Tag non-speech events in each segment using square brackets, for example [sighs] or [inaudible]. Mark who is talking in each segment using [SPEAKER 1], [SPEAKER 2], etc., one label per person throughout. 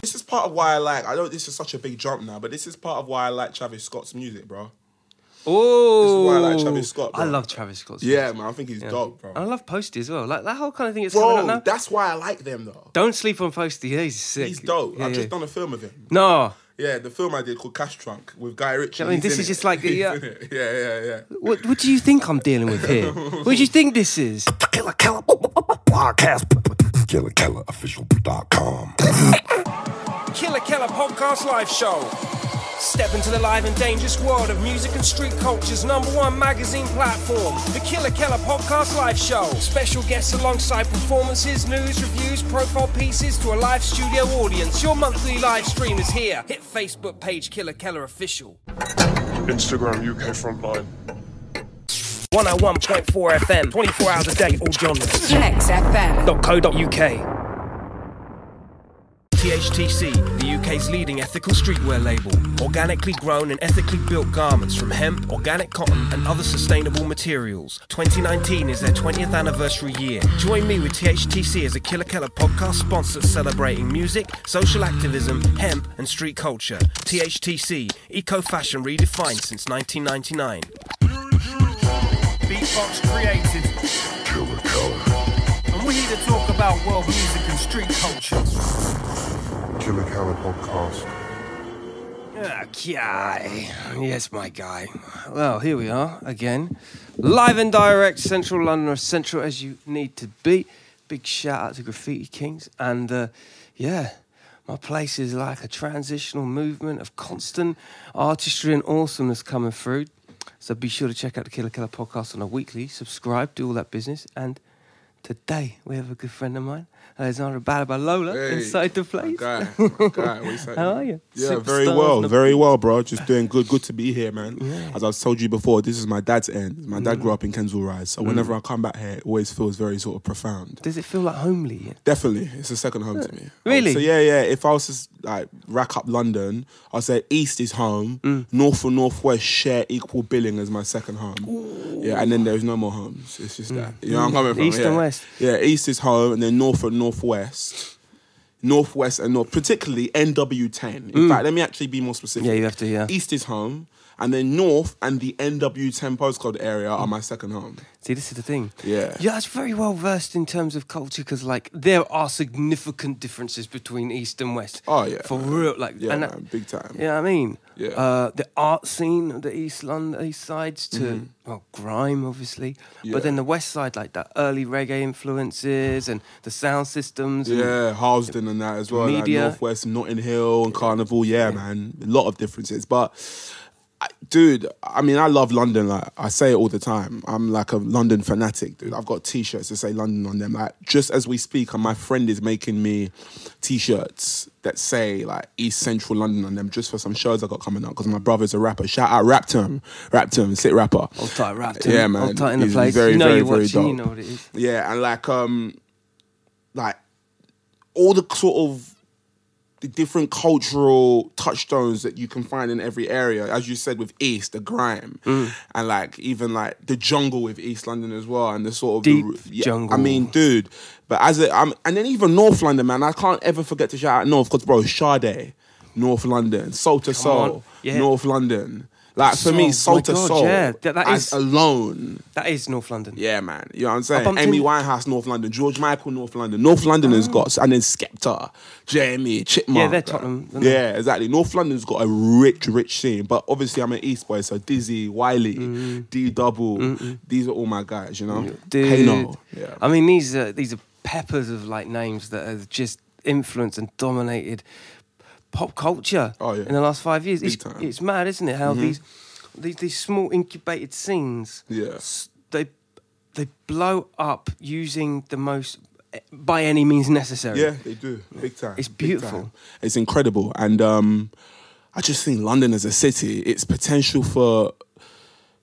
[SPEAKER 1] This is part of why I like. I know this is such a big jump now, but this is part of why I like Travis Scott's music, bro.
[SPEAKER 2] Oh,
[SPEAKER 1] why I like Travis Scott,
[SPEAKER 2] I
[SPEAKER 1] bro.
[SPEAKER 2] love Travis Scott.
[SPEAKER 1] Yeah, man. I think he's
[SPEAKER 2] Yeah.
[SPEAKER 1] dope, bro.
[SPEAKER 2] And I love Posty as well. Like that whole kind of thing. It's coming out now.
[SPEAKER 1] Bro, that's why I like them though.
[SPEAKER 2] Don't sleep on Posty. Yeah, he's sick.
[SPEAKER 1] He's dope.
[SPEAKER 2] Yeah,
[SPEAKER 1] I've
[SPEAKER 2] yeah.
[SPEAKER 1] just done a film of him.
[SPEAKER 2] No,
[SPEAKER 1] Yeah, the film I did called Cash Trunk with Guy Ritchie.
[SPEAKER 2] I mean,
[SPEAKER 1] He's
[SPEAKER 2] this
[SPEAKER 1] in
[SPEAKER 2] is
[SPEAKER 1] it.
[SPEAKER 2] just like the- uh,
[SPEAKER 1] He's
[SPEAKER 2] yeah.
[SPEAKER 1] in it. yeah, yeah, yeah.
[SPEAKER 2] what what do you think I'm dealing with
[SPEAKER 1] [laughs]
[SPEAKER 2] here? what do you think this is?
[SPEAKER 3] Killer Keller podcast. KillerKellerOfficial.com.
[SPEAKER 4] Killer Keller Podcast Live Show. Step into the live and dangerous world of music and street culture's number one magazine platform, the Killer Keller Podcast Live Show. Special guests alongside performances, news, reviews, profile pieces to a live studio audience. Your monthly live stream is here. Hit Facebook page Killer Keller Official.
[SPEAKER 5] Instagram UK Frontline.
[SPEAKER 4] 101.4 FM, 24 hours a day, all genres.
[SPEAKER 6] Flex FM.
[SPEAKER 4] .co.uk. THTC, the UK's leading ethical streetwear label. Organically grown and ethically built garments from hemp, organic cotton, and other sustainable materials. 2019 is their 20th anniversary year. Join me with THTC as a Killer Keller podcast sponsor celebrating music, social activism, hemp, and street culture. THTC, eco fashion redefined since 1999.
[SPEAKER 7] Beatbox created. And we're here to talk about world music and street culture.
[SPEAKER 5] Killer Keller Podcast.
[SPEAKER 2] Okay. Yes, my guy. Well, here we are again. Live and direct, central London, or central as you need to be. Big shout out to Graffiti Kings. And uh, yeah, my place is like a transitional movement of constant artistry and awesomeness coming through. So be sure to check out the Killer Killer podcast on a weekly. Subscribe, do all that business. And today we have a good friend of mine, Alexandra Balabalola,
[SPEAKER 1] Hey,
[SPEAKER 2] inside the
[SPEAKER 1] my
[SPEAKER 2] place.
[SPEAKER 1] guy, my guy, what you say?
[SPEAKER 2] How are you?
[SPEAKER 1] Yeah,
[SPEAKER 2] Superstar
[SPEAKER 1] very
[SPEAKER 2] of
[SPEAKER 1] well,
[SPEAKER 2] the
[SPEAKER 1] very well, bro. Just doing good. Good to be here, man. As I've told you before, this is my dad's end. My
[SPEAKER 2] Mm.
[SPEAKER 1] dad grew up in Kensal Rise, so whenever I come back here, it always feels very sort of profound.
[SPEAKER 2] Does it feel like homely? yet?
[SPEAKER 1] Definitely, it's a second home to me.
[SPEAKER 2] Really?
[SPEAKER 1] So yeah, yeah. If I was to s- like rack up London, I'd say East is home.
[SPEAKER 2] Mm.
[SPEAKER 1] North and Northwest share equal billing as my second home. Yeah, and then there's no more homes. It's just that. You know where I'm coming from.
[SPEAKER 2] Mm. East and
[SPEAKER 1] yeah.
[SPEAKER 2] West.
[SPEAKER 1] Yeah, East is home, and then North and Northwest. Northwest and North, particularly NW10. In fact, let me actually be more specific.
[SPEAKER 2] Mm. Yeah, you have to, yeah.
[SPEAKER 1] East is home, and then North and the NW10 postcode area are my second home.
[SPEAKER 2] See, this is the thing.
[SPEAKER 1] Yeah.
[SPEAKER 2] Yeah, it's very well versed in terms of culture because, like, there are significant differences between East and West.
[SPEAKER 1] Oh, yeah.
[SPEAKER 2] For real. Like,
[SPEAKER 1] Yeah,
[SPEAKER 2] and
[SPEAKER 1] man, big time.
[SPEAKER 2] Yeah, I mean,
[SPEAKER 1] Yeah.
[SPEAKER 2] Uh, the art scene of the East London, East sides to, well, grime, obviously.
[SPEAKER 1] Mm-hmm. Yeah.
[SPEAKER 2] But then the West side, like, the early reggae influences and the sound systems. and-
[SPEAKER 1] Yeah, Harlesden and that as well.
[SPEAKER 2] Media.
[SPEAKER 1] Like Northwest, Notting Hill, and Carnival. Yeah, man, a lot of differences. But, I, dude, I mean, I love London. Like I say it all the time. I'm like a London fanatic, dude. I've got T-shirts that say London on them. Like just as we speak, and my friend is making me T-shirts that say like East Central London on them, just for some shows I got coming up. Because my brother's a rapper. Shout out Raptum, Raptum, sit rapper.
[SPEAKER 2] Old tight Raptor.
[SPEAKER 1] Yeah, man.
[SPEAKER 2] Old tight in the
[SPEAKER 1] He's
[SPEAKER 2] place.
[SPEAKER 1] very,
[SPEAKER 2] you know
[SPEAKER 1] very,
[SPEAKER 2] you're
[SPEAKER 1] very
[SPEAKER 2] watching,
[SPEAKER 1] dope.
[SPEAKER 2] you know what it is.
[SPEAKER 1] [laughs] Yeah, and like um, like all the sort of the different cultural touchstones that you can find in every area, as you said with East, the grime,
[SPEAKER 2] Mm.
[SPEAKER 1] and like even like the jungle with East London as well, and the sort of
[SPEAKER 2] Deep
[SPEAKER 1] the, yeah,
[SPEAKER 2] jungle.
[SPEAKER 1] I mean, dude. But as it, I'm, and then even North London, man, I can't ever forget to shout out North because bro, Sade, North London, Soul to
[SPEAKER 2] on.
[SPEAKER 1] Soul,
[SPEAKER 2] Yeah.
[SPEAKER 1] North London. Like for
[SPEAKER 2] Soul, my
[SPEAKER 1] me, Soul to
[SPEAKER 2] God,
[SPEAKER 1] Soul,
[SPEAKER 2] yeah, that- that
[SPEAKER 1] as
[SPEAKER 2] is-
[SPEAKER 1] alone.
[SPEAKER 2] That is North London.
[SPEAKER 1] Yeah, man. You know what I'm
[SPEAKER 2] I
[SPEAKER 1] saying?
[SPEAKER 2] bumped
[SPEAKER 1] Amy
[SPEAKER 2] in-
[SPEAKER 1] Winehouse, North London. George Michael, North London. North London has got, and then Skepta, Jamie, Chipmunk.
[SPEAKER 2] Yeah, they're
[SPEAKER 1] bro.
[SPEAKER 2] Tottenham, aren't they?
[SPEAKER 1] Yeah, exactly. North London's got a rich, rich scene. But obviously, I'm an East boy, so Dizzy, Wiley, D Double, these are all my guys, you know?
[SPEAKER 2] Mm. dude.
[SPEAKER 1] Kano. Yeah.
[SPEAKER 2] I mean, these are these are peppers of like names that have just influenced and dominated pop culture
[SPEAKER 1] Oh, yeah.
[SPEAKER 2] in the last five years.
[SPEAKER 1] Big
[SPEAKER 2] It's,
[SPEAKER 1] time. Mm-hmm.
[SPEAKER 2] it's mad, isn't it? How these, these these small incubated scenes,
[SPEAKER 1] Yeah.
[SPEAKER 2] s- they they blow up using the most by any means necessary.
[SPEAKER 1] Yeah, they do. Big time.
[SPEAKER 2] It's
[SPEAKER 1] Big
[SPEAKER 2] beautiful.
[SPEAKER 1] time. It's incredible. And um, I just think London as a city, its potential for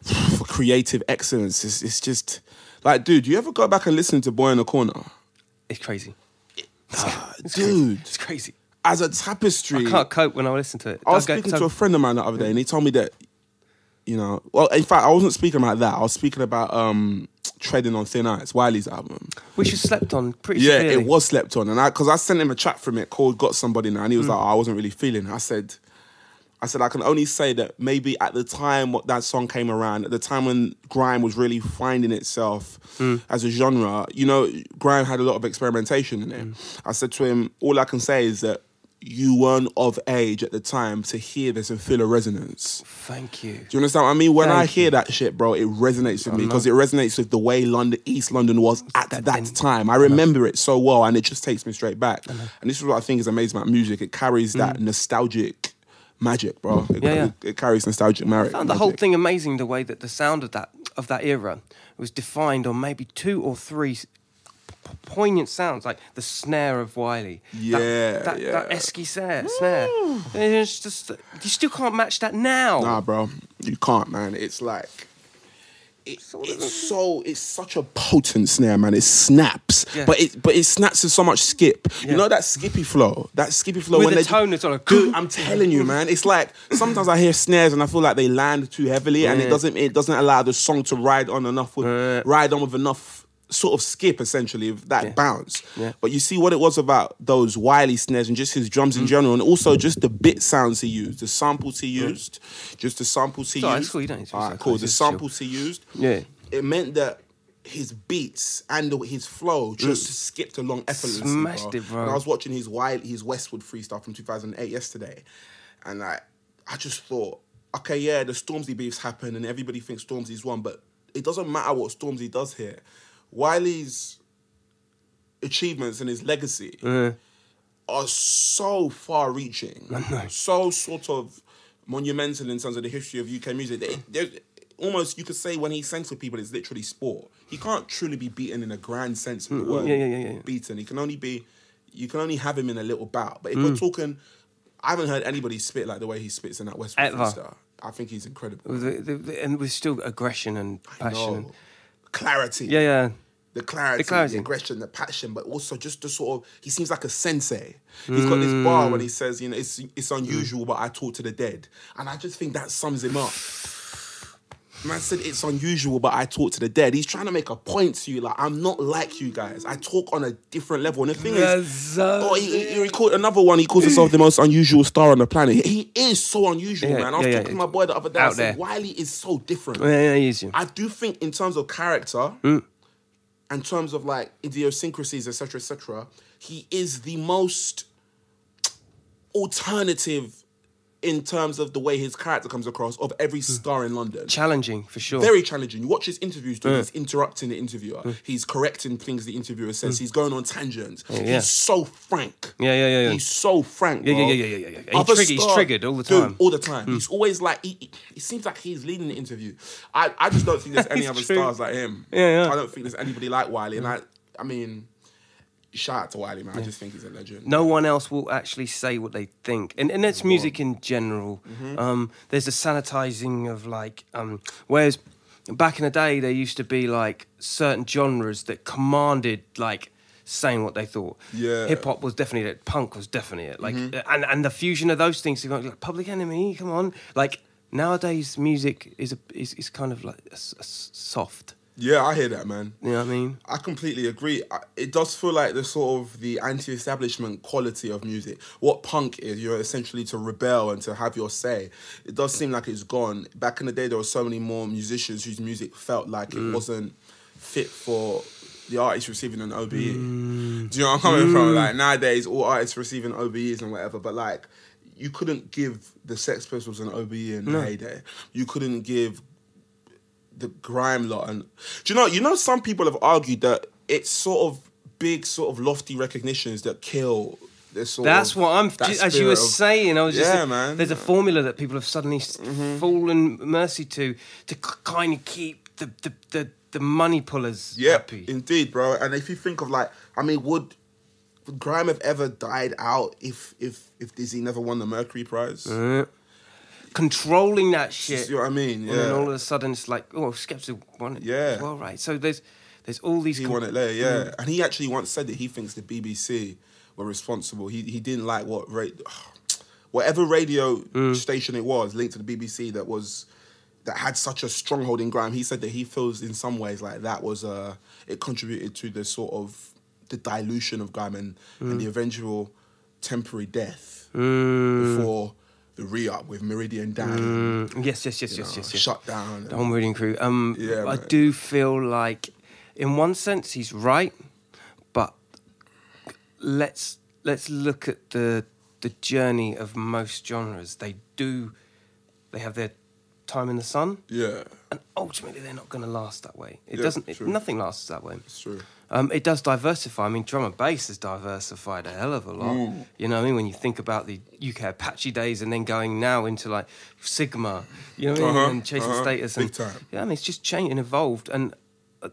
[SPEAKER 1] for creative excellence is it's just like, dude, you ever go back and listen to Boy in the Corner?
[SPEAKER 2] It's crazy.
[SPEAKER 1] Dude,
[SPEAKER 2] It's crazy.
[SPEAKER 1] as a tapestry.
[SPEAKER 2] I can't cope when I listen to it.
[SPEAKER 1] I was
[SPEAKER 2] Don't go-
[SPEAKER 1] speaking
[SPEAKER 2] so-
[SPEAKER 1] to a friend of mine the other day, and he told me that, you know, well, in fact, I wasn't speaking about that. I was speaking about um, treading on thin ice. Wiley's album.
[SPEAKER 2] Which you slept on pretty
[SPEAKER 1] Yeah,
[SPEAKER 2] severely.
[SPEAKER 1] it was slept on, and I because I sent him a track from it called "Got Somebody Now," and
[SPEAKER 2] Mm.
[SPEAKER 1] he was like, oh, "I wasn't really feeling." it." I said, "I said I can only say that maybe at the time what that song came around, at the time when grime was really finding itself
[SPEAKER 2] Mm.
[SPEAKER 1] as a genre, you know, grime had a lot of experimentation in it."
[SPEAKER 2] Mm.
[SPEAKER 1] I said to him, "All I can say is that." You weren't of age at the time to hear this and feel a resonance.
[SPEAKER 2] Thank you.
[SPEAKER 1] Do you understand what I mean? When I
[SPEAKER 2] Thank
[SPEAKER 1] hear that shit, bro, it resonates with me because it resonates with the way London, East London was at that,
[SPEAKER 2] then-
[SPEAKER 1] time. I remember it so well, and it just takes me straight back. And this is what I think is amazing about music. It carries that nostalgic magic, bro. It,
[SPEAKER 2] Mm. Yeah, yeah.
[SPEAKER 1] it- it carries nostalgic mar- magic.
[SPEAKER 2] found Oh, the whole thing amazing the way that the sound of that of that era was defined on maybe two or three s- p- poignant sounds like the snare of Wiley
[SPEAKER 1] Yeah,
[SPEAKER 2] that, that,
[SPEAKER 1] yeah.
[SPEAKER 2] that esky snare, snare. And it's just you still can't match that now
[SPEAKER 1] Nah, bro, you can't, man. It's like. It, it's so it's such a potent snare, man. It snaps,
[SPEAKER 2] Yeah.
[SPEAKER 1] but it but it snaps with so much skip.
[SPEAKER 2] Yeah.
[SPEAKER 1] You know that skippy flow, that skippy flow
[SPEAKER 2] With
[SPEAKER 1] when
[SPEAKER 2] the
[SPEAKER 1] they
[SPEAKER 2] tone, it's all like- [laughs]
[SPEAKER 1] dude. I'm telling you, man. It's like sometimes I hear snares and I feel like they land too heavily, and it doesn't it doesn't allow the song to ride on enough with ride on with enough sort of skip essentially of that bounce.
[SPEAKER 2] Yeah.
[SPEAKER 1] But you see what it was about those Wiley snares and just his drums
[SPEAKER 2] Mm.
[SPEAKER 1] in general, and also just the bit sounds he used, the samples he used, just the samples he
[SPEAKER 2] It's all right,
[SPEAKER 1] used.
[SPEAKER 2] it's cool, you don't need to be
[SPEAKER 1] All right,
[SPEAKER 2] so
[SPEAKER 1] cool.
[SPEAKER 2] close,
[SPEAKER 1] The
[SPEAKER 2] it's chill.
[SPEAKER 1] samples he used.
[SPEAKER 2] Yeah.
[SPEAKER 1] It meant that his beats and the- his flow just
[SPEAKER 2] Mm.
[SPEAKER 1] skipped along effortlessly.
[SPEAKER 2] Smashed it, bro.
[SPEAKER 1] And I was watching his wild, his Westwood freestyle from 2008 yesterday, and I, I just thought, okay, yeah, the Stormzy beefs happen, and everybody thinks Stormzy's won, but it doesn't matter what Stormzy does here. Wiley's achievements and his legacy are so far reaching, so sort of monumental in terms of the history of UK music. They, they're- almost, you could say when he sings for people, it's literally sport. He can't truly be beaten in a grand sense of the word.
[SPEAKER 2] Hmm. Yeah, yeah, yeah, yeah, yeah.
[SPEAKER 1] Beaten. He can only be, you can only have him in a little bout. But if
[SPEAKER 2] Mm.
[SPEAKER 1] we're talking, I haven't heard anybody spit like the way he spits in that Westwood
[SPEAKER 2] Ever.
[SPEAKER 1] freestyle. I think he's incredible.
[SPEAKER 2] With the- the- the- and with still aggression and passion and,
[SPEAKER 1] No. Clarity.
[SPEAKER 2] yeah yeah
[SPEAKER 1] the clarity,
[SPEAKER 2] The
[SPEAKER 1] the,
[SPEAKER 2] clarity.
[SPEAKER 1] aggression, the passion, but also just the sort of he seems like a sensei. He's got this
[SPEAKER 2] Mm.
[SPEAKER 1] bar when he says, you know, it's it's unusual, but I talk to the dead, and I just think that sums him up. Man said it's unusual, but I talk to the dead. He's trying to make a point to you, like I'm not like you guys. I talk on a different level. And the thing
[SPEAKER 2] That's
[SPEAKER 1] is,
[SPEAKER 2] so
[SPEAKER 1] oh, he, he- he called another one. He calls himself the most unusual star on the planet. He is so unusual,
[SPEAKER 2] Yeah,
[SPEAKER 1] man. I was
[SPEAKER 2] yeah, yeah.
[SPEAKER 1] talking to my boy the other day.
[SPEAKER 2] Out
[SPEAKER 1] I said,
[SPEAKER 2] there.
[SPEAKER 1] Wiley is so different.
[SPEAKER 2] yeah Hmm. yeah he is you.
[SPEAKER 1] I do think in terms of character, in terms of like idiosyncrasies, etc., etc., he is the most alternative in terms of the way his character comes across of every
[SPEAKER 2] Hmm.
[SPEAKER 1] star in London.
[SPEAKER 2] challenging for sure
[SPEAKER 1] Very challenging. You watch his interviews, dude. He's interrupting the interviewer. He's correcting things the interviewer says. He's going on tangents.
[SPEAKER 2] Oh, yeah.
[SPEAKER 1] He's so frank.
[SPEAKER 2] Yeah, yeah, yeah, yeah.
[SPEAKER 1] He's so frank.
[SPEAKER 2] Yeah, yeah,
[SPEAKER 1] bro.
[SPEAKER 2] yeah, yeah, yeah, yeah. He's
[SPEAKER 1] Other
[SPEAKER 2] triggered- he's triggered all the
[SPEAKER 1] dude,
[SPEAKER 2] time. Hmm.
[SPEAKER 1] all the time. He's always like. He, he- it seems like he's leading the interview. I, I just don't think
[SPEAKER 2] [laughs]
[SPEAKER 1] there's any
[SPEAKER 2] It's
[SPEAKER 1] other
[SPEAKER 2] true.
[SPEAKER 1] stars like him.
[SPEAKER 2] Yeah, yeah.
[SPEAKER 1] I don't think there's anybody like Wiley. And I, I mean, shout out to Wiley, man. I just think he's a legend.
[SPEAKER 2] no one else will actually say what they think and, and that's music in general um, there's a sanitizing of like um, whereas back in the day there used to be like certain genres that commanded like saying what they thought
[SPEAKER 1] Yeah.
[SPEAKER 2] hip-hop was definitely it punk was definitely it like and, and the fusion of those things you got, like public enemy come on like nowadays music is a, is, is kind of like a s a s soft
[SPEAKER 1] Yeah, I hear that, man.
[SPEAKER 2] you know what i mean
[SPEAKER 1] I completely agree. I- It does feel like the sort of the anti-establishment quality of music. What punk is, you're essentially to rebel and to have your say. It does seem like it's gone. Back in the day, there were so many more musicians whose music felt like it wasn't fit for the artists receiving an E. OBE. Do you know where I'm coming
[SPEAKER 2] Mm.
[SPEAKER 1] from? Like nowadays, all artists receiving OBEs and whatever, but like you couldn't give the Sex Pistols an OBE in the heyday. You couldn't give the grime lot and do you know you know some people have argued that it's sort of big sort of lofty recognitions that kill this sort
[SPEAKER 2] That's
[SPEAKER 1] of-
[SPEAKER 2] what I'm.
[SPEAKER 1] that
[SPEAKER 2] as you were
[SPEAKER 1] spirit of-
[SPEAKER 2] saying, I was just.
[SPEAKER 1] Yeah, man. Mm-hmm.
[SPEAKER 2] There's a formula that people have suddenly s fallen mercy to to k- kind of keep the the, the the money pullers
[SPEAKER 1] Yep,
[SPEAKER 2] happy.
[SPEAKER 1] indeed, bro. And if you think of like, I mean, would would grime have ever died out if if if Dizzy never won the Mercury Prize?
[SPEAKER 2] Mm. Controlling that
[SPEAKER 1] Do
[SPEAKER 2] shit,
[SPEAKER 1] you know what I mean? Yeah,
[SPEAKER 2] and then all of a sudden it's like, oh, Skepta won it.
[SPEAKER 1] Yeah.
[SPEAKER 2] as Well, right. So there's there's all these.
[SPEAKER 1] he
[SPEAKER 2] com-
[SPEAKER 1] won it later. Yeah,
[SPEAKER 2] Mm.
[SPEAKER 1] and he actually once said that he thinks the BBC were responsible. He he didn't like what [sighs]
[SPEAKER 2] Mm.
[SPEAKER 1] ra- whatever radio station it was linked to the BBC that was that had such a stronghold in grime. He said that he feels in some ways like that was uh it contributed to the sort of the dilution of grime and,
[SPEAKER 2] Mm.
[SPEAKER 1] and the eventual temporary death
[SPEAKER 2] Mm.
[SPEAKER 1] before the re-up with Meridian Dan
[SPEAKER 2] Yes, yes, Mm. yes, yes, yes, yes.
[SPEAKER 1] shut down.
[SPEAKER 2] The Home Reading Crew. Um,
[SPEAKER 1] Yeah,
[SPEAKER 2] I
[SPEAKER 1] mate.
[SPEAKER 2] do feel like, in one sense, he's right, but let's let's look at the the journey of most genres. They do, they have their time in the sun,
[SPEAKER 1] yeah,
[SPEAKER 2] and ultimately they're not going to last that way. It
[SPEAKER 1] Yeah,
[SPEAKER 2] doesn't. It,
[SPEAKER 1] true.
[SPEAKER 2] nothing lasts that way.
[SPEAKER 1] it's true.
[SPEAKER 2] Um, it does diversify. I mean, drum and bass has diversified a hell of a lot. You know what I mean? When you think about the UK Apache days and then going now into like Sigma, you know what I
[SPEAKER 1] Uh-huh,
[SPEAKER 2] mean? And Chasing
[SPEAKER 1] uh-huh.
[SPEAKER 2] Status. And,
[SPEAKER 1] Big time.
[SPEAKER 2] Yeah, I mean, it's just changed and evolved. And uh,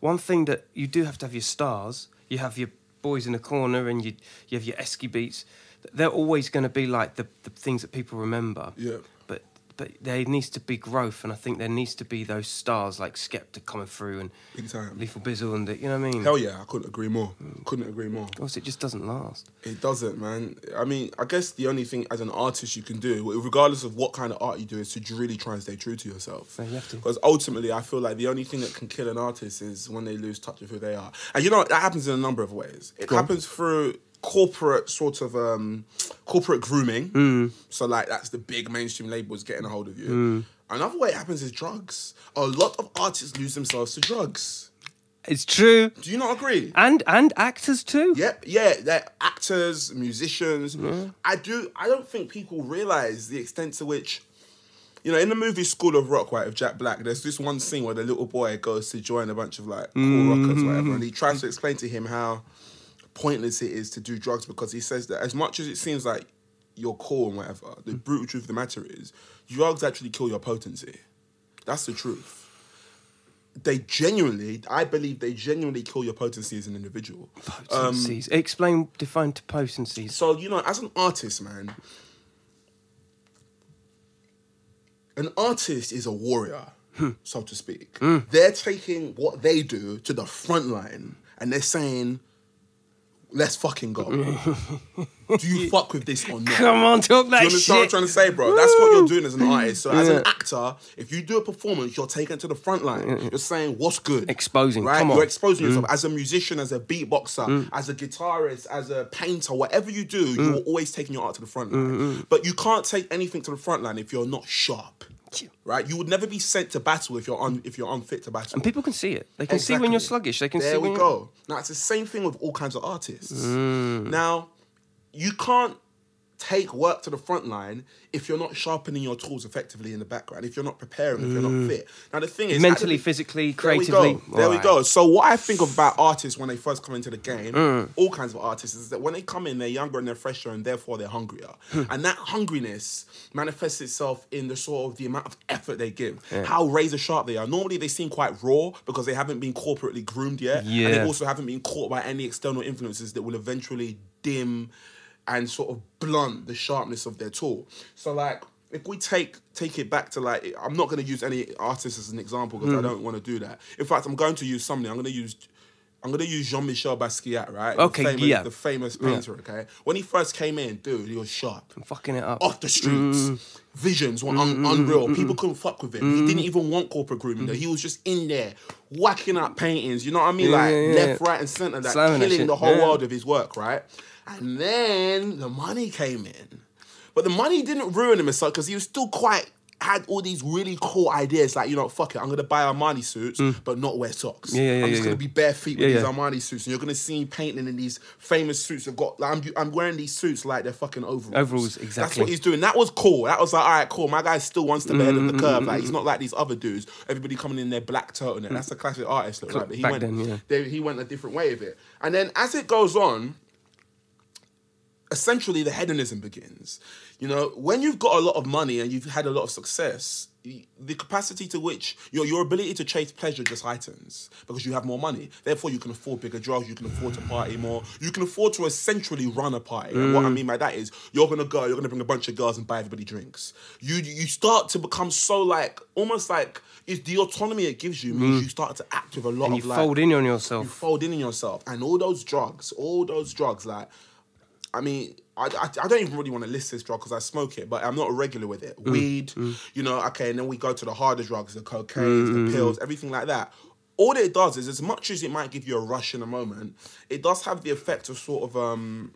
[SPEAKER 2] one thing that you do have to have your stars, you have your boys in the corner and you, you have your Esky beats. They're always going to be like the, the things that people remember.
[SPEAKER 1] Yeah.
[SPEAKER 2] But but there needs to be growth, and I think there needs to be those stars like Skepta coming through and
[SPEAKER 1] Big time.
[SPEAKER 2] Lethal Bizzle and the, you know what I mean?
[SPEAKER 1] Hell yeah, I couldn't agree more. Couldn't agree more.
[SPEAKER 2] course, it just doesn't last.
[SPEAKER 1] It doesn't, man. I mean, I guess the only thing as an artist you can do, regardless of what kind of art you do, is to really try and stay true to yourself.
[SPEAKER 2] Yeah, you have to.
[SPEAKER 1] Because ultimately, I feel like the only thing that can kill an artist is when they lose touch with who they are. And you know, what? that happens in a number of ways. It happens through corporate sort of um, corporate grooming.
[SPEAKER 2] Mm.
[SPEAKER 1] So, like, that's the big mainstream labels getting a hold of you. Another way it happens is drugs. A lot of artists lose themselves to drugs.
[SPEAKER 2] It's true,
[SPEAKER 1] Do you not agree?
[SPEAKER 2] and and actors too. [laughs]
[SPEAKER 1] Yep, yeah, they're actors, musicians. I do. I don't think people realize the extent to which, you know, in the movie School of Rock, right, of Jack Black, there's this one scene where the little boy goes to join a bunch of like cool rockers, whatever, and he tries to explain to him how pointless it is to do drugs because he says that as much as it seems like you're cool and whatever, the brutal truth of the matter is, drugs actually kill your potency. That's the truth. They genuinely, I believe, they genuinely kill your potency as an individual. Um,
[SPEAKER 2] Potencies. Explain, define to potencies.
[SPEAKER 1] So you know, as an artist, man, an artist is a warrior, so to speak. They're taking what they do to the front line, and they're saying, "Let's fucking go." do you fuck with this or not?
[SPEAKER 2] [laughs] Come on, talk that
[SPEAKER 1] Do you understand what I'm
[SPEAKER 2] shit.
[SPEAKER 1] trying to say, bro? That's what
[SPEAKER 2] Woo.
[SPEAKER 1] you're doing as an artist. So, as
[SPEAKER 2] Yeah.
[SPEAKER 1] an actor, if you do a performance, you're taken to the front line. You're saying what's good,
[SPEAKER 2] Exposing,
[SPEAKER 1] Right?
[SPEAKER 2] come on. Mm.
[SPEAKER 1] You're exposing yourself as a musician, as a beatboxer, as a guitarist, as a painter. Whatever you do,
[SPEAKER 2] Mm.
[SPEAKER 1] you're always taking your art to the front line.
[SPEAKER 2] Mm-hmm.
[SPEAKER 1] But you can't take anything to the front line if you're not sharp. Right? You would never be sent to battle if you're un- if you're unfit to battle.
[SPEAKER 2] And people can see it. They can see when you're
[SPEAKER 1] Exactly.
[SPEAKER 2] sluggish. They can
[SPEAKER 1] there
[SPEAKER 2] see
[SPEAKER 1] we
[SPEAKER 2] when you're- Mm.
[SPEAKER 1] go. Now it's the same thing with all kinds of artists. Now, you can't take work to the front line if you're not sharpening your tools effectively in the background. If you're not preparing, if you're not fit. Now the thing is,
[SPEAKER 2] Mm. Mentally,
[SPEAKER 1] at the-
[SPEAKER 2] physically,
[SPEAKER 1] There we
[SPEAKER 2] creatively.
[SPEAKER 1] go. There we
[SPEAKER 2] Alright.
[SPEAKER 1] go. So what I think about artists when they first come into the game, all kinds of artists, is that when they come in, they're younger and they're fresher, and therefore they're hungrier. and that hungriness manifests itself in the sort of the amount of effort they give, how razor sharp they are. Normally they seem quite raw because they haven't been corporately groomed yet, and
[SPEAKER 2] Yeah.
[SPEAKER 1] they also haven't been caught by any external influences that will eventually dim and sort of blunt the sharpness of their tool. So like if we take take it back to like I'm not going to use any artist as an example
[SPEAKER 2] Hmm.
[SPEAKER 1] because I don't want to do that. In fact, I'm going to use somebody. I'm going to use I'm going to use Jean-Michel Basquiat, right?
[SPEAKER 2] Okay,
[SPEAKER 1] the famous,
[SPEAKER 2] yeah.
[SPEAKER 1] the famous painter, okay? When he first came in, dude, he was sharp
[SPEAKER 2] Fucking it up.
[SPEAKER 1] off the streets. Visions were un- unreal. People couldn't fuck with him.
[SPEAKER 2] Mm-hmm.
[SPEAKER 1] He didn't even want corporate grooming. though. He was just in there whacking up paintings. You know what I mean?
[SPEAKER 2] Yeah,
[SPEAKER 1] like
[SPEAKER 2] yeah, yeah.
[SPEAKER 1] left, right, and center, like
[SPEAKER 2] Slamming that
[SPEAKER 1] killing
[SPEAKER 2] shit.
[SPEAKER 1] the whole
[SPEAKER 2] Yeah.
[SPEAKER 1] world of his work, right? And then the money came in, but the money didn't ruin him as such because he was still quite had all these really cool ideas. Like you know, fuck it, I'm gonna buy Armani suits, but not wear socks.
[SPEAKER 2] Mm. Yeah, yeah, yeah,
[SPEAKER 1] I'm just
[SPEAKER 2] yeah,
[SPEAKER 1] gonna
[SPEAKER 2] yeah.
[SPEAKER 1] be bare feet with
[SPEAKER 2] Yeah,
[SPEAKER 1] these
[SPEAKER 2] yeah.
[SPEAKER 1] Armani suits, and you're gonna see me painting in these famous suits. I've got, like, I'm, I'm wearing these suits like they're fucking overalls.
[SPEAKER 2] Overalls,
[SPEAKER 1] That's
[SPEAKER 2] exactly.
[SPEAKER 1] what he's doing. That was cool. That was like, all right, cool. My guy still wants to be ahead of
[SPEAKER 2] Mm-hmm,
[SPEAKER 1] the curve. Like he's not like these other dudes. Everybody coming in their black turtleneck. That's the classic artist look. Right? But he
[SPEAKER 2] Mm. Back
[SPEAKER 1] went,
[SPEAKER 2] then, yeah.
[SPEAKER 1] they, he went a different way of it. And then as it goes on, essentially the hedonism begins. You know, when you've got a lot of money and you've had a lot of success, y- the capacity to which your your ability to chase pleasure just heightens because you have more money. Therefore, you can afford bigger drugs. You can afford to party more. You can afford to essentially run a party. And
[SPEAKER 2] Mm.
[SPEAKER 1] what I mean by that is, you're gonna go. You're gonna bring a bunch of girls and buy everybody drinks. You you start to become so like almost like it's the autonomy it gives you means you start to act with a lot
[SPEAKER 2] Mm. and you
[SPEAKER 1] of like
[SPEAKER 2] fold in on
[SPEAKER 1] you
[SPEAKER 2] yourself.
[SPEAKER 1] fold in on yourself and all those drugs all those drugs like i mean I, I, I don't even really want to list this drug because I smoke it, but I'm not regular with it. Weed, you know, okay, and then we go to the harder drugs, the cocaine, the pills, everything like that. All it does is, as much as it might give you a rush in a moment, it does have the effect of sort of um,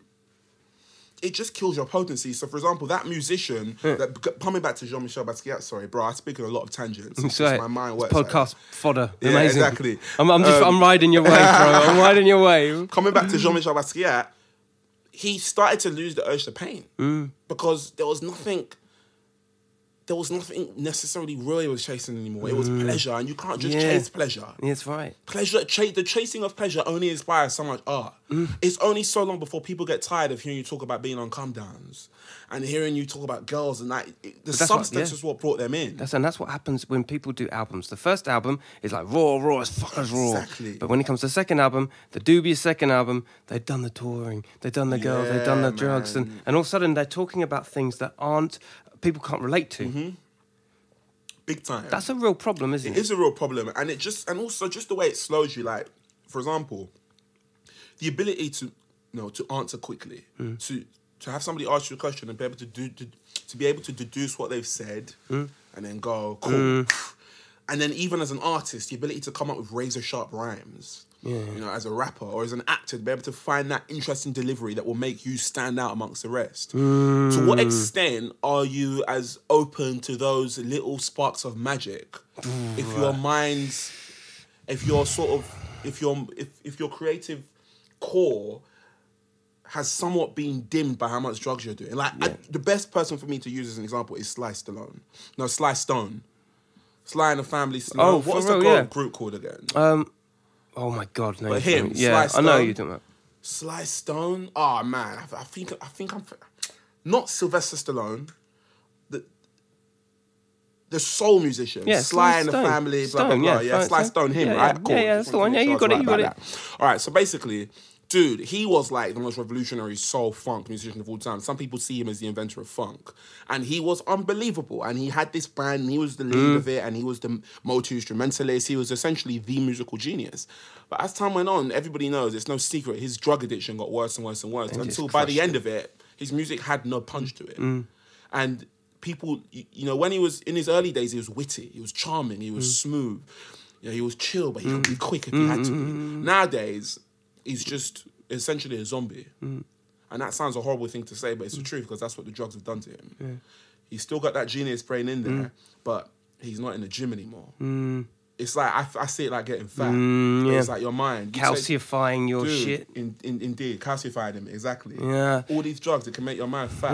[SPEAKER 1] it just kills your potency. So, for example, that musician, that, coming back to Jean Michel Basquiat, sorry, bro, I speak in a lot of tangents. It's
[SPEAKER 2] So
[SPEAKER 1] just my mind works. like that.
[SPEAKER 2] podcast fodder.
[SPEAKER 1] Yeah,
[SPEAKER 2] Amazing.
[SPEAKER 1] exactly.
[SPEAKER 2] I'm, I'm just
[SPEAKER 1] Um,
[SPEAKER 2] I'm riding your way, bro. I'm
[SPEAKER 1] [laughs]
[SPEAKER 2] riding your way.
[SPEAKER 1] coming back to Jean Michel Basquiat, he started to lose the urge to paint
[SPEAKER 2] Mm.
[SPEAKER 1] because there was nothing. There was nothing necessarily real he was chasing anymore. It was pleasure, and you can't just
[SPEAKER 2] Mm. Yeah.
[SPEAKER 1] chase pleasure.
[SPEAKER 2] Yeah, That's right.
[SPEAKER 1] Pleasure, cha- the chasing of pleasure only inspires so much art.
[SPEAKER 2] Mm.
[SPEAKER 1] It's only so long before people get tired of hearing you talk about being on come downs and hearing you talk about girls and that. it- the
[SPEAKER 2] that's what-
[SPEAKER 1] substance
[SPEAKER 2] yeah.
[SPEAKER 1] is what brought them in.
[SPEAKER 2] That's and that's what happens when people do albums. The first album is like raw, raw as fuck as raw.
[SPEAKER 1] Exactly.
[SPEAKER 2] But when it comes to the second album, the dubious second album, they've done the touring, they've done the girls, they've done the
[SPEAKER 1] Yeah,
[SPEAKER 2] drugs, and, and all of a sudden they're talking about things that aren't people can't relate to.
[SPEAKER 1] Big time.
[SPEAKER 2] That's a real problem, isn't it?
[SPEAKER 1] Mm-hmm. It is a real problem, and it just and also just the way it slows you. Like, for example, the ability to you know to answer quickly, to to have somebody ask you a question and be able to do to, to be able to deduce what they've said, and then go cool. And then even as an artist, the ability to come up with razor sharp rhymes. You know, as a rapper or as an actor, to be able to find that interesting delivery that will make you stand out amongst the rest. To what extent are you as open to those little sparks of magic? If your mind's, if your sort of, if your if if your creative core has somewhat been dimmed by how much drugs you're doing. Like I, the best person for me to use as an example is Sly Stallone. No, Sly Stone. Sly and the Family Stallone.
[SPEAKER 2] Oh,
[SPEAKER 1] What's
[SPEAKER 2] for
[SPEAKER 1] the
[SPEAKER 2] real, yeah.
[SPEAKER 1] group called again?
[SPEAKER 2] oh my god, no.
[SPEAKER 1] But
[SPEAKER 2] you're
[SPEAKER 1] him,
[SPEAKER 2] talking- yeah,
[SPEAKER 1] Sly
[SPEAKER 2] I know
[SPEAKER 1] Stone.
[SPEAKER 2] you're talking about.
[SPEAKER 1] Sly Stone. Oh man, I, I think I think I'm not Sylvester Stallone. The the soul musician,
[SPEAKER 2] Yeah,
[SPEAKER 1] Sly,
[SPEAKER 2] Sly
[SPEAKER 1] and the
[SPEAKER 2] Stone.
[SPEAKER 1] Family, blah
[SPEAKER 2] Stone,
[SPEAKER 1] blah
[SPEAKER 2] yeah,
[SPEAKER 1] blah. Yeah,
[SPEAKER 2] Sly-
[SPEAKER 1] Sly
[SPEAKER 2] Sly-
[SPEAKER 1] Stone, him,
[SPEAKER 2] yeah, yeah.
[SPEAKER 1] right?
[SPEAKER 2] Yeah, yeah, that's the one. Yeah, you got it, you got
[SPEAKER 1] All right, so basically. Dude, he was like the most revolutionary soul funk musician of all time. Some people see him as the inventor of funk, and he was unbelievable. And he had this band, and he was the lead
[SPEAKER 2] Mm.
[SPEAKER 1] of it, and he was the multi-instrumentalist. He was essentially the musical genius. But as time went on, everybody knows it's no secret his drug addiction got worse and worse and worse until by the end of it, his music had no punch to it.
[SPEAKER 2] Mm.
[SPEAKER 1] And people, you, you know, when he was in his early days, he was witty, he was charming, he was
[SPEAKER 2] Mm.
[SPEAKER 1] smooth, you know, he was chill, but he could be quick if he had
[SPEAKER 2] Mm,
[SPEAKER 1] to be. Nowadays, he's just essentially a zombie.
[SPEAKER 2] Mm.
[SPEAKER 1] And that sounds a horrible thing to say, but it's the truth because that's what the drugs have done to him. He's still got that genius brain in there,
[SPEAKER 2] Mm.
[SPEAKER 1] but he's not in the gym anymore. It's like I, I see it like getting fat. It's like your mind You take-
[SPEAKER 2] Calcifying your
[SPEAKER 1] Dude,
[SPEAKER 2] Mm, shit.
[SPEAKER 1] In, in, indeed, calcified him exactly.
[SPEAKER 2] Yeah. Mm.
[SPEAKER 1] all these drugs that can make your mind fat.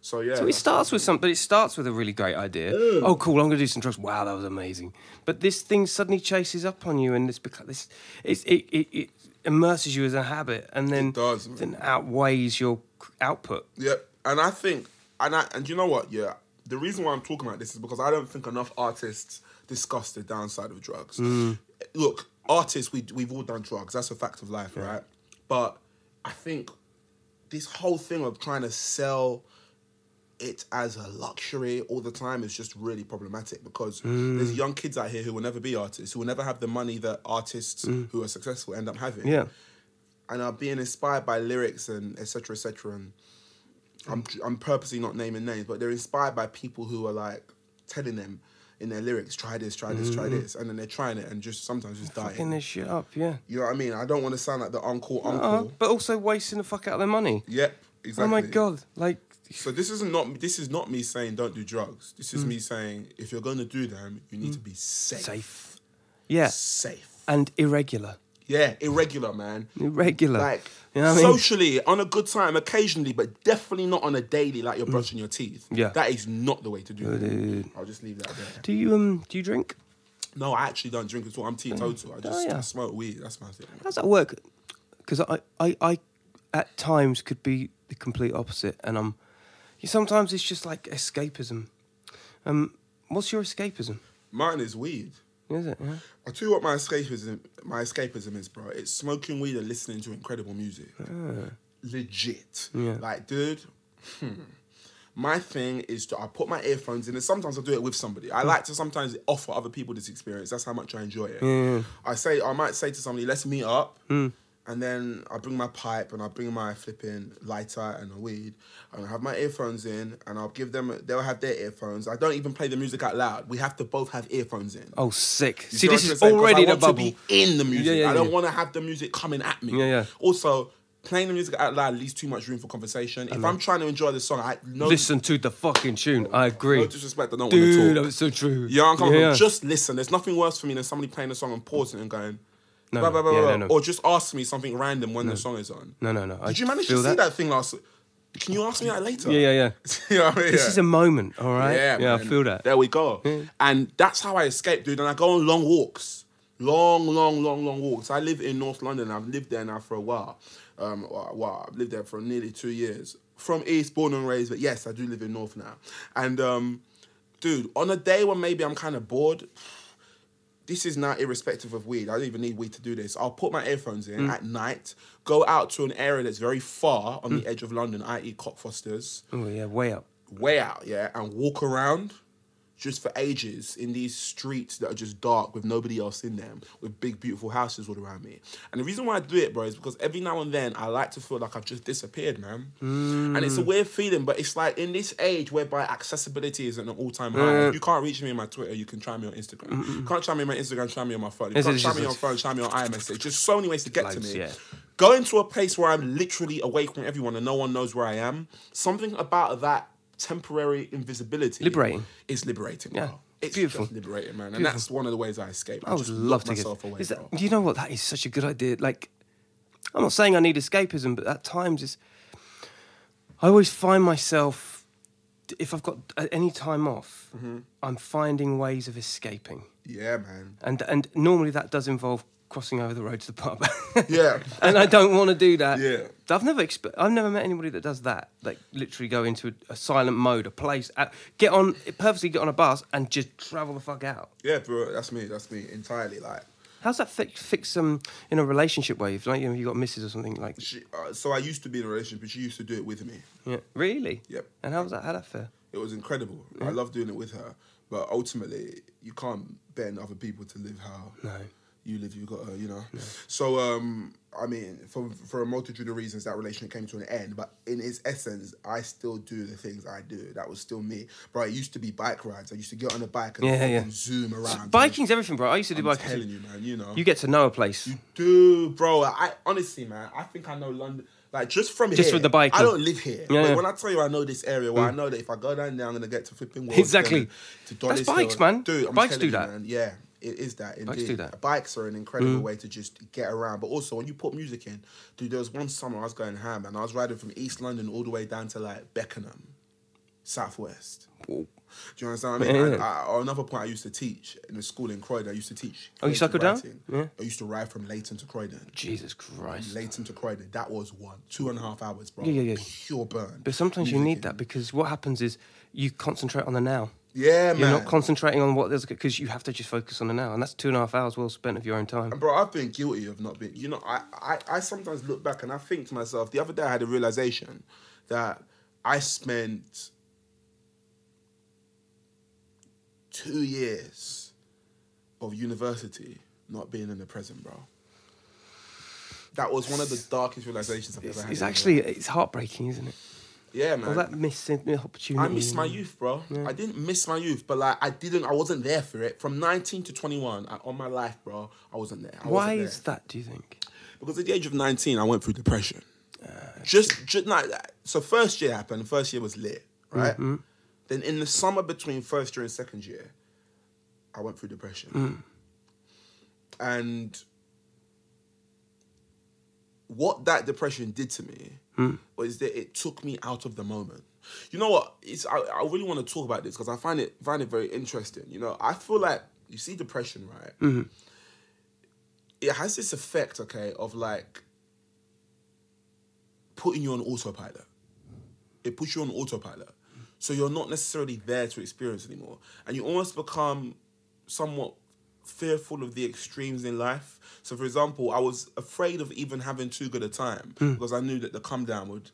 [SPEAKER 1] So yeah,
[SPEAKER 2] So it starts with something, but it starts with a really great idea. Oh, cool! I'm going to do some drugs. Wow, that was amazing. But this thing suddenly chases up on you, and it's because this, it's, it, it, it immerses you as a habit, and then
[SPEAKER 1] does, man.
[SPEAKER 2] then outweighs your c- output.
[SPEAKER 1] Yep. And I think, and I, and you know what? Yeah. The reason why I'm talking about this is because I don't think enough artists discuss the downside of drugs. Look, artists, we we've all done drugs. That's a fact of life, right? But I think this whole thing of trying to sell it as a luxury all the time is just really problematic because there's young kids out here who will never be artists, who will never have the money that artists who are successful end up having
[SPEAKER 2] Yeah,
[SPEAKER 1] and are being inspired by lyrics and etc cetera, etc cetera, and I'm I'm purposely not naming names but they're inspired by people who are like telling them in their lyrics try this try this try this and then they're trying it and just sometimes just
[SPEAKER 2] Mm-hmm. fucking
[SPEAKER 1] dying
[SPEAKER 2] this shit up. Yeah,
[SPEAKER 1] you know what I mean I don't want to sound like the uncle uncle
[SPEAKER 2] Uh, but also wasting the fuck out of their money.
[SPEAKER 1] yep exactly
[SPEAKER 2] Oh my god! Like,
[SPEAKER 1] so this isn't not this is not me saying don't do drugs this
[SPEAKER 2] Mm.
[SPEAKER 1] is me saying if you're going to do them you need to be safe
[SPEAKER 2] Safe. yeah,
[SPEAKER 1] safe
[SPEAKER 2] and irregular,
[SPEAKER 1] yeah irregular man
[SPEAKER 2] [laughs] irregular.
[SPEAKER 1] Like
[SPEAKER 2] you know what I mean?
[SPEAKER 1] socially, on a good time, occasionally, but definitely not on a daily. Like you're brushing your teeth.
[SPEAKER 2] Mm. Yeah.
[SPEAKER 1] that is not the way to do it. I'll just leave that there.
[SPEAKER 2] Do you um? Do you drink?
[SPEAKER 1] No, I actually don't drink at all. I'm teetotal. I just
[SPEAKER 2] Oh, yeah.
[SPEAKER 1] I smoke weed. That's my thing.
[SPEAKER 2] How does that work? Because I, I, I, at times could be the complete opposite, and I'm. Sometimes it's just like escapism. Um, what's your escapism?
[SPEAKER 1] Mine is weed.
[SPEAKER 2] Is it? Yeah.
[SPEAKER 1] I tell you what my escapism, my escapism is, bro. It's smoking weed and listening to incredible music. Legit.
[SPEAKER 2] Yeah.
[SPEAKER 1] Like, dude. hmm. My thing is to I put my earphones in, and sometimes I do it with somebody. I like to sometimes offer other people this experience. That's how much I enjoy it. I say I might say to somebody, "Let's meet up." And then I bring my pipe and I bring my flipping lighter and a weed. And I have my earphones in and I'll give them, they'll have their earphones. I don't even play the music out loud. We have to both have earphones in.
[SPEAKER 2] Oh, sick.
[SPEAKER 1] You
[SPEAKER 2] See,
[SPEAKER 1] what
[SPEAKER 2] this
[SPEAKER 1] I'm
[SPEAKER 2] is
[SPEAKER 1] saying? 'Cause
[SPEAKER 2] already
[SPEAKER 1] I
[SPEAKER 2] the
[SPEAKER 1] want
[SPEAKER 2] bubble.
[SPEAKER 1] To be in the music.
[SPEAKER 2] Yeah, yeah,
[SPEAKER 1] I don't
[SPEAKER 2] yeah.
[SPEAKER 1] want to have the music coming at me.
[SPEAKER 2] Yeah, yeah.
[SPEAKER 1] Also, playing the music out loud leaves too much room for conversation. If I'm trying to enjoy the song, I no,
[SPEAKER 2] Listen to the fucking tune. I agree.
[SPEAKER 1] no disrespect, I don't
[SPEAKER 2] Dude,
[SPEAKER 1] want to talk.
[SPEAKER 2] that's so true.
[SPEAKER 1] You know where I'm coming
[SPEAKER 2] Yeah.
[SPEAKER 1] from? Just listen. There's nothing worse for me than somebody playing a song and pausing and going,
[SPEAKER 2] No,
[SPEAKER 1] blah, blah, blah,
[SPEAKER 2] yeah,
[SPEAKER 1] blah,
[SPEAKER 2] no, no.
[SPEAKER 1] or just ask me something random when the song is on.
[SPEAKER 2] No, no, no. I
[SPEAKER 1] Did you manage to
[SPEAKER 2] feel
[SPEAKER 1] see
[SPEAKER 2] that.
[SPEAKER 1] that? thing last? Can you ask me that later?
[SPEAKER 2] Yeah, yeah, yeah.
[SPEAKER 1] [laughs] you know what I mean?
[SPEAKER 2] This
[SPEAKER 1] Yeah.
[SPEAKER 2] is a moment, all right? Hmm.
[SPEAKER 1] Yeah,
[SPEAKER 2] yeah I
[SPEAKER 1] man.
[SPEAKER 2] feel that.
[SPEAKER 1] There we go. And that's how I escape, dude. And I go on long walks. Long, long, long, long walks. I live in North London. I've lived there now for a while. Um, well, well, I've lived there for nearly two years. From East, born and raised, but yes, I do live in North now. And, um, dude, on a day when maybe I'm kind of bored, this is now irrespective of weed. I don't even need weed to do this. I'll put my earphones
[SPEAKER 2] Hmm.
[SPEAKER 1] in at night, go out to an area that's very far on
[SPEAKER 2] Hmm.
[SPEAKER 1] the edge of London, i.e., Cockfosters
[SPEAKER 2] Oh, yeah, way up.
[SPEAKER 1] way out, yeah, and walk around just for ages in these streets that are just dark with nobody else in them, with big beautiful houses all around me. And the reason why I do it, bro, is because every now and then I like to feel like I've just disappeared, man. And
[SPEAKER 2] Mm.
[SPEAKER 1] it's a weird feeling, but it's like in this age whereby accessibility is at an all-time high. If you can't reach me on my Twitter, you can try me on Instagram. You can't try me on my Instagram, try me on my phone. You
[SPEAKER 2] It's-
[SPEAKER 1] can't
[SPEAKER 2] it's
[SPEAKER 1] try
[SPEAKER 2] just-
[SPEAKER 1] me on phone, try me on iMessage. Just so many ways to get
[SPEAKER 2] Loads,
[SPEAKER 1] to me.
[SPEAKER 2] yeah.
[SPEAKER 1] Going to a place where I'm literally away from everyone and no one knows where I am, something about that temporary invisibility
[SPEAKER 2] Liberating.
[SPEAKER 1] is liberating.
[SPEAKER 2] Yeah.
[SPEAKER 1] bro. It's
[SPEAKER 2] Beautiful.
[SPEAKER 1] just liberating, man. And
[SPEAKER 2] Beautiful.
[SPEAKER 1] that's one of the ways I escape. I,
[SPEAKER 2] I would
[SPEAKER 1] just
[SPEAKER 2] love
[SPEAKER 1] lock
[SPEAKER 2] to get.
[SPEAKER 1] myself away.
[SPEAKER 2] is that,
[SPEAKER 1] bro.
[SPEAKER 2] you know what? That is such a good idea. Like, I'm not saying I need escapism, but at times it's. I always find myself, if I've got at any time off,
[SPEAKER 1] Mm-hmm.
[SPEAKER 2] I'm finding ways of escaping,
[SPEAKER 1] Yeah, man.
[SPEAKER 2] and and normally that does involve crossing over the road to the pub. [laughs]
[SPEAKER 1] Yeah.
[SPEAKER 2] and I don't want to do that.
[SPEAKER 1] Yeah.
[SPEAKER 2] I've never exp- I've never met anybody that does that. Like literally go into a, a silent mode, a place, uh, get on purposely get on a bus and just travel the fuck out.
[SPEAKER 1] Yeah, bro. That's me. That's me entirely. Like,
[SPEAKER 2] How's that fix fix um in a relationship where you've like you know, you got misses or something like
[SPEAKER 1] she, uh, so I used to be in a relationship, but she used to do it with me.
[SPEAKER 2] yeah. really
[SPEAKER 1] Yep.
[SPEAKER 2] and how was that how that fare
[SPEAKER 1] It was incredible. I love doing it with her, but ultimately, you can't bend other people to live how you live. You got to, you know. So, um, I mean, for for a multitude of reasons, that relationship came to an end. But in its essence, I still do the things I do. That was still me. But it used to be bike rides. I used to get on a bike and
[SPEAKER 2] Yeah, yeah, yeah.
[SPEAKER 1] fucking zoom around.
[SPEAKER 2] biking's everything bro I used to do
[SPEAKER 1] I'm
[SPEAKER 2] biking
[SPEAKER 1] telling you, Mm. man. You know.
[SPEAKER 2] You get to know a place
[SPEAKER 1] Dude, bro, I honestly, man, I think I know London. Like just from
[SPEAKER 2] Just
[SPEAKER 1] here,
[SPEAKER 2] with the biking.
[SPEAKER 1] I don't live here.
[SPEAKER 2] Yeah,
[SPEAKER 1] but
[SPEAKER 2] yeah.
[SPEAKER 1] when I tell you I know this area, well, I know that if I go down there, I'm gonna get to flipping Wallsden,
[SPEAKER 2] Exactly.
[SPEAKER 1] To
[SPEAKER 2] That's
[SPEAKER 1] Dollis
[SPEAKER 2] bikes,
[SPEAKER 1] Hill.
[SPEAKER 2] man.
[SPEAKER 1] Dude, I'm
[SPEAKER 2] Bikes
[SPEAKER 1] telling
[SPEAKER 2] do
[SPEAKER 1] you,
[SPEAKER 2] that.
[SPEAKER 1] Man, yeah, it is that. Indeed.
[SPEAKER 2] do that. Mm.
[SPEAKER 1] Bikes are an incredible way to just get around. But also when you put music in, dude, there was one summer I was going ham, and I was riding from East London all the way down to like Beckenham, Southwest. Do you understand what I mean?
[SPEAKER 2] Yeah,
[SPEAKER 1] And
[SPEAKER 2] yeah.
[SPEAKER 1] I, or another point, I used to teach in the school in Croydon. I used to teach.
[SPEAKER 2] Oh, you
[SPEAKER 1] creative
[SPEAKER 2] cycled down?
[SPEAKER 1] writing.
[SPEAKER 2] Yeah.
[SPEAKER 1] I used to ride from Leighton to Croydon.
[SPEAKER 2] Jesus Christ
[SPEAKER 1] Leighton to Croydon. That was one, two and a half hours, bro.
[SPEAKER 2] Yeah, yeah, yeah.
[SPEAKER 1] Pure burn.
[SPEAKER 2] but sometimes you
[SPEAKER 1] Music
[SPEAKER 2] need
[SPEAKER 1] in.
[SPEAKER 2] that because what happens is you concentrate on the now
[SPEAKER 1] Yeah,
[SPEAKER 2] you're
[SPEAKER 1] man.
[SPEAKER 2] not concentrating on what there's because you have to just focus on the now and that's two and a half hours well spent of your own time
[SPEAKER 1] Bro, I've been guilty of not being. You know, I, I, I sometimes look back and I think to myself. The other day, I had a realization that I spent two years of university not being in the present, bro. That was one of the darkest realizations I've ever
[SPEAKER 2] it's,
[SPEAKER 1] had.
[SPEAKER 2] it's
[SPEAKER 1] in my
[SPEAKER 2] actually
[SPEAKER 1] life.
[SPEAKER 2] it's heartbreaking isn't it
[SPEAKER 1] yeah, man.
[SPEAKER 2] all that missing opportunity
[SPEAKER 1] I missed my youth, bro. I didn't miss my youth, but like I didn't, I wasn't there for it. From 19 to 21, I, on my life, bro, I wasn't there. I
[SPEAKER 2] why
[SPEAKER 1] wasn't there.
[SPEAKER 2] is that do you think
[SPEAKER 1] Because at the age of 19, I went through depression. just, just like that. So first year happened. First year was lit, right? Then in the summer between first year and second year, I went through depression. And what that depression did to me was that it took me out of the moment. You know what? It's I, I really want to talk about this because I find it find it very interesting. You know, I feel like you see depression, right? It has this effect, okay, of like putting you on autopilot. It puts you on autopilot. So you're not necessarily there to experience anymore. And you almost become somewhat fearful of the extremes in life. So, for example, I was afraid of even having too good a time
[SPEAKER 2] Hmm.
[SPEAKER 1] because I knew that the come down would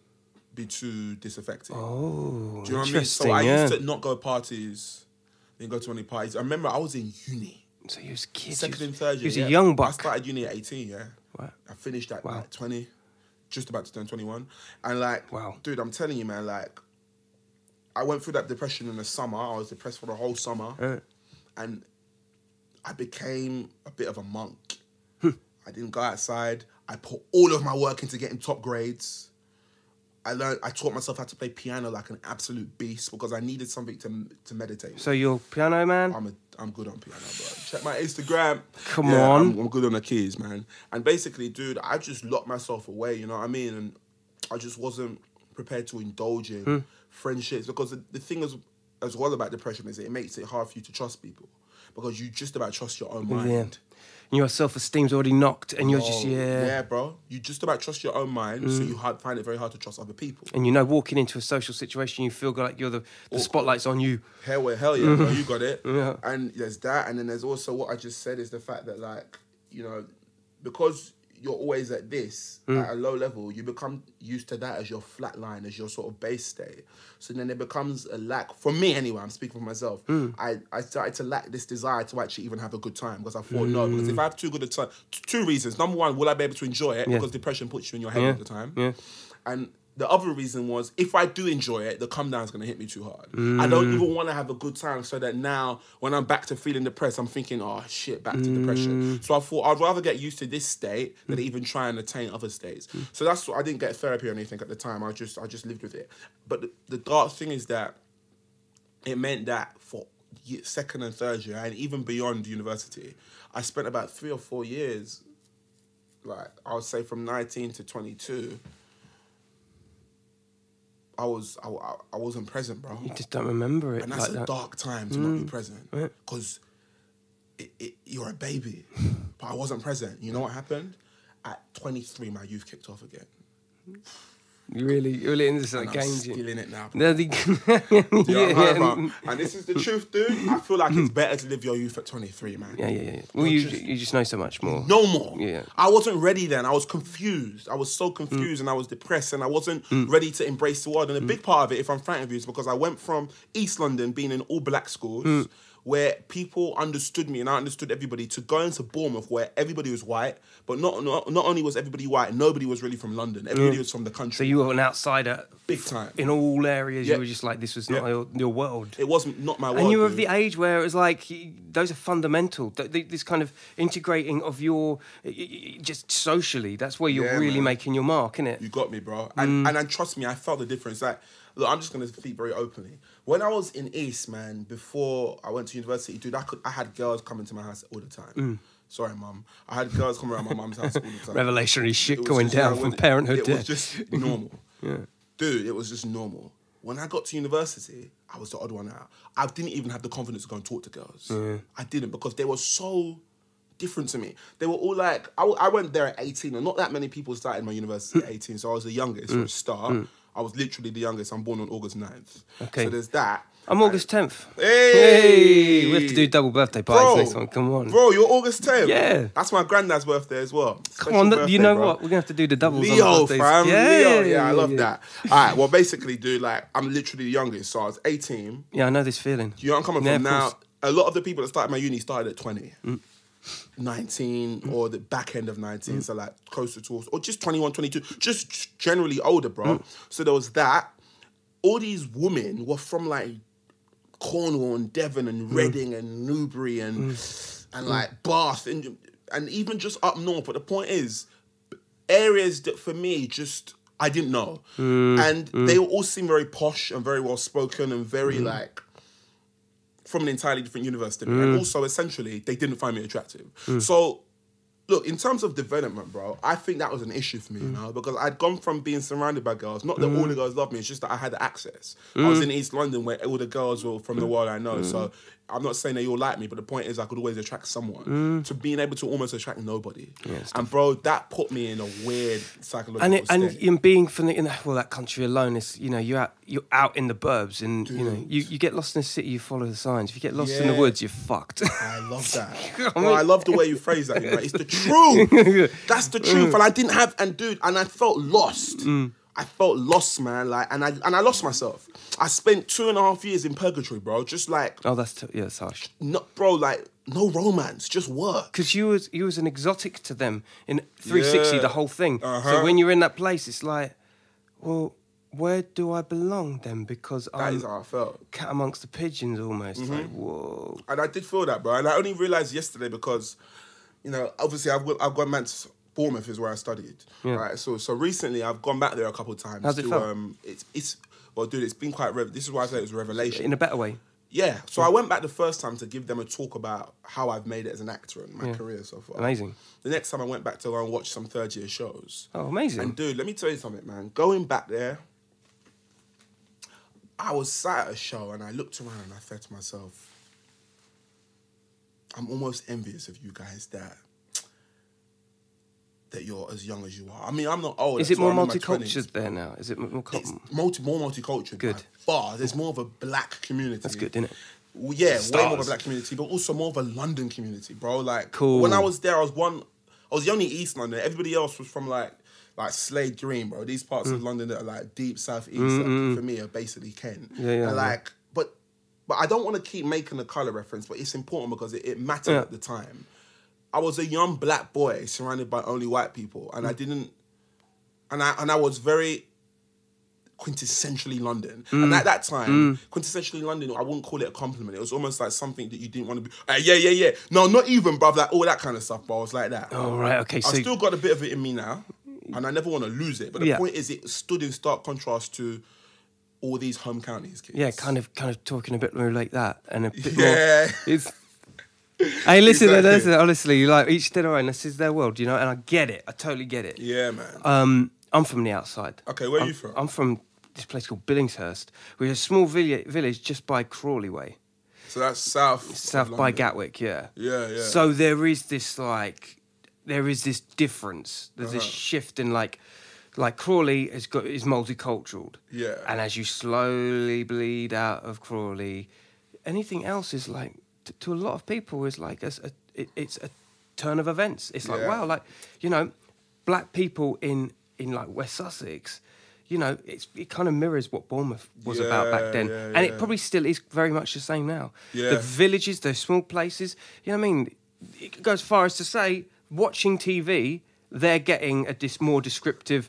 [SPEAKER 1] be too disaffecting.
[SPEAKER 2] oh
[SPEAKER 1] Do you know what I mean?
[SPEAKER 2] interesting
[SPEAKER 1] So I
[SPEAKER 2] yeah
[SPEAKER 1] used to not go to parties, didn't go to any parties. I remember I was in uni,
[SPEAKER 2] so you was kids you
[SPEAKER 1] second
[SPEAKER 2] was-
[SPEAKER 1] and third year.
[SPEAKER 2] you was
[SPEAKER 1] yeah.
[SPEAKER 2] a young
[SPEAKER 1] I
[SPEAKER 2] buck
[SPEAKER 1] started uni at 18, yeah.
[SPEAKER 2] Right.
[SPEAKER 1] I finished at
[SPEAKER 2] Wow.
[SPEAKER 1] like 20, just about to turn 21. And like,
[SPEAKER 2] Wow.
[SPEAKER 1] dude, I'm telling you, man, like, I went through that depression in the summer. I was depressed for the whole summer.
[SPEAKER 2] Uh.
[SPEAKER 1] And I became a bit of a monk.
[SPEAKER 2] Hmm.
[SPEAKER 1] I didn't go outside. I put all of my work into getting top grades. I learned, I taught myself how to play piano like an absolute beast because I needed something to, to meditate. with.
[SPEAKER 2] So you're piano man.
[SPEAKER 1] I'm a, I'm good on piano, bro. Check my Instagram.
[SPEAKER 2] Come
[SPEAKER 1] Yeah,
[SPEAKER 2] on.
[SPEAKER 1] I'm, I'm good on the keys, man. And basically, dude, I just locked myself away. You know what I mean? And I just wasn't prepared to indulge
[SPEAKER 2] Hmm.
[SPEAKER 1] in friendships because the, the thing is, as well about depression is it makes it hard for you to trust people because you just about trust your own mind.
[SPEAKER 2] Yeah. And your self esteem's already knocked, and you're just
[SPEAKER 1] Oh,
[SPEAKER 2] yeah. Hmm.
[SPEAKER 1] bro. You just about trust your own mind, so you hard, find it very hard to trust other people.
[SPEAKER 2] And you know, walking into a social situation, you feel like you're the,
[SPEAKER 1] Oh.
[SPEAKER 2] the spotlight's on you.
[SPEAKER 1] Hell, well, hell yeah, bro, you got it.
[SPEAKER 2] [laughs] Yeah.
[SPEAKER 1] And there's that, and then there's also what I just said is the fact that like you know, because you're always at this
[SPEAKER 2] Mm.
[SPEAKER 1] at a low level, you become used to that as your flat line, as your sort of base state. So then it becomes a lack for me anyway. I'm speaking for myself.
[SPEAKER 2] Mm.
[SPEAKER 1] I I started to lack this desire to actually even have a good time because I thought no, because if I have too good a time, t- two reasons. Number one, will I be able to enjoy it?
[SPEAKER 2] Mm. Yeah.
[SPEAKER 1] Because depression puts you in your head
[SPEAKER 2] Yeah.
[SPEAKER 1] all the time.
[SPEAKER 2] Yeah.
[SPEAKER 1] And the other reason was if I do enjoy it, the come down's gonna hit me too hard. I don't even wanna have a good time so that now when I'm back to feeling depressed, I'm thinking, oh shit, back to depression. So I thought I'd rather get used to this state than even try and attain other states. So that's what I didn't get therapy or anything at the time. I just I just lived with it. But the, the dark thing is that it meant that for ye- second and third year and even beyond university, I spent about three or four years, like I would say from 19 to 22, I was I, I I wasn't present, bro.
[SPEAKER 2] You just don't remember it
[SPEAKER 1] And that's
[SPEAKER 2] like
[SPEAKER 1] a
[SPEAKER 2] that. Mm.
[SPEAKER 1] dark time to not be present because it, it, you're a
[SPEAKER 2] [laughs]
[SPEAKER 1] baby. But I wasn't present. You know what happened? At 23, my youth kicked off again.
[SPEAKER 2] You really, you're really into that
[SPEAKER 1] And I'm
[SPEAKER 2] game.
[SPEAKER 1] still in it now. bro.
[SPEAKER 2] No, the, [laughs]
[SPEAKER 1] You know what I'm
[SPEAKER 2] yeah,
[SPEAKER 1] talking about? And this is the truth, dude. I feel like it's better to live your youth at 23, man.
[SPEAKER 2] yeah, yeah, yeah, yeah. Well,
[SPEAKER 1] Not
[SPEAKER 2] you,
[SPEAKER 1] just-
[SPEAKER 2] you just know so much more.
[SPEAKER 1] No more.
[SPEAKER 2] Yeah. Mm.
[SPEAKER 1] I wasn't ready then. I was confused. I was so confused and I was depressed and I wasn't ready to embrace the world.
[SPEAKER 2] Mm.
[SPEAKER 1] And a big part of it, if I'm frank with you, is because I went from East London being in all black schools
[SPEAKER 2] Mm.
[SPEAKER 1] where people understood me and I understood everybody to going to Bournemouth where everybody was white, but not not, not only was everybody white, nobody was really from London. Everybody was from the country.
[SPEAKER 2] Mm. So you were an outsider
[SPEAKER 1] big time.
[SPEAKER 2] in all areas.
[SPEAKER 1] Yeah.
[SPEAKER 2] You were just like, this was not
[SPEAKER 1] Yeah.
[SPEAKER 2] your, your world.
[SPEAKER 1] it wasn't not my world.
[SPEAKER 2] and you were of
[SPEAKER 1] dude.
[SPEAKER 2] the age where it was like y- those are fundamental. Th- th- This kind of integrating of your y- y- y- just socially. That's where you're
[SPEAKER 1] Yeah,
[SPEAKER 2] really
[SPEAKER 1] man.
[SPEAKER 2] making your mark, isn't it?
[SPEAKER 1] You got me, bro. And and I trust me, I felt the difference. Like, look, I'm just gonna speak very openly. When I was in East, man, before I went to university, dude, I could I had girls coming to my house all the time. Sorry, mum. I had girls come around my mum's house all the
[SPEAKER 2] [laughs]
[SPEAKER 1] time.
[SPEAKER 2] Revelationary shit
[SPEAKER 1] It was
[SPEAKER 2] going
[SPEAKER 1] just-
[SPEAKER 2] down
[SPEAKER 1] yeah,
[SPEAKER 2] from
[SPEAKER 1] it-
[SPEAKER 2] parenthood
[SPEAKER 1] It
[SPEAKER 2] to
[SPEAKER 1] was
[SPEAKER 2] [laughs]
[SPEAKER 1] just normal. Dude, it was just normal. When I got to university, I was the odd one out. I didn't even have the confidence to go and talk to girls. I didn't because they were so different to me. They were all like, I, I went there at 18, and not that many people started my university at 18, so I was the youngest
[SPEAKER 2] Mm.
[SPEAKER 1] for a start. I was literally the youngest. I'm born on August 9th.
[SPEAKER 2] Okay.
[SPEAKER 1] So there's that.
[SPEAKER 2] I'm August 10th.
[SPEAKER 1] Hey!
[SPEAKER 2] We have to do double birthday parties next one. Come on.
[SPEAKER 1] Bro, you're August 10th.
[SPEAKER 2] Yeah.
[SPEAKER 1] That's my granddad's birthday as well.
[SPEAKER 2] Come
[SPEAKER 1] Special
[SPEAKER 2] on, th-
[SPEAKER 1] birthday,
[SPEAKER 2] you know
[SPEAKER 1] bro.
[SPEAKER 2] what? We're gonna have to do the doubles.
[SPEAKER 1] Leo,
[SPEAKER 2] on birthdays.
[SPEAKER 1] fam.
[SPEAKER 2] Yeah,
[SPEAKER 1] Leo, yeah, I love
[SPEAKER 2] yeah.
[SPEAKER 1] that. All right, well, basically, dude, like, I'm literally the youngest, so I was 18.
[SPEAKER 2] Yeah, I know this feeling.
[SPEAKER 1] You know what I'm coming
[SPEAKER 2] Yeah,
[SPEAKER 1] from
[SPEAKER 2] of
[SPEAKER 1] now.
[SPEAKER 2] course.
[SPEAKER 1] A lot of the people that started my uni started at 20, 19,
[SPEAKER 2] Mm.
[SPEAKER 1] or the back end of 19, so like closer towards, or just 21, 22, just generally older, bro.
[SPEAKER 2] Mm.
[SPEAKER 1] So there was that. All these women were from like Cornwall and Devon
[SPEAKER 2] Mm.
[SPEAKER 1] and Reading and Newbury and and like Bath and and even just up north. But the point is, areas that for me just I didn't know,
[SPEAKER 2] Mm.
[SPEAKER 1] and they all seem very posh and very well spoken and very
[SPEAKER 2] Mm.
[SPEAKER 1] like from an entirely different universe to me. And
[SPEAKER 2] Mm.
[SPEAKER 1] also, essentially, they didn't find me attractive. So, look, in terms of development, bro, I think that was an issue for
[SPEAKER 2] Mm.
[SPEAKER 1] me, you know, because I'd gone from being surrounded by girls. Not that all the girls loved me, it's just that I had access. I
[SPEAKER 2] Mm.
[SPEAKER 1] was in East London where all the girls were from the world I know. So, I'm not saying they all like me, but the point is, I could always attract someone
[SPEAKER 2] Mm.
[SPEAKER 1] to being able to almost attract nobody. and, bro, that put me in a weird psychological
[SPEAKER 2] And it, and,
[SPEAKER 1] state.
[SPEAKER 2] and being from the in the, well that country alone is you know you're out you're out in the burbs and you know you, you get lost in the city you follow the signs if you get lost in the
[SPEAKER 1] Yeah.
[SPEAKER 2] woods you're fucked. [laughs]
[SPEAKER 1] I love that. Bro, I love the way you phrase that. You know?
[SPEAKER 2] [laughs]
[SPEAKER 1] It's the truth. That's the truth. And I didn't have and dude, and I felt lost.
[SPEAKER 2] Mm.
[SPEAKER 1] I felt lost, man. Like, and I and I lost myself. I spent two and a half years in purgatory, bro. Just like
[SPEAKER 2] oh, that's t- yeah, that's harsh.
[SPEAKER 1] not, bro. Like no romance, just work.
[SPEAKER 2] because you was you was an exotic to them in 360
[SPEAKER 1] Yeah.
[SPEAKER 2] the whole thing.
[SPEAKER 1] Uh-huh.
[SPEAKER 2] So when you're in that place, it's like, well, where do I belong then? Because
[SPEAKER 1] That
[SPEAKER 2] I'm
[SPEAKER 1] is Mm-hmm. how I felt.
[SPEAKER 2] cat amongst the pigeons almost. Like whoa,
[SPEAKER 1] And I did feel that, bro. And I only realized yesterday because, you know, obviously I've, I've gone back to Bournemouth is where I studied. Right. So so recently I've gone back there a couple of times.
[SPEAKER 2] How's it
[SPEAKER 1] to,
[SPEAKER 2] felt?
[SPEAKER 1] Um, it's it's well, dude, it's been quite. Rev- this is why I say it was a revelation.
[SPEAKER 2] in a better way.
[SPEAKER 1] yeah. So I went back the first time to give them a talk about how I've made it as an actor and my career so far.
[SPEAKER 2] Amazing.
[SPEAKER 1] The next time I went back to go and watch some third year shows.
[SPEAKER 2] Oh, amazing.
[SPEAKER 1] And dude, let me tell you something, man. Going back there, I was sat at a show and I looked around and I said to myself, I'm almost envious of you guys that that you're as young as you are. I mean, I'm not old.
[SPEAKER 2] Is it
[SPEAKER 1] so
[SPEAKER 2] more
[SPEAKER 1] I'm in my 20s.
[SPEAKER 2] multicultured there now? Is it m- more?
[SPEAKER 1] It's
[SPEAKER 2] Com-
[SPEAKER 1] multi, more multicultural.
[SPEAKER 2] Good.
[SPEAKER 1] By far, there's more of a black community.
[SPEAKER 2] That's good, innit?
[SPEAKER 1] Well, yeah, way more of a
[SPEAKER 2] Stars.
[SPEAKER 1] black community, but also more of a London community, bro. Like,
[SPEAKER 2] Cool.
[SPEAKER 1] When I was there, I was one. I was the only East London. Everybody else was from like like Slade Green, bro. These parts
[SPEAKER 2] Mm.
[SPEAKER 1] of London that are like deep south east like, for me are basically Kent.
[SPEAKER 2] Mm-hmm. Yeah, yeah,
[SPEAKER 1] And,
[SPEAKER 2] yeah.
[SPEAKER 1] like, but but I don't want to keep making the color reference, but it's important because it, it mattered
[SPEAKER 2] Yeah.
[SPEAKER 1] at the time. I was a young black boy surrounded by only white people,
[SPEAKER 2] Mm.
[SPEAKER 1] and I didn't and I and I was very quintessentially London.
[SPEAKER 2] Mm.
[SPEAKER 1] And at that time, quintessentially London, I wouldn't call it a compliment. It was almost like something that you didn't want to be. "Ah, yeah, yeah, yeah. No, not even, bruv. Like all that kind of stuff. But I was like that.
[SPEAKER 2] oh right, okay. So
[SPEAKER 1] I've still got a bit of it in me now, and I never want to lose it. But the
[SPEAKER 2] Yeah.
[SPEAKER 1] point is, it stood in stark contrast to all these home counties kids.
[SPEAKER 2] yeah, kind of kind of talking a bit more like that and a bit
[SPEAKER 1] Yeah.
[SPEAKER 2] more. It's, hey, listen,
[SPEAKER 1] Exactly.
[SPEAKER 2] listen, honestly, like each to their own. This is their world, you know, and I get it. I totally get it.
[SPEAKER 1] Yeah, man.
[SPEAKER 2] Um, I'm from the outside.
[SPEAKER 1] Okay, where are
[SPEAKER 2] I'm,
[SPEAKER 1] you from?
[SPEAKER 2] I'm from this place called Billingshurst, which is a small villi- village just by Crawley Way,
[SPEAKER 1] so that's south. of
[SPEAKER 2] south by
[SPEAKER 1] London.
[SPEAKER 2] Gatwick. Yeah.
[SPEAKER 1] Yeah, yeah.
[SPEAKER 2] So there is this like, there is this difference. There's
[SPEAKER 1] Uh-huh.
[SPEAKER 2] this shift in like, like Crawley has got is multicultural.
[SPEAKER 1] Yeah.
[SPEAKER 2] And as you slowly bleed out of Crawley, anything else is like t- to a lot of people is like a, s- a- it- it's a turn of events. It's like
[SPEAKER 1] Yeah.
[SPEAKER 2] wow, like you know, black people in in like West Sussex. You know, it's, it kind of mirrors what Bournemouth was about
[SPEAKER 1] Yeah,
[SPEAKER 2] back then,
[SPEAKER 1] yeah,
[SPEAKER 2] and it
[SPEAKER 1] yeah.
[SPEAKER 2] probably still is very much the same now.
[SPEAKER 1] Yeah.
[SPEAKER 2] The villages, those small places. You know what I mean? It could go as far as to say, watching TV, they're getting a dis- more descriptive,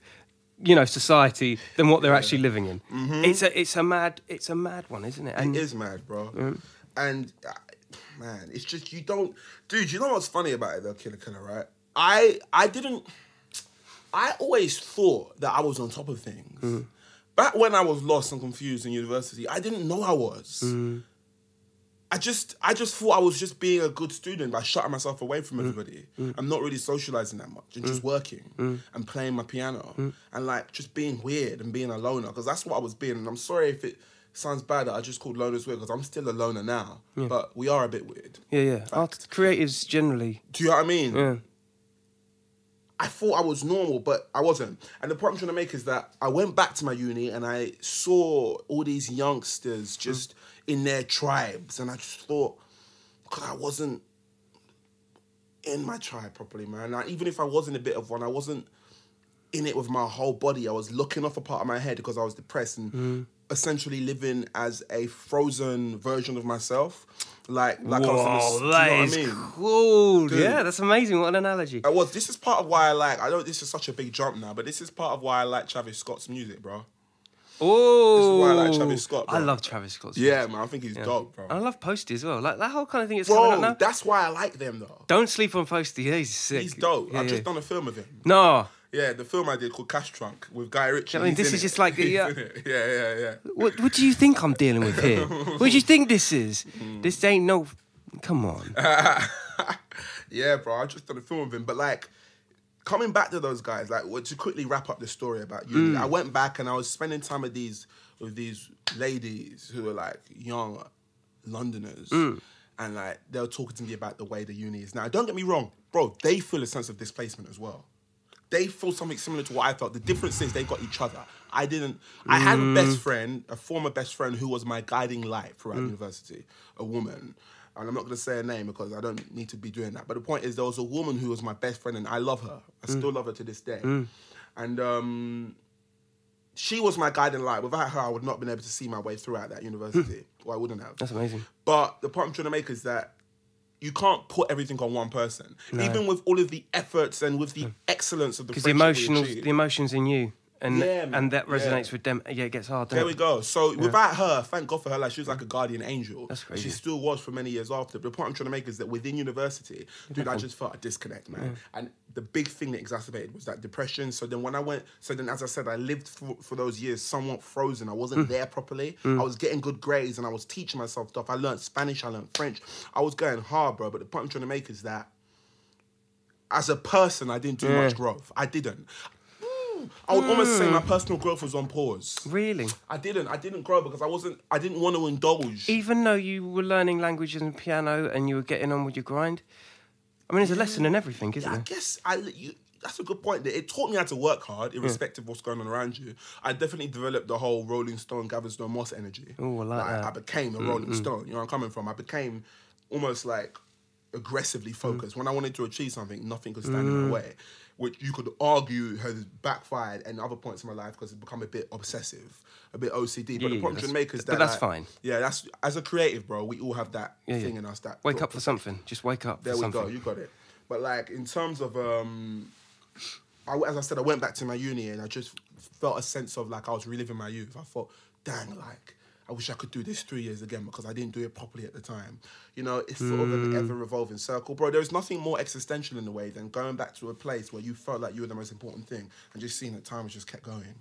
[SPEAKER 2] you know, society than what they're actually living in. It's a it's a mad it's a mad one, isn't it? And
[SPEAKER 1] Mm-hmm. It is mad, bro. And uh, man, it's just you don't, dude. You know what's funny about it though, Killer Killer, right? I I didn't. I always thought that I was on top of things. Back when I was lost and confused in university, I didn't know I was. I just I just thought I was just being a good student by shutting myself away from everybody. I'm not really socializing that much and just working and playing my piano and like just being weird and being a loner because that's what I was being. And I'm sorry if it sounds bad that I just called loners weird because I'm still a loner now, but we are a bit weird.
[SPEAKER 2] yeah, yeah. Art creatives generally.
[SPEAKER 1] Do you know what I mean?
[SPEAKER 2] Yeah.
[SPEAKER 1] I thought I was normal, but I wasn't. And the point I'm trying to make is that I went back to my uni and I saw all these
[SPEAKER 2] Mm.
[SPEAKER 1] youngsters just in their tribes, and I just thought, God, I wasn't in my tribe properly, man. Like, even if I was in a bit of one, I wasn't in it with my whole body. I was looking off a part of my head because I was depressed and
[SPEAKER 2] Mm.
[SPEAKER 1] essentially living as a frozen version of myself. Like, like I was in
[SPEAKER 2] Whoa,
[SPEAKER 1] a, do you
[SPEAKER 2] that
[SPEAKER 1] know
[SPEAKER 2] is
[SPEAKER 1] what I mean?
[SPEAKER 2] cool.
[SPEAKER 1] Dude.
[SPEAKER 2] Yeah, that's amazing. What an analogy.
[SPEAKER 1] I was. This is part of why I like. I know this is such a big jump now, but this is part of why I like Travis Scott's music, bro.
[SPEAKER 2] Oh,
[SPEAKER 1] why I like Travis Scott,
[SPEAKER 2] I
[SPEAKER 1] bro.
[SPEAKER 2] love Travis Scott.
[SPEAKER 1] Yeah, man. I think he's dope,
[SPEAKER 2] I
[SPEAKER 1] bro.
[SPEAKER 2] love Posty as well. Like that whole kind of thing. It's Uh, coming up
[SPEAKER 1] Bro,
[SPEAKER 2] now.
[SPEAKER 1] that's why I like them though.
[SPEAKER 2] Don't sleep on Posty. Yeah, he's sick.
[SPEAKER 1] He's dope.
[SPEAKER 2] Yeah,
[SPEAKER 1] I've
[SPEAKER 2] yeah.
[SPEAKER 1] just done a film with him.
[SPEAKER 2] No.
[SPEAKER 1] Yeah, the film I did called Cash Trunk with Guy Ritchie.
[SPEAKER 2] I mean,
[SPEAKER 1] He's
[SPEAKER 2] this
[SPEAKER 1] in
[SPEAKER 2] is
[SPEAKER 1] it.
[SPEAKER 2] just like the,
[SPEAKER 1] He's
[SPEAKER 2] uh,
[SPEAKER 1] in it. [laughs] yeah, yeah, yeah.
[SPEAKER 2] What, what do you think I'm dealing
[SPEAKER 1] [laughs]
[SPEAKER 2] with here? what do you think this is?
[SPEAKER 1] Mm.
[SPEAKER 2] This ain't no. Come on.
[SPEAKER 1] [laughs] yeah, bro. I just done a film with him, but like coming back to those guys, like well, to quickly wrap up the story about you, I went back and I was spending time with these with these ladies who were like young Londoners, and like they were talking to me about the way the uni is now. Don't get me wrong, bro. They feel a sense of displacement as well. They feel something similar to what I felt. The difference is they got each other. I didn't. I had a best friend, a former best friend, who was my guiding light throughout university, a woman. And I'm not going to say her name because I don't need to be doing that. But the point is, there was a woman who was my best friend, and I love her. I still love her to this day. And um, she was my guiding light. Without her, I would not have been able to see my way throughout that university. Well, I wouldn't have.
[SPEAKER 2] That's amazing.
[SPEAKER 1] But the point I'm trying to make is that you can't put everything on one person. Even with all of the efforts and with the excellence of the
[SPEAKER 2] Because Mm. the
[SPEAKER 1] friendship we
[SPEAKER 2] emotional,
[SPEAKER 1] achieved.
[SPEAKER 2] the emotions in you, and
[SPEAKER 1] Yeah, man.
[SPEAKER 2] and that resonates
[SPEAKER 1] Yeah.
[SPEAKER 2] with them. Yeah, it gets hard.
[SPEAKER 1] There
[SPEAKER 2] doesn't
[SPEAKER 1] we
[SPEAKER 2] it?
[SPEAKER 1] go. So without her, thank God for her, like she was like a guardian angel.
[SPEAKER 2] That's crazy.
[SPEAKER 1] She still was for many years after. But the point I'm trying to make is that within university, dude, I just felt a disconnect, man. And the big thing that exacerbated was that depression. So then when I went, so then as I said, I lived for, for those years somewhat frozen. I
[SPEAKER 2] Mm.
[SPEAKER 1] wasn't there properly. I was getting good grades and I was teaching myself stuff. I learned Spanish, I learned French. I was going hard, bro. But the point I'm trying to make is that as a person, I didn't do much growth. I didn't. I would almost
[SPEAKER 2] Mm.
[SPEAKER 1] say my personal growth was on pause.
[SPEAKER 2] Really,
[SPEAKER 1] I didn't. I didn't grow because I wasn't. I didn't want to indulge.
[SPEAKER 2] even though you were learning languages and piano, and you were getting on with your grind. I mean, there's a lesson in everything, isn't
[SPEAKER 1] I
[SPEAKER 2] there?
[SPEAKER 1] guess I. You, that's a good point. It taught me how to work
[SPEAKER 2] Mm.
[SPEAKER 1] hard, irrespective of what's going on around you. I definitely developed the whole Rolling Stone, Gavin Moss energy.
[SPEAKER 2] Ooh, I like that. Mm,
[SPEAKER 1] I became a Rolling Stone. You know where I'm coming from. I became almost like
[SPEAKER 2] Mm.
[SPEAKER 1] aggressively focused. When I wanted to achieve something, nothing could stand in my way. Which you could argue has backfired at other points in my life because it's become a bit obsessive, a bit OCD. But
[SPEAKER 2] Yeah,
[SPEAKER 1] the
[SPEAKER 2] yeah,
[SPEAKER 1] problem
[SPEAKER 2] that's-
[SPEAKER 1] to make is
[SPEAKER 2] but
[SPEAKER 1] that
[SPEAKER 2] that's
[SPEAKER 1] like,
[SPEAKER 2] fine.
[SPEAKER 1] Yeah, that's as a creative, bro. We all have that
[SPEAKER 2] Yeah, yeah.
[SPEAKER 1] thing in us that
[SPEAKER 2] Wake
[SPEAKER 1] thought
[SPEAKER 2] up for something. Just wake up.
[SPEAKER 1] there
[SPEAKER 2] for
[SPEAKER 1] we
[SPEAKER 2] something.
[SPEAKER 1] go. You got it. But like in terms of, um, I, as I said, I went back to my uni and I just felt a sense of like I was reliving my youth. I thought, dang, like I wish I could do this three years again because I didn't do it properly at the time. You know, it's sort of
[SPEAKER 2] Mm.
[SPEAKER 1] an ever revolving circle, bro. There's nothing more existential in a way than going back to a place where you felt like you were the most important thing and just seeing that time has just kept going.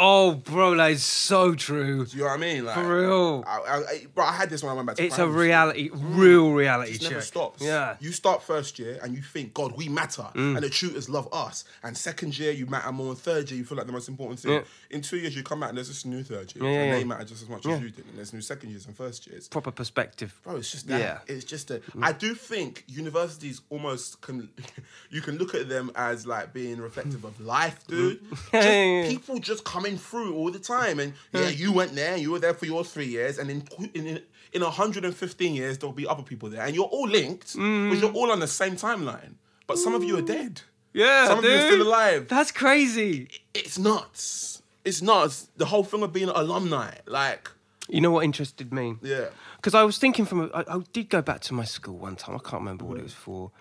[SPEAKER 2] Oh, bro, that is so true.
[SPEAKER 1] Do you know what I mean? Like,
[SPEAKER 2] For real.
[SPEAKER 1] I, I, I, bro, I had this when I went back to.
[SPEAKER 2] It's a
[SPEAKER 1] primary school.
[SPEAKER 2] reality, real reality
[SPEAKER 1] It
[SPEAKER 2] check.
[SPEAKER 1] Mm. never stops.
[SPEAKER 2] Yeah. Mm.
[SPEAKER 1] You start first year and you think, God, we matter, and the tutors love us. And second year, you matter more. And third year, you feel like the most important thing.
[SPEAKER 2] Yeah.
[SPEAKER 1] In two years, you come out and there's this new third year,
[SPEAKER 2] Yeah, yeah,
[SPEAKER 1] and
[SPEAKER 2] yeah.
[SPEAKER 1] they matter just as much
[SPEAKER 2] Yeah.
[SPEAKER 1] as you did. And there's new second years and first years.
[SPEAKER 2] Proper perspective.
[SPEAKER 1] Bro, it's just that.
[SPEAKER 2] Yeah. Mm.
[SPEAKER 1] It's just that. I do think universities almost can. [laughs] You can look at them as like being reflective of life, dude. Just
[SPEAKER 2] Mm. [laughs] yeah.
[SPEAKER 1] People just coming through all the time, and yeah, you went there, and you were there for your three years, and in in in, in 115 years there'll be other people there, and you're all linked,
[SPEAKER 2] Mm.
[SPEAKER 1] because you're all on the same timeline. But some of you are dead.
[SPEAKER 2] Yeah,
[SPEAKER 1] some of you are
[SPEAKER 2] dude.
[SPEAKER 1] still alive
[SPEAKER 2] That's crazy.
[SPEAKER 1] it's nuts. It's nuts. The whole thing of being an alumni, like,
[SPEAKER 2] You know what interested me?
[SPEAKER 1] Yeah.
[SPEAKER 2] Because I was thinking from, I, I did go back to my school one time. I can't remember what it was for,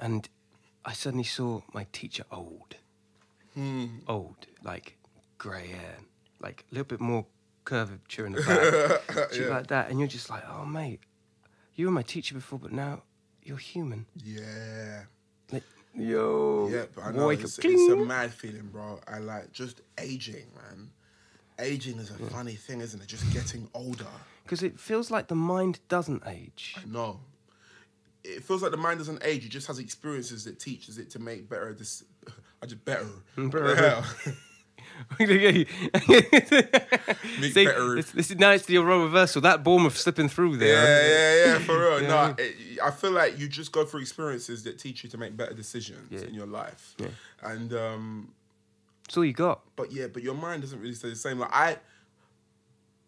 [SPEAKER 2] and I suddenly saw my teacher old,
[SPEAKER 1] Hmm.
[SPEAKER 2] old, like grey hair, like a little bit more curvature in the
[SPEAKER 1] [laughs]
[SPEAKER 2] back, shit like that. And you're just like, oh mate, you were my teacher before, but now you're human.
[SPEAKER 1] yeah.
[SPEAKER 2] Like, yo,
[SPEAKER 1] Yeah, but I know
[SPEAKER 2] wake up,
[SPEAKER 1] it's, it's a
[SPEAKER 2] Ding.
[SPEAKER 1] mad feeling, bro. I like just aging, man. Aging is a funny thing, isn't it? Just getting older.
[SPEAKER 2] Because it feels like the mind doesn't age.
[SPEAKER 1] No, it feels like the mind doesn't age. It just has experiences that teaches it to make better. This, [laughs] I just [laughs] better.
[SPEAKER 2] Better.
[SPEAKER 1] Yeah. Make
[SPEAKER 2] See,
[SPEAKER 1] better.
[SPEAKER 2] this, this is, now it's the role reversal. That Bournemouth slipping
[SPEAKER 1] [laughs]
[SPEAKER 2] through
[SPEAKER 1] Yeah,
[SPEAKER 2] there.
[SPEAKER 1] yeah, yeah, for real. No, it, I feel like you just go through experiences that teach you to make better decisions in your life. And um,
[SPEAKER 2] That's all you got.
[SPEAKER 1] but yeah, but your mind doesn't really stay the same. Like I,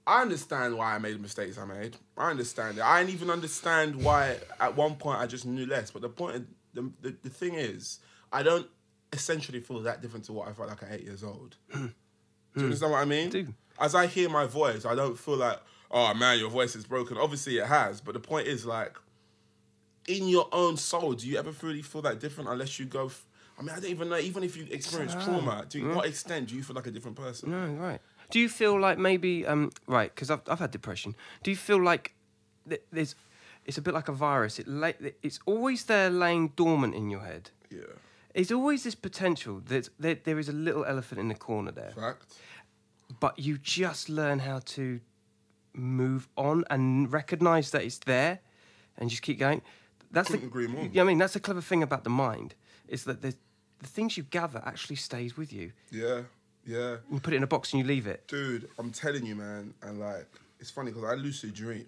[SPEAKER 1] I understand why I made the mistakes I made. I understand it. I didn't even understand why at one point I just knew less. But the point, the the, the thing is, I don't essentially feel that different to what I felt like at eight years old. Do you understand what I mean?
[SPEAKER 2] do.
[SPEAKER 1] As I hear my voice, I don't feel like, oh man, your voice is broken. Obviously, it has. But the point is, like, in your own soul, do you ever really feel that different unless you go? F- I mean, I don't even know. Even if you experience trauma, to what extent do you feel like a different person?
[SPEAKER 2] No, right. Do you feel like maybe um right? Because I've I've had depression. Do you feel like th- there's it's a bit like a virus. It la- it's always there laying dormant in your head.
[SPEAKER 1] Yeah,
[SPEAKER 2] There's always this potential that there, there is a little elephant in the corner there,
[SPEAKER 1] fact.
[SPEAKER 2] but you just learn how to move on and recognize that it's there, and just keep going. That's the,
[SPEAKER 1] Couldn't agree more.
[SPEAKER 2] You know what I mean, that's the clever thing about the mind is that the the things you gather actually stays with you.
[SPEAKER 1] Yeah, yeah,
[SPEAKER 2] You put it in a box and you leave it.
[SPEAKER 1] dude. I'm telling you, man. And like, it's funny because I lucid dream.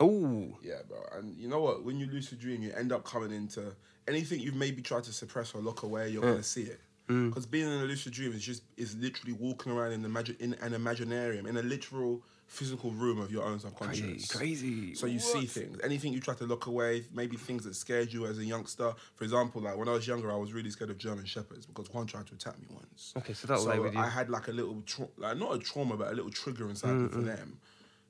[SPEAKER 2] Oh,
[SPEAKER 1] Yeah, bro. And you know what? When you lucid dream, you end up coming into anything you've maybe tried to suppress or lock away.
[SPEAKER 2] Mm.
[SPEAKER 1] You're gonna see it. Because being in a lucid dream is just is literally walking around in the magi- in an imaginarium in a literal physical room of your own subconscious.
[SPEAKER 2] crazy.
[SPEAKER 1] So you see things. Anything you try to lock away, maybe things that scared you as a youngster. For example, like when I was younger, I was really scared of German shepherds because one tried to attack me once.
[SPEAKER 2] Okay, so that'll lay with you.
[SPEAKER 1] I had like a little, tra- like not a
[SPEAKER 2] Mm-hmm.
[SPEAKER 1] trauma, but a little trigger inside me for them.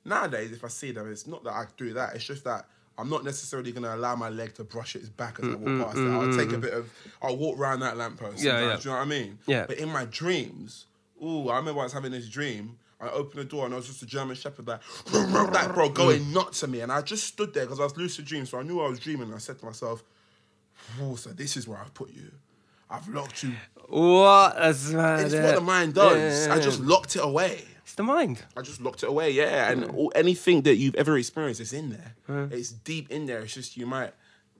[SPEAKER 1] Nowadays, if I see them, it's not that I do that. It's just that I'm not necessarily going to allow my leg to brush its back as I walk past it. I'll take a bit of, I'll walk round that lamppost. sometimes,
[SPEAKER 2] Yeah, yeah.
[SPEAKER 1] Do you know what I mean?
[SPEAKER 2] Yeah.
[SPEAKER 1] But in my dreams, ooh, I remember I was having this dream. I opened the door and I was just a German Shepherd like, [laughs] that
[SPEAKER 2] Mm.
[SPEAKER 1] bro going nuts at me. And I just stood there because I was lucid dreaming. So I knew I was dreaming. And I said to myself, ooh, so this is where I've put you. I've locked you.
[SPEAKER 2] What? That's mad.
[SPEAKER 1] It's
[SPEAKER 2] eh?
[SPEAKER 1] what the mind does.
[SPEAKER 2] Yeah.
[SPEAKER 1] I just locked it away.
[SPEAKER 2] It's the mind.
[SPEAKER 1] I just locked it away, yeah. And all, anything that you've ever experienced is in there. It's deep in there. It's just you might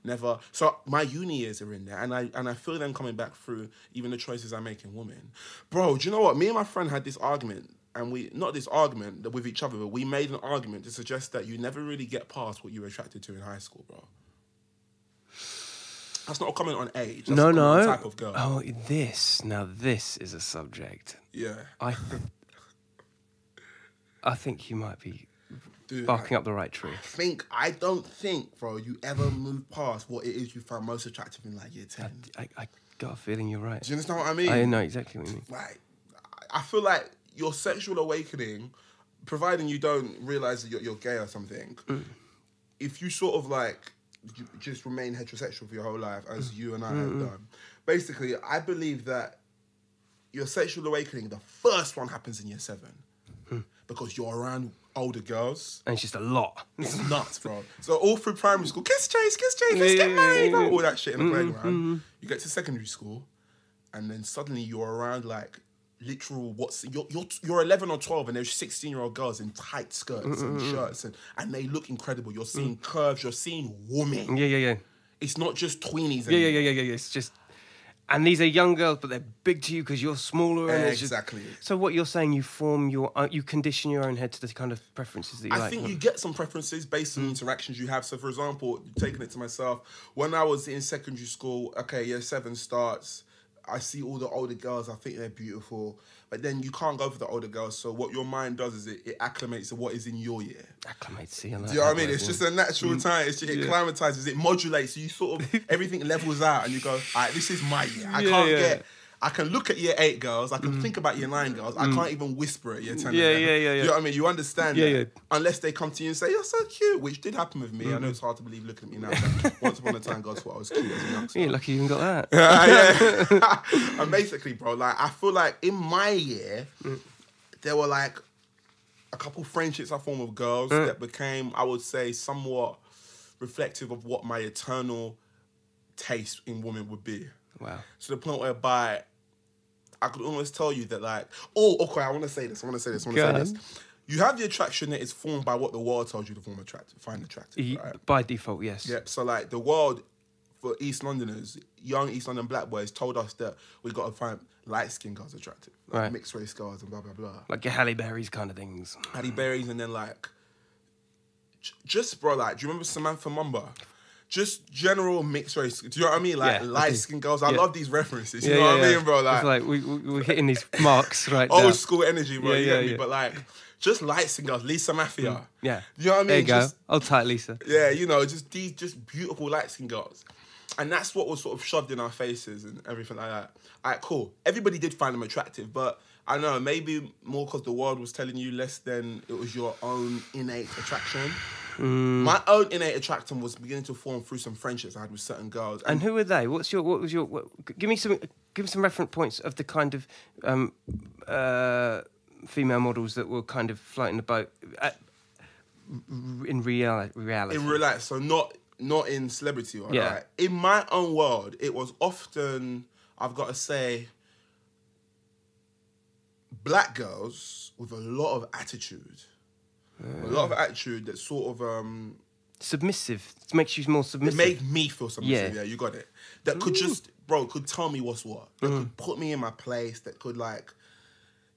[SPEAKER 1] never. So my uni years are in there, and I and I feel them coming back through even the choices I make in women. Bro, do you know what? Me and my friend had this argument, and we not this argument that with each other, but we made an argument to suggest that you never really get past what you were attracted to in high school, bro. That's not a comment on age. That's
[SPEAKER 2] no,
[SPEAKER 1] a comment
[SPEAKER 2] no.
[SPEAKER 1] on Type of girl.
[SPEAKER 2] Oh, this. Now, this is a subject.
[SPEAKER 1] Yeah,
[SPEAKER 2] I, th- I think you might be
[SPEAKER 1] dude.
[SPEAKER 2] barking up the right tree.
[SPEAKER 1] think I don't think, bro, you ever move past what it is you found most attractive in like year ten.
[SPEAKER 2] I, I got a feeling you're right.
[SPEAKER 1] Do you understand what I mean?
[SPEAKER 2] I know exactly what you mean.
[SPEAKER 1] Like, I- I feel like your sexual awakening, providing you don't realize that you're, you're gay or something,
[SPEAKER 2] Mm.
[SPEAKER 1] if you sort of like j- just remain heterosexual for your whole life, as
[SPEAKER 2] Mm.
[SPEAKER 1] you and I have done, basically, I believe that your sexual awakening, the first one happens in year seven.
[SPEAKER 2] Hmm.
[SPEAKER 1] Because you're around older girls,
[SPEAKER 2] And it's just a lot.
[SPEAKER 1] it's nuts, bro. So all through primary school, kiss Chase, kiss Chase, let's get
[SPEAKER 2] Yeah,
[SPEAKER 1] married,
[SPEAKER 2] yeah,
[SPEAKER 1] bro.
[SPEAKER 2] yeah. Mm-hmm,
[SPEAKER 1] all that shit in the playground. You get to secondary school, and then suddenly you're around like literal what's you're you're, you're 11 or 12 and there's 16 year old girls in tight skirts and shirts and and they look incredible. You're seeing curves, you're seeing women.
[SPEAKER 2] Mm. Yeah, yeah, yeah.
[SPEAKER 1] It's not just tweenies.
[SPEAKER 2] Yeah, yeah,
[SPEAKER 1] anymore.
[SPEAKER 2] yeah, yeah, yeah, yeah. It's just, and these are young girls, but they're big to you because you're smaller. And it's just-
[SPEAKER 1] Exactly.
[SPEAKER 2] so what you're saying, you form your, own, you condition your own head to the kind of preferences that you
[SPEAKER 1] I
[SPEAKER 2] like. Mm.
[SPEAKER 1] think you get some preferences based on the interactions you have. So, for example, taking it to myself, when I was in secondary school, okay, year seven starts. I see all the older girls. I think they're beautiful, but then you can't go for the older girls. So what your mind does is it, it acclimates to what is in your year.
[SPEAKER 2] acclimate. See, I like
[SPEAKER 1] Do you know
[SPEAKER 2] that
[SPEAKER 1] what I mean?
[SPEAKER 2] word,
[SPEAKER 1] It's
[SPEAKER 2] yeah.
[SPEAKER 1] just a natural
[SPEAKER 2] Mm.
[SPEAKER 1] time. It's just, it climatizes, it modulates. So you sort
[SPEAKER 2] [laughs]
[SPEAKER 1] of everything levels out, and you go, "All right, this is my year. I
[SPEAKER 2] Yeah,
[SPEAKER 1] can't
[SPEAKER 2] yeah. Mm.
[SPEAKER 1] get. I can look at year eight girls. I can think about year nine girls. I can't even whisper at year ten. and
[SPEAKER 2] Yeah,
[SPEAKER 1] 11.
[SPEAKER 2] yeah, yeah,
[SPEAKER 1] Do you
[SPEAKER 2] yeah.
[SPEAKER 1] know what I mean? You understand?
[SPEAKER 2] Yeah,
[SPEAKER 1] that.
[SPEAKER 2] yeah.
[SPEAKER 1] Unless they come to you and say you're so cute, which did happen with me. I
[SPEAKER 2] Mm-hmm.
[SPEAKER 1] know it's hard to believe looking at me now.
[SPEAKER 2] [laughs]
[SPEAKER 1] but Once upon a time, girls thought I was cute as a youngster.
[SPEAKER 2] Yeah, lucky you even
[SPEAKER 1] [laughs]
[SPEAKER 2] got [laughs] that.
[SPEAKER 1] Yeah. and basically, bro, like I feel like in my year, there were like a couple friendships I formed with girls
[SPEAKER 2] Mm.
[SPEAKER 1] that became, I would say, somewhat reflective of what my eternal taste in women would be.
[SPEAKER 2] wow.
[SPEAKER 1] To the point whereby I could almost tell you that, like, oh, okay, I want to say this, I want to say this, I want
[SPEAKER 2] Go
[SPEAKER 1] to
[SPEAKER 2] on.
[SPEAKER 1] say this. You have the attraction that is formed by what the world tells you to form attractive, find attractive.
[SPEAKER 2] You-
[SPEAKER 1] right?
[SPEAKER 2] By default, yes.
[SPEAKER 1] Yep. So like the world for East Londoners, young East London black boys told us that we got to find light skinned girls attractive, like
[SPEAKER 2] Right.
[SPEAKER 1] mixed race girls and blah blah blah.
[SPEAKER 2] Like your Halle Berry's kind of things.
[SPEAKER 1] Halle Berry's and then like, j- just bro, like, do you remember Samantha Mumba? Just general mixed race. Do you know what I mean? Like
[SPEAKER 2] Yeah, I
[SPEAKER 1] light
[SPEAKER 2] do.
[SPEAKER 1] skinned girls. I
[SPEAKER 2] Yeah.
[SPEAKER 1] love these references. You know what I mean, bro?
[SPEAKER 2] it's like we, we, we're hitting these marks right
[SPEAKER 1] old
[SPEAKER 2] now.
[SPEAKER 1] school energy, bro.
[SPEAKER 2] Yeah,
[SPEAKER 1] you
[SPEAKER 2] yeah,
[SPEAKER 1] get me?
[SPEAKER 2] yeah. Mm,
[SPEAKER 1] But like, just light skinned girls. Lisa Mafia.
[SPEAKER 2] Yeah.
[SPEAKER 1] You know what I mean?
[SPEAKER 2] There you go.
[SPEAKER 1] Just-
[SPEAKER 2] Old tight Lisa.
[SPEAKER 1] yeah, you know, just these just beautiful light skin girls. And that's what was sort of shoved in our faces and everything like that. All right, cool. Everybody did find them attractive, but I don't know, maybe more because the world was telling you less than it was your own innate attraction. My own innate attraction was beginning to form through some friendships I had with certain girls.
[SPEAKER 2] And who are they? What's your? What was your? What, g- give me some. Give me some reference points of the kind of um, uh, female models that were kind of floating the boat at, in real reality.
[SPEAKER 1] in real life, so not not in celebrity or
[SPEAKER 2] Yeah.
[SPEAKER 1] like in my own world, it was often I've got to say black girls with a lot of attitude, a lot of attitude that sort of um
[SPEAKER 2] submissive It makes you more
[SPEAKER 1] it
[SPEAKER 2] submissive.
[SPEAKER 1] made me feel something. Yeah.
[SPEAKER 2] Yeah.
[SPEAKER 1] you got it. That could just bro could tell me what's what. That could put me in my place. That could like.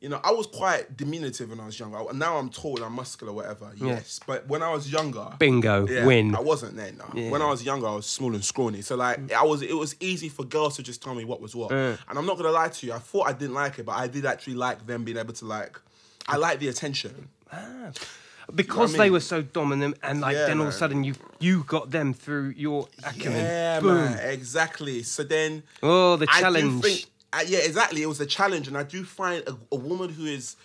[SPEAKER 1] You know, I was quite diminutive when I was younger. I- Now I'm tall, I'm muscular, whatever. Yes, but when I was younger,
[SPEAKER 2] Bingo. Win. Mm.
[SPEAKER 1] I wasn't then. No. When I was younger, I was small and scrawny. So like, I was. It was easy for girls to just tell me what was what. And I'm not gonna lie to you. I thought I didn't like it, but I did actually like them being able to like. I like the attention.
[SPEAKER 2] because
[SPEAKER 1] I
[SPEAKER 2] they
[SPEAKER 1] mean?
[SPEAKER 2] were so dominant, and like
[SPEAKER 1] Yeah,
[SPEAKER 2] then all of
[SPEAKER 1] man.
[SPEAKER 2] a sudden you you got them through your acumen.
[SPEAKER 1] Yeah,
[SPEAKER 2] Boom.
[SPEAKER 1] man, exactly. So then,
[SPEAKER 2] Oh, the
[SPEAKER 1] I do
[SPEAKER 2] challenge.
[SPEAKER 1] think- uh, yeah, exactly. It was a challenge, and I do find a, a woman who is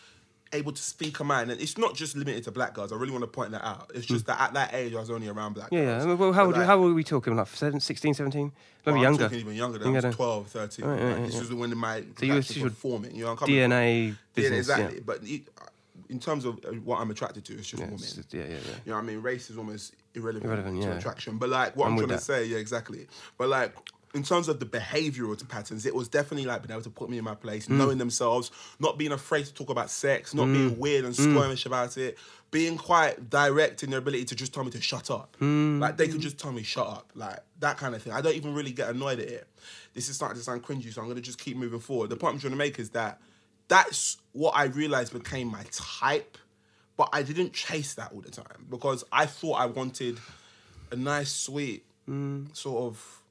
[SPEAKER 1] able to speak a mind, and it's not just limited to black girls. I really want to point that out. It's just that at that age, I was only around black
[SPEAKER 2] Mm. Yeah, yeah.
[SPEAKER 1] girls.
[SPEAKER 2] I mean, Well, how
[SPEAKER 1] But
[SPEAKER 2] old,
[SPEAKER 1] like-
[SPEAKER 2] how old were we talking? Like 7, 16, 17? Maybe
[SPEAKER 1] Well, I'm
[SPEAKER 2] younger.
[SPEAKER 1] talking even younger. Than I was 12, 13.
[SPEAKER 2] Right, right,
[SPEAKER 1] Like,
[SPEAKER 2] right,
[SPEAKER 1] this
[SPEAKER 2] yeah.
[SPEAKER 1] was when my
[SPEAKER 2] So you were
[SPEAKER 1] blacks
[SPEAKER 2] sort
[SPEAKER 1] were
[SPEAKER 2] of
[SPEAKER 1] forming. You know, I'm coming from-
[SPEAKER 2] DNA
[SPEAKER 1] yeah,
[SPEAKER 2] business. Yeah,
[SPEAKER 1] exactly. But it, in terms of uh, what I'm attracted to, it's just women.
[SPEAKER 2] It's- yeah, yeah, yeah.
[SPEAKER 1] You know what I mean? Race is almost irrelevant,
[SPEAKER 2] Irrelevant,
[SPEAKER 1] to
[SPEAKER 2] yeah.
[SPEAKER 1] attraction. But like what I'm,
[SPEAKER 2] I'm with
[SPEAKER 1] trying to
[SPEAKER 2] that.
[SPEAKER 1] say, yeah, exactly. But like in terms of the behavioural patterns, it was definitely like being able to put me in my place, knowing themselves, not being afraid to talk about sex, not being weird and squirmish about it, being quite direct in their ability to just tell me to shut up. Like they could just tell me shut up, like that kind of thing. I don't even really get annoyed at it. This is starting to sound cringy, so I'm gonna just keep moving forward. The point I'm trying to make is that that's what I realized became my type, but I didn't chase that all the time because I thought I wanted a nice, sweet, sort of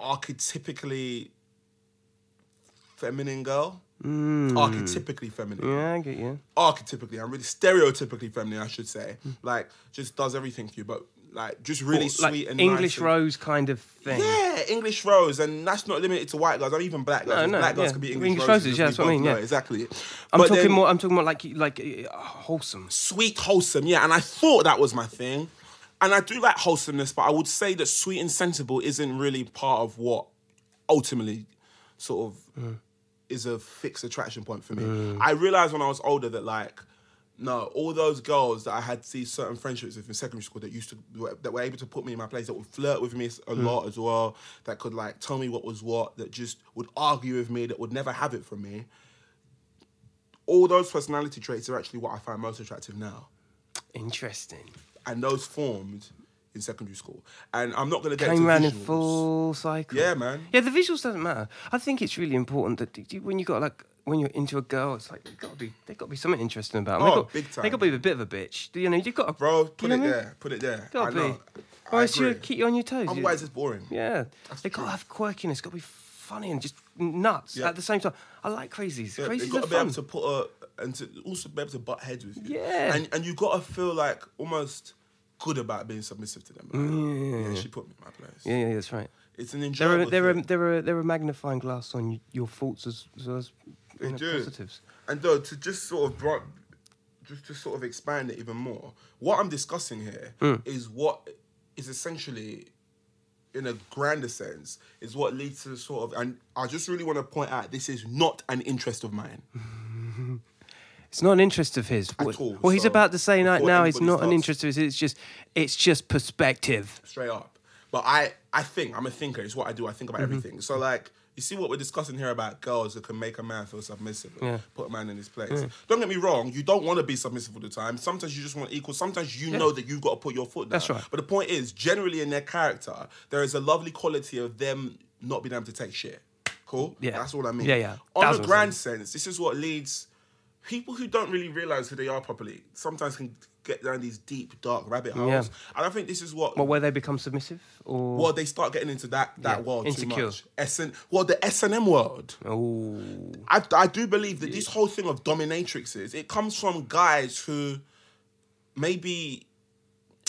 [SPEAKER 1] archetypically feminine girl. Archetypically feminine.
[SPEAKER 2] Hmm. yeah, I get you.
[SPEAKER 1] Archetypically, I'm really stereotypically feminine, I should say.
[SPEAKER 2] Hmm.
[SPEAKER 1] Like, just does everything for you, but like, just really
[SPEAKER 2] Or, like
[SPEAKER 1] sweet and
[SPEAKER 2] English
[SPEAKER 1] nice and-
[SPEAKER 2] rose kind of thing.
[SPEAKER 1] yeah, English rose, and that's not limited to white girls. I'm even black girls.
[SPEAKER 2] No, no,
[SPEAKER 1] black girls
[SPEAKER 2] yeah.
[SPEAKER 1] can be English,
[SPEAKER 2] English
[SPEAKER 1] roses.
[SPEAKER 2] roses,
[SPEAKER 1] as
[SPEAKER 2] yeah,
[SPEAKER 1] we
[SPEAKER 2] that's what I
[SPEAKER 1] both
[SPEAKER 2] mean, yeah.
[SPEAKER 1] know, exactly.
[SPEAKER 2] I'm
[SPEAKER 1] But
[SPEAKER 2] talking
[SPEAKER 1] then-
[SPEAKER 2] more. I'm talking more like like uh, wholesome.
[SPEAKER 1] sweet, wholesome. Yeah, and I thought that was my thing. And I do like wholesomeness, but I would say that sweet and sensible isn't really part of what ultimately sort of is a fixed attraction point for me. I realized when I was older that like no, all those girls that I had these certain friendships with in secondary school that used to that were able to put me in my place, that would flirt with me a lot as well, that could like tell me what was what, that just would argue with me, that would never have it from me all those personality traits are actually what I find most attractive now.
[SPEAKER 2] Interesting.
[SPEAKER 1] And those formed in secondary school. And I'm not going to get
[SPEAKER 2] Came
[SPEAKER 1] into
[SPEAKER 2] round in
[SPEAKER 1] visuals.
[SPEAKER 2] full cycle.
[SPEAKER 1] Yeah, man.
[SPEAKER 2] Yeah, the visuals doesn't matter. I think it's really important that you- when you got like when you're into a girl, it's like they got to be they got to be something interesting about. Them.
[SPEAKER 1] Oh,
[SPEAKER 2] they got,
[SPEAKER 1] big time.
[SPEAKER 2] They got to be a bit of a bitch. You know, you got to
[SPEAKER 1] Bro, put
[SPEAKER 2] you
[SPEAKER 1] it
[SPEAKER 2] know what I mean?
[SPEAKER 1] there. Put it there. I
[SPEAKER 2] Got to
[SPEAKER 1] know.
[SPEAKER 2] be.
[SPEAKER 1] I
[SPEAKER 2] Or else you
[SPEAKER 1] agree.
[SPEAKER 2] keep you on your toes. You-
[SPEAKER 1] Otherwise, it's boring.
[SPEAKER 2] Yeah,
[SPEAKER 1] That's
[SPEAKER 2] they got
[SPEAKER 1] true.
[SPEAKER 2] to have quirkiness. Got to be funny and just nuts
[SPEAKER 1] Yeah.
[SPEAKER 2] at the same time. I like crazies.
[SPEAKER 1] Yeah,
[SPEAKER 2] crazies
[SPEAKER 1] you got
[SPEAKER 2] are
[SPEAKER 1] to be
[SPEAKER 2] fun.
[SPEAKER 1] able to put a and to also be able to butt heads with you.
[SPEAKER 2] Yeah.
[SPEAKER 1] and and you got to feel like almost good about being submissive to them. Like, yeah, she put me in my place.
[SPEAKER 2] Yeah, yeah, that's right.
[SPEAKER 1] It's an
[SPEAKER 2] There are
[SPEAKER 1] enjoyable.
[SPEAKER 2] there are
[SPEAKER 1] thing.
[SPEAKER 2] there are there are magnifying glass on y- your faults as, as well as you
[SPEAKER 1] They
[SPEAKER 2] know,
[SPEAKER 1] do.
[SPEAKER 2] positives.
[SPEAKER 1] And though to just sort of brought, just to sort of expand it even more, what I'm discussing here is what is essentially, in a grander sense, is what leads to the sort of. And I just really want to point out this is not an interest of mine.
[SPEAKER 2] It's not an interest of his. Well,
[SPEAKER 1] all,
[SPEAKER 2] well, he's
[SPEAKER 1] so
[SPEAKER 2] about to say right
[SPEAKER 1] before
[SPEAKER 2] now it's
[SPEAKER 1] anybody
[SPEAKER 2] not an
[SPEAKER 1] starts-
[SPEAKER 2] interest of his. It's just it's just perspective.
[SPEAKER 1] straight up. But I, I think I'm a thinker. It's what I do. I think about
[SPEAKER 2] Mm-hmm.
[SPEAKER 1] everything. So like, you see what we're discussing here about girls that can make a man feel submissive, and
[SPEAKER 2] Yeah.
[SPEAKER 1] put a man in his place. Don't get me wrong. You don't want to be submissive all the time. Sometimes you just want equal. Sometimes you know that you've got to put your foot down.
[SPEAKER 2] That's right.
[SPEAKER 1] But the point is, generally in their character, there is a lovely quality of them not being able to take shit. Cool.
[SPEAKER 2] Yeah.
[SPEAKER 1] That's all I mean.
[SPEAKER 2] Yeah, yeah. That's
[SPEAKER 1] On
[SPEAKER 2] what
[SPEAKER 1] a
[SPEAKER 2] I'm
[SPEAKER 1] grand sense, this is what leads people who don't really realize who they are properly. Sometimes can get down these deep, dark rabbit holes. And I think this is what
[SPEAKER 2] Well, where they become submissive or
[SPEAKER 1] well, they start getting into that that
[SPEAKER 2] Yeah,
[SPEAKER 1] world
[SPEAKER 2] insecure.
[SPEAKER 1] too much. SN, well, the S and M world.
[SPEAKER 2] Ooh.
[SPEAKER 1] I, I do believe that this whole thing of dominatrixes it comes from guys who maybe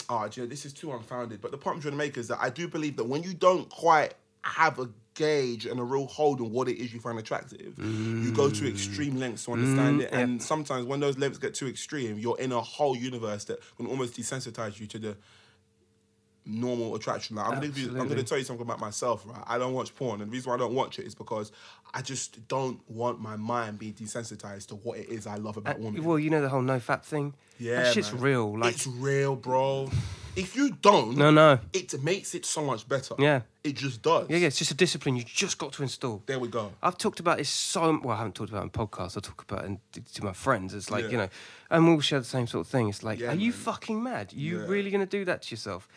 [SPEAKER 1] ah, do you know, this is too unfounded. But the point I'm trying to make is that I do believe that when you don't quite have a gauge and a real hold on what it is you find attractive, you go to
[SPEAKER 2] Mm.
[SPEAKER 1] extreme lengths to understand it. And sometimes when those lengths get too extreme, you're in a whole universe that can almost desensitize you to the normal attraction. Like, I'm gonna, give you, I'm
[SPEAKER 2] Absolutely.
[SPEAKER 1] gonna tell you something about myself, right? I don't watch porn, and the reason why I don't watch it is because I just don't want my mind being desensitized to what it is I love about women.
[SPEAKER 2] Uh, Well, you know the whole no fat thing.
[SPEAKER 1] Yeah,
[SPEAKER 2] that shit's
[SPEAKER 1] man.
[SPEAKER 2] real. Like
[SPEAKER 1] it's real, bro. If you don't,
[SPEAKER 2] No, no.
[SPEAKER 1] it makes it so much better.
[SPEAKER 2] Yeah.
[SPEAKER 1] it just does.
[SPEAKER 2] yeah, yeah, it's just a discipline you just got to install.
[SPEAKER 1] There we go.
[SPEAKER 2] I've talked about this so well. I haven't talked about it on podcasts. I talk about it in, to my friends. It's like
[SPEAKER 1] Yeah.
[SPEAKER 2] you know, and we all share the same sort of thing. It's like,
[SPEAKER 1] Yeah,
[SPEAKER 2] are you
[SPEAKER 1] man.
[SPEAKER 2] fucking mad? You
[SPEAKER 1] Yeah.
[SPEAKER 2] really going to do that to yourself?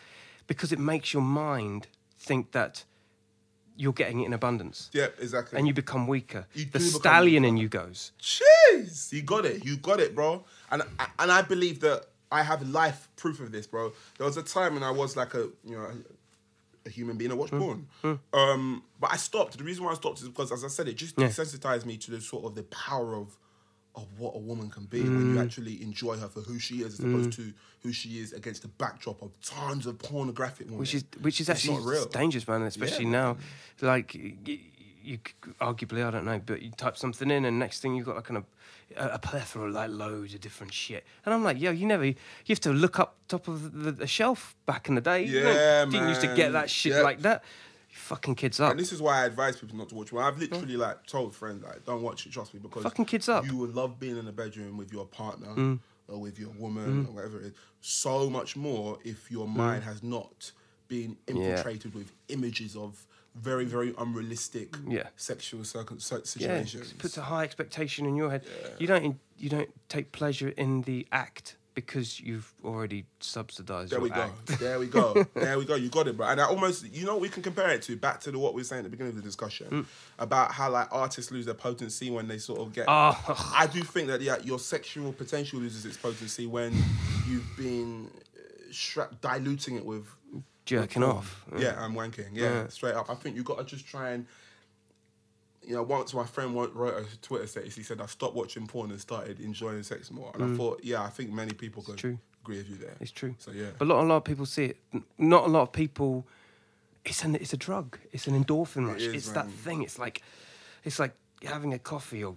[SPEAKER 2] Because it makes your mind think that you're getting it in abundance,
[SPEAKER 1] Yeah, exactly.
[SPEAKER 2] and you become weaker.
[SPEAKER 1] You
[SPEAKER 2] the
[SPEAKER 1] do become
[SPEAKER 2] stallion in you goes.
[SPEAKER 1] Jeez, you got it. You got it, bro. And I- and I believe that I have life proof of this, bro. There was a time when I was like a you know a human being. I watched
[SPEAKER 2] Mm.
[SPEAKER 1] porn, um, but I stopped. The reason why I stopped is because, as I said, it just desensitized me to the sort of the power of of what a woman can be when
[SPEAKER 2] Mm.
[SPEAKER 1] you actually enjoy her for who she is, as opposed to who she is against the backdrop of tons of pornographic women,
[SPEAKER 2] which is which is
[SPEAKER 1] It's
[SPEAKER 2] actually
[SPEAKER 1] not real.
[SPEAKER 2] dangerous, man. Especially
[SPEAKER 1] Yeah,
[SPEAKER 2] now, like y- y- you c- arguably I don't know, but you type something in, and next thing you've got like an, a, a plethora of like loads of different shit. And I'm like, yo, you never, you have to look up top of the, the shelf back in the day. you
[SPEAKER 1] Yeah,
[SPEAKER 2] didn't, didn't used to
[SPEAKER 1] man.
[SPEAKER 2] get that shit
[SPEAKER 1] Yep.
[SPEAKER 2] like that. You fucking kids up.
[SPEAKER 1] And this is why I advise people not to watch. Well, I've literally like told friends like, don't watch it. Trust me, because
[SPEAKER 2] Mm. Fucking kids up. Mm.
[SPEAKER 1] You will love being in the bedroom with your partner or with your woman or whatever it is. So much more if
[SPEAKER 2] Mm.
[SPEAKER 1] your mind has not been infiltrated with images of very, very unrealistic
[SPEAKER 2] Yeah.
[SPEAKER 1] sexual circum- so-
[SPEAKER 2] yeah,
[SPEAKER 1] situations.
[SPEAKER 2] it puts a high expectation in your head. You don't, you don't take pleasure in the act because you've already subsidised.
[SPEAKER 1] There
[SPEAKER 2] your
[SPEAKER 1] we go.
[SPEAKER 2] act.
[SPEAKER 1] There we go.
[SPEAKER 2] [laughs]
[SPEAKER 1] There we go. You got it, bro. And I almost, you know, what we can compare it to back to the, what we were saying at the beginning of the discussion
[SPEAKER 2] Mm.
[SPEAKER 1] about how like artists lose their potency when they sort of get.
[SPEAKER 2] Oh.
[SPEAKER 1] I do think that yeah, your sexual potential loses its potency when you've been uh, stra- diluting it with.
[SPEAKER 2] [laughs] Jerking off.
[SPEAKER 1] Yeah, I'm wanking. Yeah, straight up. I think you got to just try and. You know, once my friend wrote, wrote a Twitter status, he said, "I've stopped watching porn and started enjoying sex more." And I thought, yeah, I think many people could
[SPEAKER 2] Mm. true.
[SPEAKER 1] agree with you there.
[SPEAKER 2] It's true.
[SPEAKER 1] So yeah,
[SPEAKER 2] but a lot, a lot of people see it. N- Not a lot of people. It's an it's a drug. It's an endorphin rush.
[SPEAKER 1] is,
[SPEAKER 2] it's that
[SPEAKER 1] man.
[SPEAKER 2] thing. It's like, it's like having a coffee or,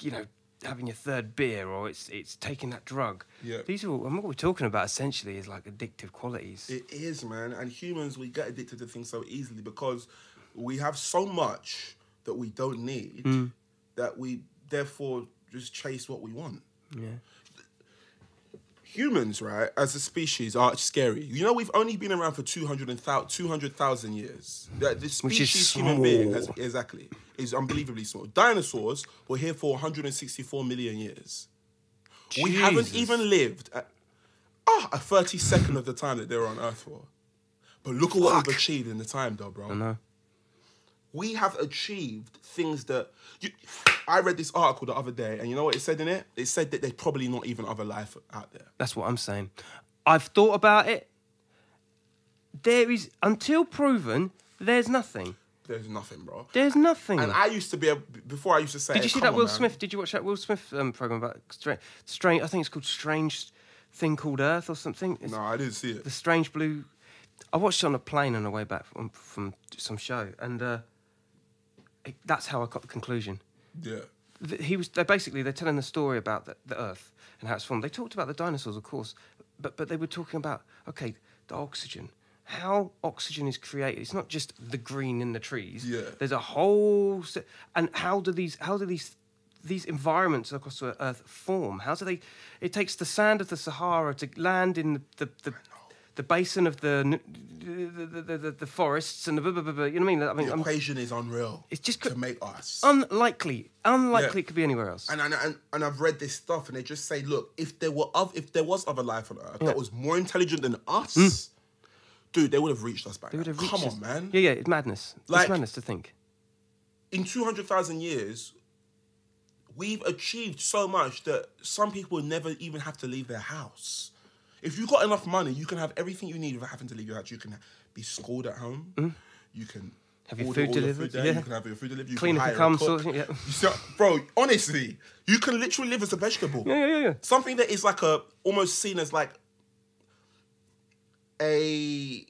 [SPEAKER 2] you know, having your third beer or it's it's taking that drug.
[SPEAKER 1] Yeah.
[SPEAKER 2] These are all, and what we're talking about essentially is like addictive qualities.
[SPEAKER 1] It is, man. And humans, we get addicted to things so easily because we have so much that we don't need
[SPEAKER 2] Mm.
[SPEAKER 1] that we therefore just chase what we want.
[SPEAKER 2] yeah.
[SPEAKER 1] Humans, right, as a species, are scary. You know, we've only been around for 200,000 200,000 years. That the
[SPEAKER 2] Which is
[SPEAKER 1] species human being has,
[SPEAKER 2] small.
[SPEAKER 1] exactly is unbelievably small. Dinosaurs were here for 164 million years. We haven't
[SPEAKER 2] Jesus.
[SPEAKER 1] even lived at, ah, a 32nd of the time that they were on Earth for. But look at what we've achieved in the time, though, bro. We have achieved things that. You, I read this article the other day, and you know what it said in it? It said that there's probably not even other life out there.
[SPEAKER 2] That's what I'm saying. I've thought about it. There is until proven. There's nothing.
[SPEAKER 1] There's nothing, bro.
[SPEAKER 2] There's nothing.
[SPEAKER 1] And I used to be a. Before I used to say.
[SPEAKER 2] Did
[SPEAKER 1] "Hey,
[SPEAKER 2] you see
[SPEAKER 1] come
[SPEAKER 2] that
[SPEAKER 1] on,
[SPEAKER 2] Will
[SPEAKER 1] man."
[SPEAKER 2] Smith? Did you watch that Will Smith um, program about strange? Strange. I think it's called Strange Thing Called Earth or something. It's
[SPEAKER 1] No, I didn't see
[SPEAKER 2] The
[SPEAKER 1] it.
[SPEAKER 2] Strange Blue. I watched it on a plane on the way back from, from some show, and uh, it, that's how I got the conclusion.
[SPEAKER 1] Yeah.
[SPEAKER 2] Th- He was. They basically they're telling the story about the, the Earth and how it's formed. They talked about the dinosaurs, of course, but but they were talking about okay, the oxygen. How oxygen is created. It's not just the green in the trees.
[SPEAKER 1] Yeah.
[SPEAKER 2] There's a whole se- and how do these how do these these environments across the earth form? How do they it takes the sand of the Sahara to land in the the, the, the basin of the n- the, the, the, the, the forests and the blah, blah, blah, blah, you know what I mean? I mean
[SPEAKER 1] The
[SPEAKER 2] I'm-
[SPEAKER 1] equation is unreal.
[SPEAKER 2] It's just Oh,
[SPEAKER 1] to
[SPEAKER 2] co-
[SPEAKER 1] make us.
[SPEAKER 2] unlikely. Unlikely
[SPEAKER 1] Yeah.
[SPEAKER 2] it could be anywhere else.
[SPEAKER 1] and, and and and I've read this stuff, and they just say, look, if there were other, if there was other life on Earth that was more intelligent than us, dude, they would have reached us back.
[SPEAKER 2] Hmm. They would have
[SPEAKER 1] Come
[SPEAKER 2] reached
[SPEAKER 1] on,
[SPEAKER 2] us-
[SPEAKER 1] man.
[SPEAKER 2] Yeah, yeah, it's madness. it's
[SPEAKER 1] Like-
[SPEAKER 2] madness to think.
[SPEAKER 1] In two hundred thousand years, we've achieved so much that some people never even have to leave their house. If you've got enough money, you can have everything you need without having to leave your house. You can be schooled at home. You can.
[SPEAKER 2] Hmm. Have your
[SPEAKER 1] order
[SPEAKER 2] food
[SPEAKER 1] all
[SPEAKER 2] delivered,
[SPEAKER 1] there.
[SPEAKER 2] yeah.
[SPEAKER 1] You can have your food delivered. You
[SPEAKER 2] Clean
[SPEAKER 1] can
[SPEAKER 2] up
[SPEAKER 1] hire
[SPEAKER 2] and
[SPEAKER 1] a
[SPEAKER 2] come,
[SPEAKER 1] cook.
[SPEAKER 2] sort- yeah.
[SPEAKER 1] You see- bro, honestly, you can literally live as a vegetable.
[SPEAKER 2] Yeah, yeah, yeah, yeah.
[SPEAKER 1] something that is like a almost seen as like a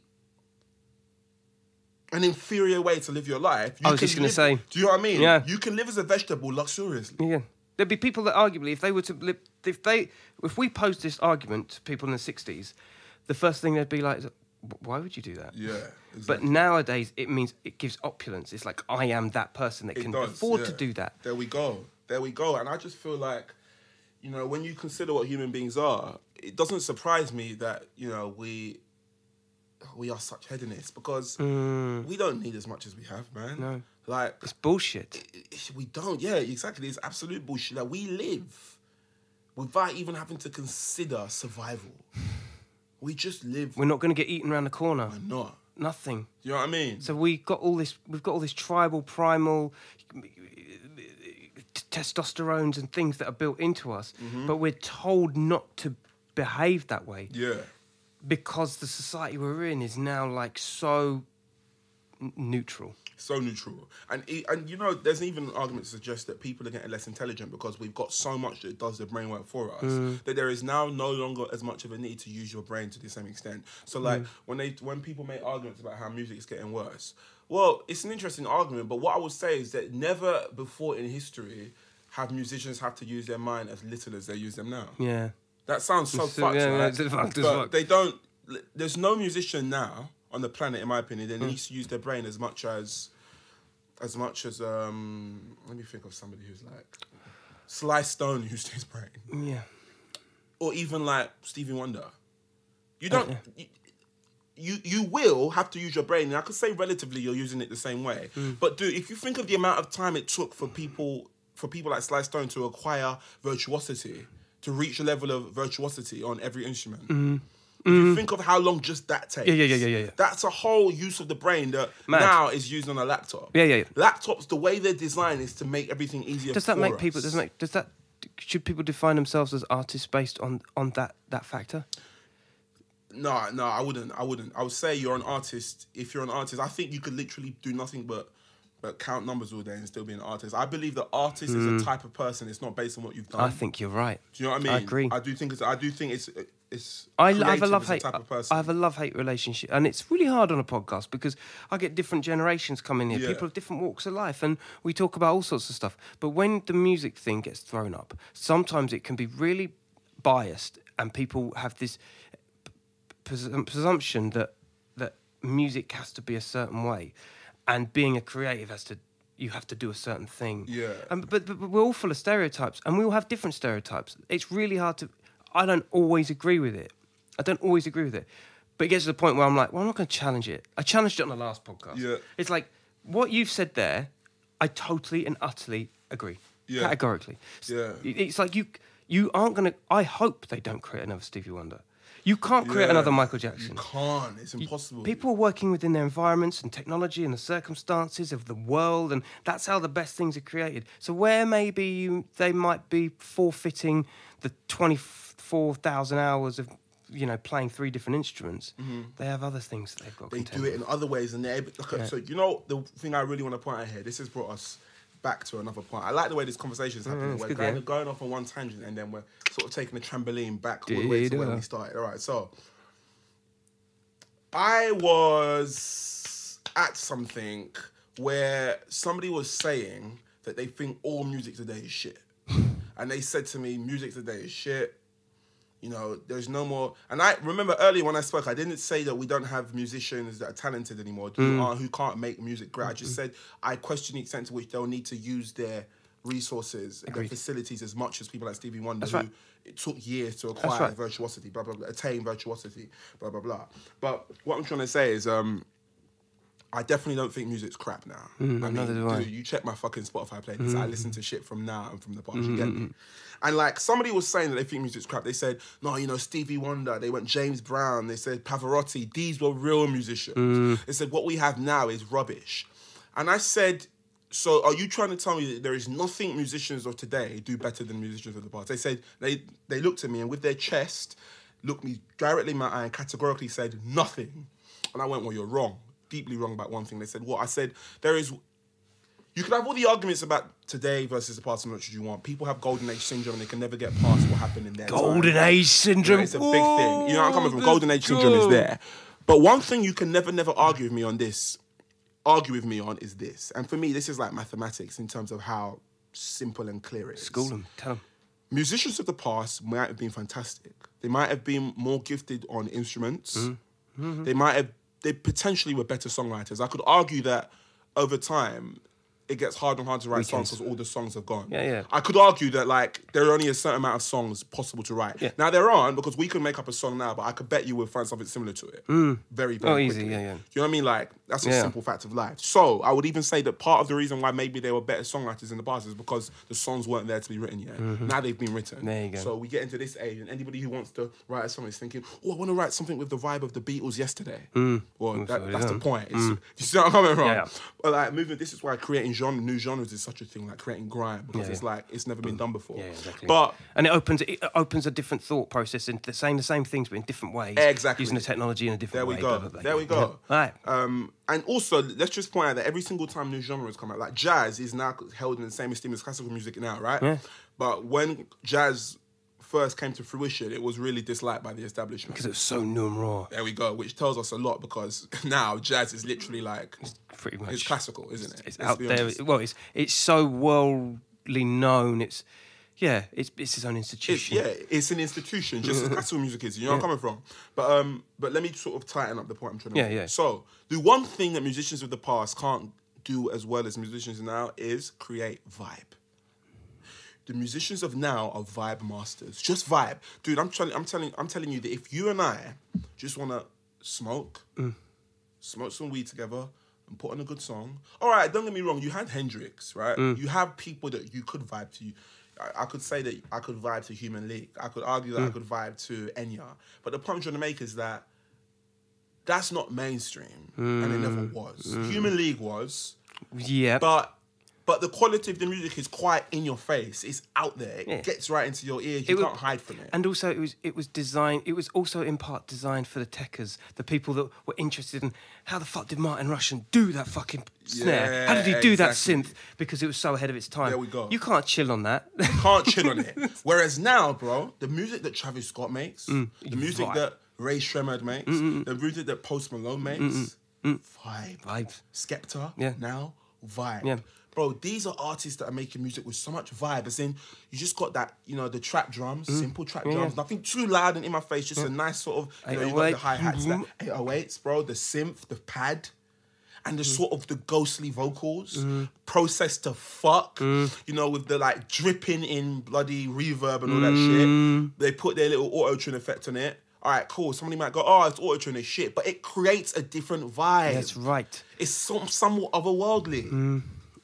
[SPEAKER 1] an inferior way to live your life. You
[SPEAKER 2] I was
[SPEAKER 1] can
[SPEAKER 2] just gonna
[SPEAKER 1] live-
[SPEAKER 2] say.
[SPEAKER 1] do you know what I mean?
[SPEAKER 2] Yeah.
[SPEAKER 1] you can live as a vegetable luxuriously.
[SPEAKER 2] Yeah. There'd be people that arguably, if they were to, li- if they, if we posed this argument to people in the '60s, the first thing they'd be like, "Wh- "Why would you do that?"
[SPEAKER 1] Yeah,
[SPEAKER 2] But
[SPEAKER 1] exactly.
[SPEAKER 2] nowadays, it means it gives opulence. It's like I am that person that
[SPEAKER 1] It
[SPEAKER 2] can
[SPEAKER 1] does,
[SPEAKER 2] afford to
[SPEAKER 1] yeah.
[SPEAKER 2] do that.
[SPEAKER 1] There we go. There we go. And I just feel like, you know, when you consider what human beings are, it doesn't surprise me that you know we we are such hedonists because
[SPEAKER 2] Mm.
[SPEAKER 1] we don't need as much as we have, man. No. Like
[SPEAKER 2] It's bullshit.
[SPEAKER 1] we don't. Yeah, exactly. It's absolute bullshit. Like we live without even having to consider survival. We just live.
[SPEAKER 2] We're not going to get eaten around the corner.
[SPEAKER 1] We're not.
[SPEAKER 2] Nothing.
[SPEAKER 1] You know what I mean?
[SPEAKER 2] So we got all this. We've got all this tribal, primal t- testosterones and things that are built into us,
[SPEAKER 1] Mm-hmm.
[SPEAKER 2] but we're told not to behave that way.
[SPEAKER 1] yeah.
[SPEAKER 2] because the society we're in is now like so n- neutral.
[SPEAKER 1] so neutral. And e- and you know, there's even an argument to suggest that people are getting less intelligent because we've got so much that does the brain work for us that there is now no longer as much of a need to use your brain to the same extent. So like when they when people make arguments about how music is getting worse, well, it's an interesting argument. But what I would say is that never before in history have musicians have to use their mind as little as they use them now.
[SPEAKER 2] Yeah.
[SPEAKER 1] That sounds so
[SPEAKER 2] It's-
[SPEAKER 1] fucked.
[SPEAKER 2] yeah, yeah,
[SPEAKER 1] right?
[SPEAKER 2] it's fucked as
[SPEAKER 1] But
[SPEAKER 2] fuck.
[SPEAKER 1] They don't. There's no musician now on the planet, in my opinion, that needs to use their brain as much as, as much as. Um, let me think of somebody who's like, Sly Stone used his brain,
[SPEAKER 2] Yeah.
[SPEAKER 1] or even like Stevie Wonder.
[SPEAKER 2] Oh,
[SPEAKER 1] You don't. you- you you will have to use your brain. And I could say relatively you're using it the same way.
[SPEAKER 2] Hmm.
[SPEAKER 1] But dude, if you think of the amount of time it took for people for people like Sly Stone to acquire virtuosity, to reach a level of virtuosity on every instrument. If you think of how long just that takes.
[SPEAKER 2] Mm-hmm. Yeah, yeah, yeah, yeah, yeah, yeah.
[SPEAKER 1] That's a whole use of the brain that
[SPEAKER 2] Mad.
[SPEAKER 1] now is used on a laptop.
[SPEAKER 2] Yeah, yeah, yeah.
[SPEAKER 1] Laptops, the way they're designed is to make everything easier.
[SPEAKER 2] Does that
[SPEAKER 1] for
[SPEAKER 2] make
[SPEAKER 1] us.
[SPEAKER 2] people? Does that make? Does that? Should people define themselves as artists based on on that that factor?
[SPEAKER 1] No, no, I wouldn't. I wouldn't. I would say you're an artist. If you're an artist, I think you could literally do nothing but but count numbers all day and still be an artist. I believe that artist is a type of person. It's not based on what you've done.
[SPEAKER 2] Hmm. I think you're right.
[SPEAKER 1] Do you know what I mean?
[SPEAKER 2] I agree.
[SPEAKER 1] I do think it's. I do think it's. It's.
[SPEAKER 2] I, I have a
[SPEAKER 1] creative
[SPEAKER 2] love
[SPEAKER 1] as a
[SPEAKER 2] hate.
[SPEAKER 1] type of person.
[SPEAKER 2] I have a love hate relationship, and it's really hard on a podcast because I get different generations coming here,
[SPEAKER 1] Yeah.
[SPEAKER 2] people of different walks of life, and we talk about all sorts of stuff. But when the music thing gets thrown up, sometimes it can be really biased, and people have this presum- presumption that that music has to be a certain way, and being a creative has to you have to do a certain thing.
[SPEAKER 1] Yeah.
[SPEAKER 2] And, but, but but we're all full of stereotypes, and we all have different stereotypes. It's really hard to. I don't always agree with it. I don't always agree with it. But it gets to the point where I'm like, well, I'm not going to challenge it. I challenged it on the last podcast.
[SPEAKER 1] Yeah.
[SPEAKER 2] It's like what you've said there. I totally and utterly agree.
[SPEAKER 1] Yeah.
[SPEAKER 2] Categorically. S-
[SPEAKER 1] Yeah.
[SPEAKER 2] it- It's like you you aren't going to. I hope they don't create another Stevie Wonder. You can't create
[SPEAKER 1] Yeah.
[SPEAKER 2] another Michael
[SPEAKER 1] You
[SPEAKER 2] Jackson.
[SPEAKER 1] can't. It's impossible.
[SPEAKER 2] People are working within their environments and technology and the circumstances of the world, and that's how the best things are created. So, where maybe you, they might be forfeiting the 24,000 hours of you know playing three different instruments, they have other things that they've got.
[SPEAKER 1] Mm-hmm. they
[SPEAKER 2] content
[SPEAKER 1] do it in other ways and they're able, okay, so you know the thing i really want to point out here this has brought us back to another point i like the way this conversation is happening
[SPEAKER 2] Mm-hmm, it's
[SPEAKER 1] we're
[SPEAKER 2] good,
[SPEAKER 1] going,
[SPEAKER 2] yeah.
[SPEAKER 1] going off on one tangent and then we're sort of taking a trampoline back all the way to where
[SPEAKER 2] Dee-da.
[SPEAKER 1] we started all right so i was at something where somebody was saying that they think all music today is
[SPEAKER 2] [laughs]
[SPEAKER 1] shit and they said to me music today is shit you know, there's no more. And I remember earlier when I spoke, I didn't say that we don't have musicians that are talented anymore,
[SPEAKER 2] Mm.
[SPEAKER 1] who, are, who can't make music great. I just said I question the extent to which they'll need to use their resources and their facilities as much as people like Stevie Wonder, who
[SPEAKER 2] right.
[SPEAKER 1] it took years to acquire
[SPEAKER 2] right.
[SPEAKER 1] virtuosity, blah, blah, blah, attain virtuosity, blah, blah, blah. But what I'm trying to say is, um, I definitely don't think music's crap now. I mean,
[SPEAKER 2] Mm, neither do I. Mm.
[SPEAKER 1] dude, you check my fucking Spotify playlist. I listen to shit from now and from the past. You get me? And like somebody was saying that they think music's crap. They said, no, you know, Stevie Wonder. They went James Brown. They said Pavarotti. These were real musicians.
[SPEAKER 2] Mm.
[SPEAKER 1] They said what we have now is rubbish. And I said, so are you trying to tell me that there is nothing musicians of today do better than musicians of the past? They said they they looked at me and with their chest looked me directly in my eye and categorically said nothing. And I went, well, you're wrong, deeply wrong about one thing. They said, what? I said, there is. You can have all the arguments about today versus the past as much as you want. People have golden age syndrome and they can never get past what happened in their time.
[SPEAKER 2] Golden Age syndrome. Oh,
[SPEAKER 1] Yeah, it's a big thing. You know, I'm coming from golden age syndrome is there. But one thing you can never, never argue with me on this, argue with me on is this. And for me, this is like mathematics in terms of how simple and clear it is.
[SPEAKER 2] School 'em, tell 'em.
[SPEAKER 1] Musicians of the past might have been fantastic. They might have been more gifted on instruments.
[SPEAKER 2] Mm-hmm.
[SPEAKER 1] They might have they potentially were better songwriters. I could argue that over time it gets harder and harder to write songs because all the songs have gone.
[SPEAKER 2] Yeah, yeah.
[SPEAKER 1] I could argue that like there are only a certain amount of songs possible to write.
[SPEAKER 2] Yeah.
[SPEAKER 1] Now there aren't because we can make up a song now, but I could bet you we'll find something similar to it. Very, very
[SPEAKER 2] Oh, easy,
[SPEAKER 1] quickly.
[SPEAKER 2] yeah, yeah.
[SPEAKER 1] You know what I mean? Like that's a
[SPEAKER 2] Yeah.
[SPEAKER 1] simple fact of life. So I would even say that part of the reason why maybe they were better songwriters in the past is because the songs weren't there to be written yet. Now they've been written.
[SPEAKER 2] Mm-hmm. There you go.
[SPEAKER 1] So we get into this age, and anybody who wants to write a song is thinking, "Oh, I want to write something with the vibe of the Beatles yesterday." Well, that,
[SPEAKER 2] sorry,
[SPEAKER 1] that's the
[SPEAKER 2] yeah.
[SPEAKER 1] point. It's, [laughs] You see what I'm coming from?
[SPEAKER 2] Mm. Yeah, yeah.
[SPEAKER 1] But like movement, this is why creating genre, new genres is such a thing, like creating grime, because
[SPEAKER 2] Yeah,
[SPEAKER 1] it's
[SPEAKER 2] yeah.
[SPEAKER 1] like it's never been done before.
[SPEAKER 2] Yeah, exactly.
[SPEAKER 1] But
[SPEAKER 2] and it opens it opens a different thought process and the same the same things but in different ways.
[SPEAKER 1] Exactly.
[SPEAKER 2] Using the technology in a different
[SPEAKER 1] There we
[SPEAKER 2] way.
[SPEAKER 1] go. There we go.
[SPEAKER 2] All right.
[SPEAKER 1] Um, and also, let's just point out that every single time new genres come out, like jazz is now held in the same esteem as classical music now, right?
[SPEAKER 2] Yeah.
[SPEAKER 1] But when jazz first came to fruition, it was really disliked by the establishment.
[SPEAKER 2] Because it was so new and raw.
[SPEAKER 1] There we go, which tells us a lot because [laughs] now jazz is literally like
[SPEAKER 2] Pretty much.
[SPEAKER 1] it's classical, isn't it?
[SPEAKER 2] It's
[SPEAKER 1] Let's
[SPEAKER 2] out
[SPEAKER 1] be
[SPEAKER 2] there.
[SPEAKER 1] honest.
[SPEAKER 2] Well, it's it's so worldly known. It's yeah. It's it's his own
[SPEAKER 1] It's,
[SPEAKER 2] institution.
[SPEAKER 1] yeah, it's an institution, just
[SPEAKER 2] [laughs]
[SPEAKER 1] as classical music is. You know where I'm coming from. But um, but let me sort of tighten up the point I'm trying to
[SPEAKER 2] Yeah,
[SPEAKER 1] make.
[SPEAKER 2] yeah.
[SPEAKER 1] So the one thing that musicians of the past can't do as well as musicians now is create vibe. The musicians of now are vibe masters. Just vibe, dude. I'm trying. I'm telling. I'm telling you that if you and I just want to smoke,
[SPEAKER 2] Mm.
[SPEAKER 1] smoke some weed together. And put on a good song. All right, don't get me wrong. You had Hendrix, right?
[SPEAKER 2] Mm.
[SPEAKER 1] You have people that you could vibe to. I, I could say that I could vibe to Human League. I could argue
[SPEAKER 2] Mm.
[SPEAKER 1] that I could vibe to Enya. But the point I'm trying to make is that that's not mainstream, and it
[SPEAKER 2] Hmm.
[SPEAKER 1] never was. Human League was,
[SPEAKER 2] Yeah.
[SPEAKER 1] but but the quality of the music is quite in your face. It's out there. It
[SPEAKER 2] Yeah.
[SPEAKER 1] gets right into your ears.
[SPEAKER 2] It
[SPEAKER 1] You
[SPEAKER 2] was-
[SPEAKER 1] can't hide from it.
[SPEAKER 2] and also it was it was designed it was also in part designed for the techers the people that were interested in how the fuck did martin russian do that fucking snare how did he
[SPEAKER 1] Yeah,
[SPEAKER 2] do that synth
[SPEAKER 1] exactly.
[SPEAKER 2] because it was so ahead of its time
[SPEAKER 1] There we go.
[SPEAKER 2] you can't chill on that [laughs]
[SPEAKER 1] can't chill on it. Whereas now, bro, the music that Travis Scott makes, the music
[SPEAKER 2] Mm. vibe. Mm,
[SPEAKER 1] that Ray Shremmerd makes, the music that Post Malone makes, vibe.
[SPEAKER 2] Vibes.
[SPEAKER 1] Skepta,
[SPEAKER 2] Yeah.
[SPEAKER 1] now, vibe.
[SPEAKER 2] Yeah.
[SPEAKER 1] Bro, these are artists that are making music with so much vibe. As in, you just got that, you know, the trap drums,
[SPEAKER 2] Mm.
[SPEAKER 1] simple trap drums, nothing too loud and in my face, just a nice sort of, you know, you got the
[SPEAKER 2] 808.
[SPEAKER 1] hi hats, that
[SPEAKER 2] Mhm.
[SPEAKER 1] 808s, bro, the synth, the pad and the
[SPEAKER 2] Mm.
[SPEAKER 1] sort of the ghostly vocals processed to fuck
[SPEAKER 2] Mm.
[SPEAKER 1] you know with the like dripping in bloody reverb and all
[SPEAKER 2] Mm.
[SPEAKER 1] that shit they put their little auto tune effect on it all right cool somebody might go oh it's auto tune and shit but it creates a different vibe
[SPEAKER 2] that's Mm. right
[SPEAKER 1] it's some, somewhat otherworldly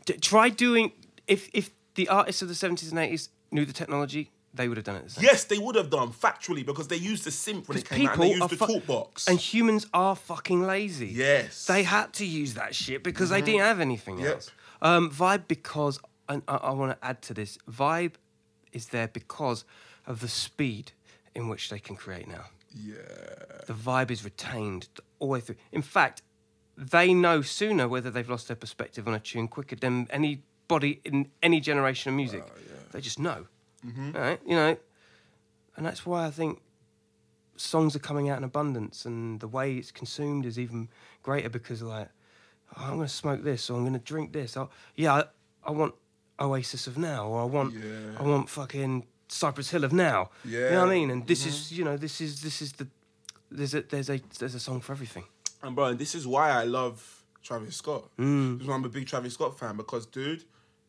[SPEAKER 2] D- try doing if if the artists of the 70s and 80s knew the technology they would have done it the same
[SPEAKER 1] yes they would have done factually because they used the synth when it came out and they used the
[SPEAKER 2] fu-
[SPEAKER 1] talk box
[SPEAKER 2] and humans are fucking lazy.
[SPEAKER 1] Yes. Mm-hmm.
[SPEAKER 2] they had to use that shit because they didn't have anything
[SPEAKER 1] Yep.
[SPEAKER 2] else. Um, vibe because and I, I want to add to this. Vibe is there because of the speed in which they can create now. Yeah, the vibe is retained all the way through. In fact, they know sooner whether they've lost their perspective on a tune quicker than anybody in any generation of
[SPEAKER 1] Oh,
[SPEAKER 2] music. They just know. All right, you know, and that's why I think songs are coming out in abundance and the way it's consumed is even greater because like oh, i'm going to smoke this or i'm going to drink this or, yeah I, I want oasis of now or i want
[SPEAKER 1] Yeah.
[SPEAKER 2] i want fucking cypress hill of now you know what
[SPEAKER 1] Yeah. Mm-hmm.
[SPEAKER 2] i mean and this is you know this is this is the there's a there's a there's a song for everything
[SPEAKER 1] And bro, this is why I love Travis Scott. This is why I'm a big Travis Scott fan because, dude,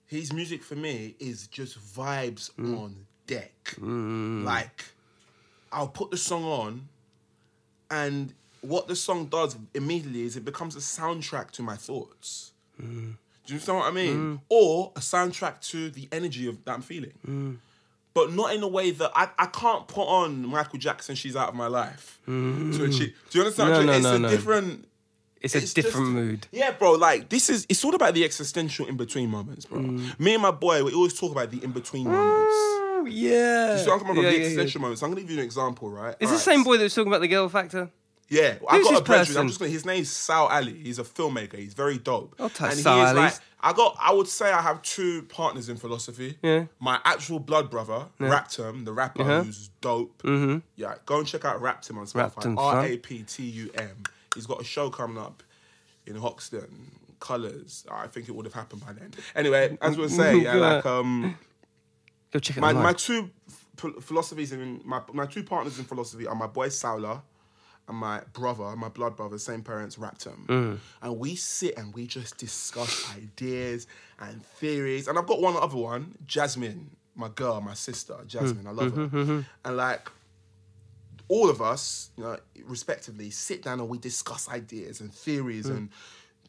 [SPEAKER 1] his music for me is just vibes on deck.
[SPEAKER 2] Mm.
[SPEAKER 1] Like, I'll put the song on, and what the song does immediately is it becomes a soundtrack to my thoughts.
[SPEAKER 2] Mm.
[SPEAKER 1] Do you understand what I mean? Or a soundtrack to the energy of that I'm feeling.
[SPEAKER 2] Mm.
[SPEAKER 1] But not in a way that I, I can't put on Michael Jackson, she's out of my life. To achieve. Do you understand?
[SPEAKER 2] No,
[SPEAKER 1] what I'm
[SPEAKER 2] Mm. no,
[SPEAKER 1] saying? it's
[SPEAKER 2] no,
[SPEAKER 1] a
[SPEAKER 2] no.
[SPEAKER 1] different
[SPEAKER 2] it's a different
[SPEAKER 1] just-
[SPEAKER 2] mood
[SPEAKER 1] Yeah, bro. Like this is it's all about the existential in between moments, bro.
[SPEAKER 2] Mm.
[SPEAKER 1] Me and my boy, we always talk about the in between moments.
[SPEAKER 2] oh yeah,
[SPEAKER 1] So I'm talking about
[SPEAKER 2] Yeah,
[SPEAKER 1] the
[SPEAKER 2] yeah, yeah.
[SPEAKER 1] existential moments. I'm gonna give you an example, right?
[SPEAKER 2] it's the
[SPEAKER 1] Alright,
[SPEAKER 2] same boy that was talking about the girl factor
[SPEAKER 1] yeah, I
[SPEAKER 2] Who's
[SPEAKER 1] got a
[SPEAKER 2] this
[SPEAKER 1] brethren.
[SPEAKER 2] person?
[SPEAKER 1] I'm just gonna, his name's Sal Ali. He's a filmmaker. He's very dope.
[SPEAKER 2] I'll touch
[SPEAKER 1] and
[SPEAKER 2] Sal
[SPEAKER 1] he is
[SPEAKER 2] Ali's.
[SPEAKER 1] like, I got. I would say I have two partners in philosophy.
[SPEAKER 2] Yeah. Uh-huh.
[SPEAKER 1] My actual blood brother, Raptum, the rapper who's dope. Yeah, go and check out Raptum on
[SPEAKER 2] Mm-hmm. Raptum,
[SPEAKER 1] Spotify.
[SPEAKER 2] son.
[SPEAKER 1] R A P T U M. He's got a show coming up in Hoxton. Colors. I think it would have happened by then. Anyway, as we were saying,
[SPEAKER 2] [laughs]
[SPEAKER 1] yeah, like um
[SPEAKER 2] go check it
[SPEAKER 1] my,
[SPEAKER 2] out
[SPEAKER 1] my two ph- philosophies in my my two partners in philosophy are my boy Saula and my brother, my blood brother, same parents, Raptum. And we sit and we just discuss ideas and theories. And I've got one other one, Jasmine, my girl, my sister, Jasmine. I love her. And like all of us, you know, respectively, sit down and we discuss ideas and theories and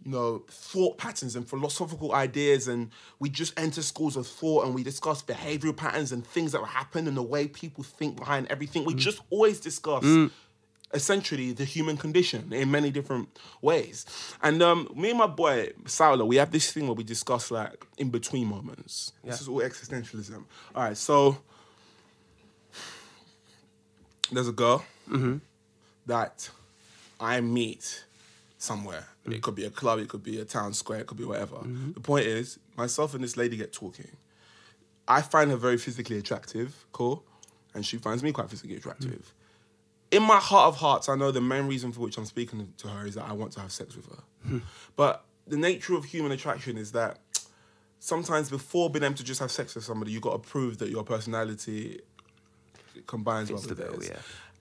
[SPEAKER 1] you know thought patterns and philosophical ideas, and we just enter schools of thought and we discuss behavioral patterns and things that happen and the way people think behind everything. We just always discuss. essentially the human condition in many different ways. And um, me and my boy Saula, we have this thing where we discuss like in between moments. This
[SPEAKER 2] Yeah.
[SPEAKER 1] is all existentialism. All right, so there's a girl that I meet somewhere. It could be a club, it could be a town square, it could be whatever. The point is, myself and this lady get talking. I find her very physically attractive, cool, and she finds me quite physically attractive. In my heart of hearts, I know the main reason for which I'm speaking to her is that I want to have sex with
[SPEAKER 2] Hmm.
[SPEAKER 1] her. but the nature of human attraction is that sometimes before being able to just have sex with somebody, you've got to prove that your personality combines well
[SPEAKER 2] Fits the
[SPEAKER 1] with
[SPEAKER 2] bill,
[SPEAKER 1] theirs.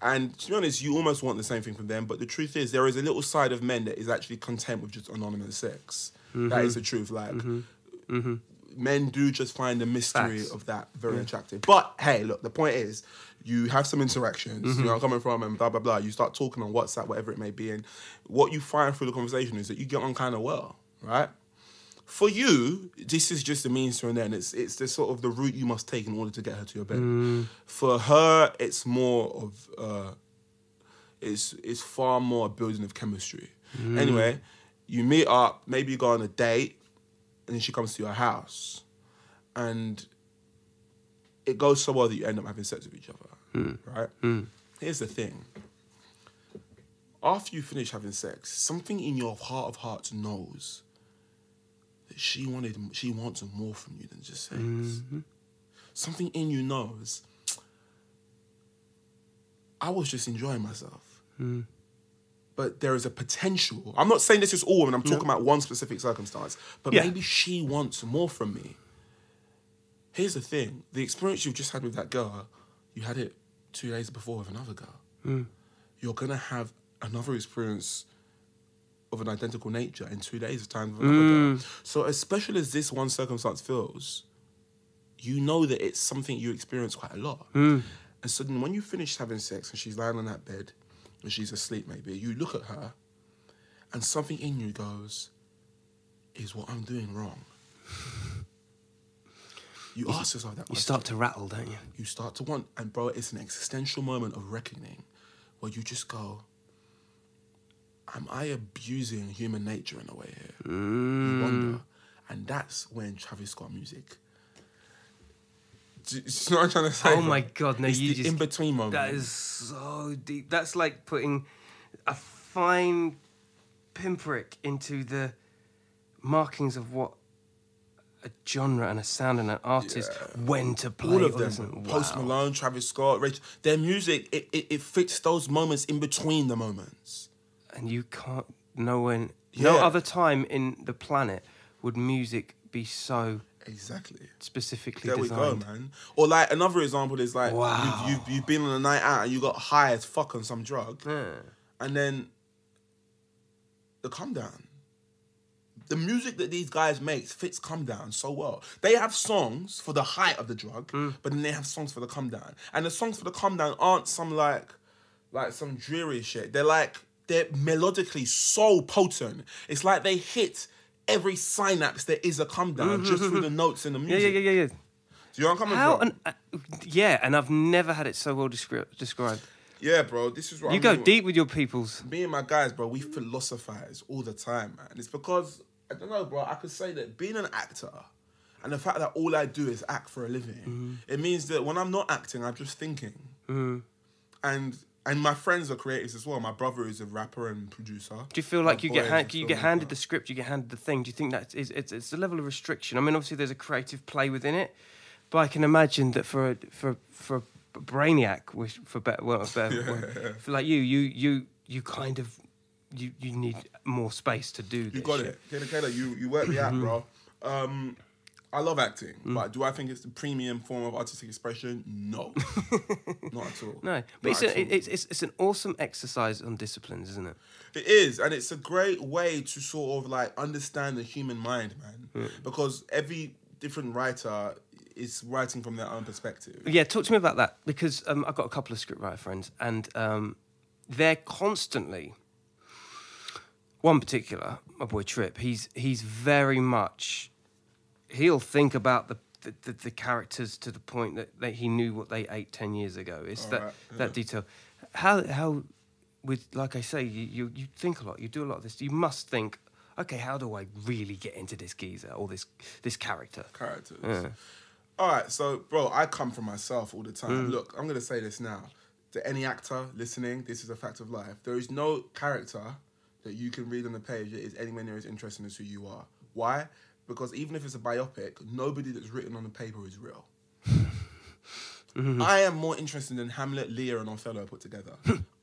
[SPEAKER 2] yeah.
[SPEAKER 1] And to be honest, you almost want the same thing from them. But the truth is, there is a little side of men that is actually content with just anonymous sex. That
[SPEAKER 2] Mm-hmm.
[SPEAKER 1] is the truth. Like, men do just find the mystery
[SPEAKER 2] Facts.
[SPEAKER 1] of that very attractive. But hey, look, the point is, you have some interactions, you know, I'm coming from and blah blah blah. You start talking on WhatsApp, whatever it may be, and what you find through the conversation is that you get on kind of well, right? For you, this is just a means to an end. It's it's the sort of the route you must take in order to get her to your bed. For her, it's more of uh, it's it's far more a building of chemistry. Anyway, you meet up, maybe you go on a date, and then she comes to your house, and it goes so well that you end up having sex with each other, right? Here's the thing: after you finish having sex, something in your heart of hearts knows that she wanted, she wants more from you than just sex. Something in you knows. I was just enjoying myself. But there is a potential. I'm not saying this is all women, I'm talking about one specific circumstance. But
[SPEAKER 2] Yeah.
[SPEAKER 1] maybe she wants more from me. Here's the thing the experience you've just had with that girl, you had it two days before with another girl. You're going to have another experience of an identical nature in two days' time with another girl. So, as special as this one circumstance feels, you know that it's something you experience quite a lot. And so then when you finish having sex and she's lying on that bed and she's asleep, maybe, you look at her and something in you goes, Is what I'm doing wrong? You ask yourself that
[SPEAKER 2] You
[SPEAKER 1] question.
[SPEAKER 2] start to rattle, don't you?
[SPEAKER 1] you start to want, and bro, it's an existential moment of reckoning where you just go, Am I abusing human nature in a way here?
[SPEAKER 2] Mm.
[SPEAKER 1] You wonder. And that's when Travis Scott music. Do you do you know what I'm trying to say?
[SPEAKER 2] Oh my god, no,
[SPEAKER 1] It's
[SPEAKER 2] you
[SPEAKER 1] the
[SPEAKER 2] just
[SPEAKER 1] in between moment.
[SPEAKER 2] That is so deep. That's like putting a fine pinprick into the markings of what a genre and a sound and an artist when to play.
[SPEAKER 1] all of
[SPEAKER 2] or
[SPEAKER 1] them.
[SPEAKER 2] listen. Wow.
[SPEAKER 1] Post Malone, Travis Scott, Rich. Their music, it, it, it fits those moments in between the moments.
[SPEAKER 2] And you can't no when no
[SPEAKER 1] Yeah.
[SPEAKER 2] other time in the planet would music be so
[SPEAKER 1] Exactly.
[SPEAKER 2] specifically
[SPEAKER 1] There
[SPEAKER 2] designed.
[SPEAKER 1] we go, man. Or like another example is like
[SPEAKER 2] Wow.
[SPEAKER 1] you've, you've you've been on a night out and you got high as fuck on some drug, and then the come down. The music that these guys make fits come down so well. They have songs for the height of the drug,
[SPEAKER 2] Hmm.
[SPEAKER 1] but then they have songs for the come down. And the songs for the come down aren't some like like some dreary shit. They're like they're melodically so potent. It's like they hit every synapse there is a come down just through the notes in the
[SPEAKER 2] Mm-hmm, Yeah,
[SPEAKER 1] music.
[SPEAKER 2] yeah, yeah, yeah, yeah.
[SPEAKER 1] Do you know what I'm coming
[SPEAKER 2] How
[SPEAKER 1] from?
[SPEAKER 2] and uh, yeah, and I've never had it so well descri- described.
[SPEAKER 1] yeah, bro. This is what
[SPEAKER 2] You
[SPEAKER 1] I
[SPEAKER 2] go
[SPEAKER 1] mean.
[SPEAKER 2] deep with your peoples.
[SPEAKER 1] Me and my guys, bro, we philosophize all the time, man. It's because I don't know, bro. I could say that being an actor and the fact that all I do is act for a living,
[SPEAKER 2] Mm-hmm.
[SPEAKER 1] it means that when I'm not acting, I'm just thinking. And and my friends are creatives as well. My brother is a rapper and producer.
[SPEAKER 2] Do you feel like
[SPEAKER 1] My
[SPEAKER 2] you
[SPEAKER 1] boy
[SPEAKER 2] get
[SPEAKER 1] is
[SPEAKER 2] hand,
[SPEAKER 1] a
[SPEAKER 2] you get
[SPEAKER 1] filmmaker.
[SPEAKER 2] handed the script, you get handed the thing? Do you think that is it's, it's a level of restriction? I mean, obviously there's a creative play within it, but I can imagine that for a, for for a brainiac, which for better well,
[SPEAKER 1] [laughs]
[SPEAKER 2] better word, for like you, you you you kind of you you need more space to do.
[SPEAKER 1] You got
[SPEAKER 2] shit. Mm-hmm.
[SPEAKER 1] it. Keda Keda, you, you work me out, bro. Um, I love acting,
[SPEAKER 2] Mm.
[SPEAKER 1] but do I think it's the premium form of artistic expression?
[SPEAKER 2] [laughs]
[SPEAKER 1] No. Not at all.
[SPEAKER 2] No, but
[SPEAKER 1] Not
[SPEAKER 2] it's,
[SPEAKER 1] at
[SPEAKER 2] a,
[SPEAKER 1] all.
[SPEAKER 2] it- it's it's it's an awesome exercise on disciplines, isn't it?
[SPEAKER 1] It is, and it's a great way to sort of like understand the human mind, man. Because every different writer is writing from their own perspective.
[SPEAKER 2] Yeah, talk to me about that because um, I've got a couple of scriptwriter friends, and um, they're constantly. One particular, my boy Trip, he's he's very much. He'll think about the the, the, the characters to the point that, that he knew what they ate ten years ago. It's that
[SPEAKER 1] right,
[SPEAKER 2] that detail. How how with like I say, you, you you think a lot. You do a lot of this. You must think. Okay, how do I really get into this geezer or this this character?
[SPEAKER 1] characters. All right, so bro, I come from myself all the time. Look, I'm gonna say this now to any actor listening. This is a fact of life. There is no character that you can read on the page that is anywhere near as interesting as who you are. Why? Because even if it's a biopic, nobody that's written on the paper is real. I am more interested in Hamlet, Lear, and Othello put together.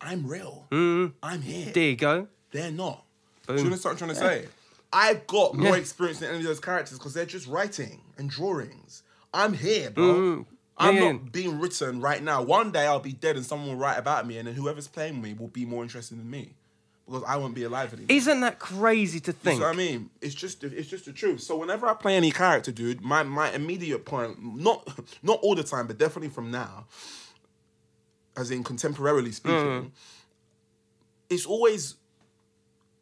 [SPEAKER 1] I'm real. I'm here.
[SPEAKER 2] There you go.
[SPEAKER 1] They're not.
[SPEAKER 2] Boom.
[SPEAKER 1] Do you understand what I'm trying to say? I've got more
[SPEAKER 2] Yeah.
[SPEAKER 1] experience than any of those characters because they're just writing and drawings. I'm here, bro. I'm
[SPEAKER 2] Yeah, yeah.
[SPEAKER 1] not being written right now. One day I'll be dead and someone will write about me, and then whoever's playing me will be more interested than me because I won't be alive anymore.
[SPEAKER 2] Isn't that crazy to think?
[SPEAKER 1] So I mean, it's just it's just the truth. So whenever I play any character, dude, my my immediate point, not [laughs] not all the time, but definitely from now, as in contemporarily speaking, it's always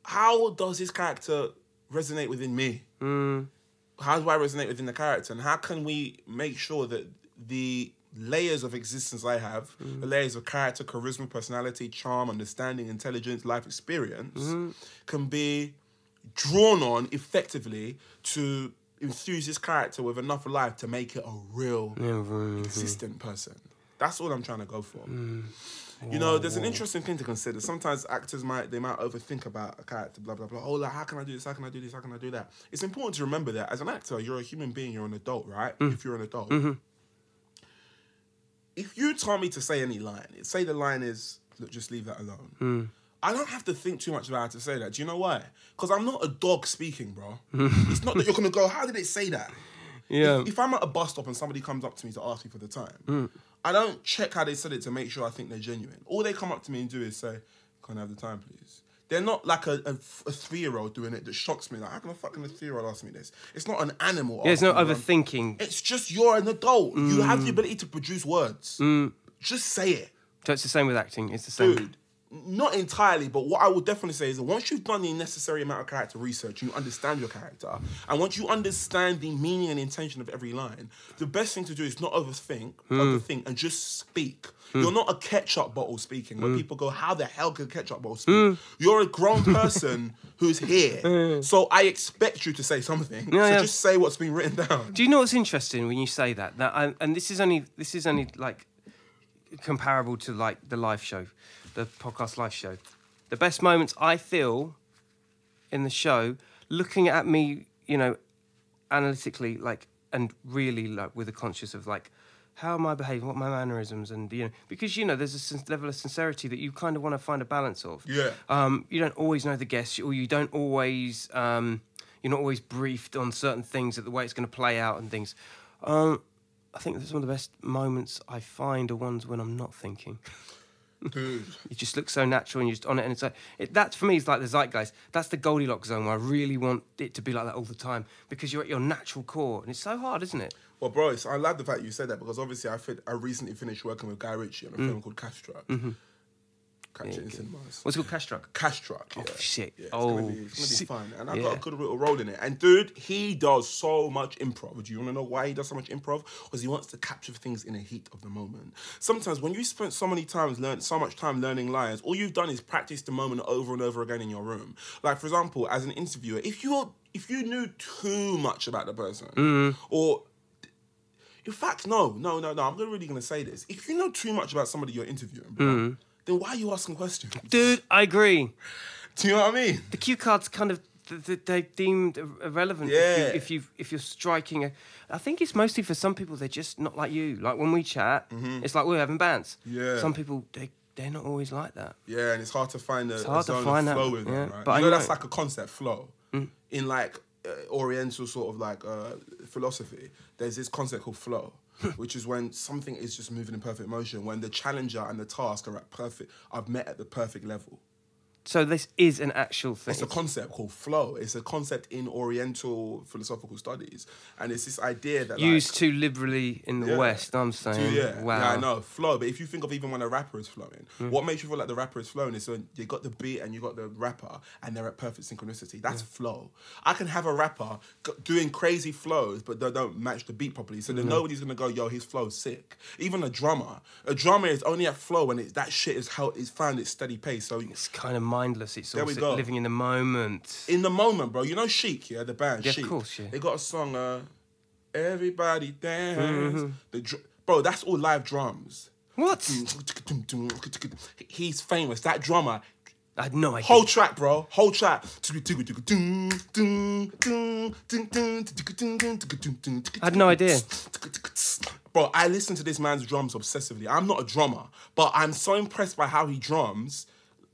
[SPEAKER 1] how does this character resonate within me? How do I resonate within the character, and how can we make sure that the layers of existence I have, the layers of character, charisma, personality, charm, understanding, intelligence, life experience, can be drawn on effectively to infuse this character with enough life to make it a real existent person. That's all I'm trying to go for. You know, there's an interesting thing to consider. Sometimes actors might they might overthink about a character, blah blah blah. Oh, like how can I do this? How can I do this? How can I do that? It's important to remember that as an actor, you're a human being. You're an adult, right? If you're an adult, if you tell me to say any line, say the line is look, just leave that alone. I don't have to think too much about how to say that. Do you know why? Because I'm not a dog speaking, bro. [laughs] it's not that you're gonna go. How did it say that?
[SPEAKER 2] yeah.
[SPEAKER 1] If, if I'm at a bus stop and somebody comes up to me to ask me for the time, I don't check how they said it to make sure I think they're genuine. All they come up to me and do is say, "Can I have the time, please?" They're not like a, a, a three year old doing it that shocks me. Like, how can a fucking three year old ask me this? It's not an animal.
[SPEAKER 2] There's no
[SPEAKER 1] asking me, um,
[SPEAKER 2] overthinking.
[SPEAKER 1] It's just you're an adult. You have
[SPEAKER 2] Mm.
[SPEAKER 1] the ability to produce words. Just say it
[SPEAKER 2] So it's the same with acting. It's the same.
[SPEAKER 1] dude, not entirely, but what I will definitely say is that once you've done the necessary amount of character research, you understand your character, and once you understand the meaning and intention of every line, the best thing to do is not overthink,
[SPEAKER 2] Mm.
[SPEAKER 1] overthink, and just speak. You're not a ketchup bottle speaking
[SPEAKER 2] Mm.
[SPEAKER 1] where people go, "How the hell can a ketchup bottle speak?" You're a grown
[SPEAKER 2] [laughs]
[SPEAKER 1] person who's here, so I expect you to say something. so
[SPEAKER 2] yeah.
[SPEAKER 1] just say what's been written down.
[SPEAKER 2] Do you know what's interesting when you say that? That I, and this is only this is only like comparable to like the live show, the podcast live show. The best moments I feel in the show, looking at me, you know, analytically, like and really like with a conscious of like. How am I behaving? What are my mannerisms? And you know, because you know, there's a sin- level of sincerity that you kind of want to find a balance of.
[SPEAKER 1] Yeah.
[SPEAKER 2] Um, you don't always know the guests, or you don't always, um, you're not always briefed on certain things that the way it's going to play out and things. Um, I think that some of the best moments I find are ones when I'm not thinking.
[SPEAKER 1] Dude,
[SPEAKER 2] It just looks so natural and you're just on it. And it's like, it, that for me is like the zeitgeist. That's the Goldilocks zone where I really want it to be like that all the time because you're at your natural core. And it's so hard, isn't it?
[SPEAKER 1] Well, bro, it's, I love the fact you said that because obviously I fin- I recently finished working with Guy Ritchie on a film called Cash Truck. Catch it in cinemas.
[SPEAKER 2] What's it called? Cash Truck?
[SPEAKER 1] Cash Truck. Yeah.
[SPEAKER 2] shit.
[SPEAKER 1] Yeah, it's gonna
[SPEAKER 2] Oh,
[SPEAKER 1] be, it's gonna be
[SPEAKER 2] shit.
[SPEAKER 1] fun, and I
[SPEAKER 2] Yeah.
[SPEAKER 1] got a good little role in it. And dude, he does so much improv. Do you want to know why he does so much improv? Because he wants to capture things in the heat of the moment. Sometimes when you spend so many times learn so much time learning lines, all you've done is practice the moment over and over again in your room. Like for example, as an interviewer, if you if you knew too much about the person,
[SPEAKER 2] Mm-hmm.
[SPEAKER 1] or in fact, no, no, no, no. I'm really going to say this. If you know too much about somebody you're interviewing, bro, then why are you asking questions?
[SPEAKER 2] Mm-hmm. Dude, I agree.
[SPEAKER 1] Do you know what I mean?
[SPEAKER 2] the cue cards kind of th- th- they deemed ir- irrelevant
[SPEAKER 1] Yeah.
[SPEAKER 2] if, you, if you if you're striking a I think it's mostly for some people they're just not like you like when we chat it's like we're having bands
[SPEAKER 1] Mm-hmm. Yeah.
[SPEAKER 2] some people they they're not always like that
[SPEAKER 1] Yeah, and it's hard to find a, a
[SPEAKER 2] hard to
[SPEAKER 1] zone of
[SPEAKER 2] find that,
[SPEAKER 1] flow with them,
[SPEAKER 2] yeah.
[SPEAKER 1] right?
[SPEAKER 2] But
[SPEAKER 1] you
[SPEAKER 2] I
[SPEAKER 1] know, that's
[SPEAKER 2] know- Mm.
[SPEAKER 1] like a concept flow in like uh, Oriental sort of like uh, philosophy. There's this concept called
[SPEAKER 2] [laughs]
[SPEAKER 1] flow, which is when something is just moving in perfect motion, when the challenger and the task are at perfect, are met at the perfect level.
[SPEAKER 2] So this is an actual thing.
[SPEAKER 1] It's a concept called flow. It's a concept in Oriental philosophical studies, and it's this idea that like,
[SPEAKER 2] Used too liberally in the
[SPEAKER 1] Yeah.
[SPEAKER 2] West, I'm
[SPEAKER 1] So,
[SPEAKER 2] saying.
[SPEAKER 1] yeah,
[SPEAKER 2] Wow. Hmm.
[SPEAKER 1] yeah, I know flow. But if you think of even when a rapper is flowing, what makes you feel like the rapper is flowing is when you got the beat and you got the rapper, and they're at perfect synchronicity. That's flow. I can have a rapper g- doing crazy flows, but they don't match the beat properly. So then
[SPEAKER 2] Mm-hmm.
[SPEAKER 1] nobody's gonna go, "Yo, his flow's sick." Even a drummer, a drummer is only at flow when it, that shit is how it's found its steady pace. So
[SPEAKER 2] It's kind of mindless. It's
[SPEAKER 1] There
[SPEAKER 2] all
[SPEAKER 1] we
[SPEAKER 2] sit-
[SPEAKER 1] go.
[SPEAKER 2] living in the moment.
[SPEAKER 1] in the moment, bro. You know Chic, yeah, the band.
[SPEAKER 2] Yeah, of
[SPEAKER 1] Chic.
[SPEAKER 2] course, yeah.
[SPEAKER 1] They got a song, uh, "Everybody Dance."
[SPEAKER 2] Mm-hmm.
[SPEAKER 1] The dr- bro, that's all live drums.
[SPEAKER 2] What?
[SPEAKER 1] Mm, He's famous. That drummer.
[SPEAKER 2] I had no idea. [laughs]
[SPEAKER 1] Whole track, bro. Whole track. I
[SPEAKER 2] had no idea.
[SPEAKER 1] Bro, I listen to this man's drums obsessively. I'm not a drummer, but I'm so impressed by how he drums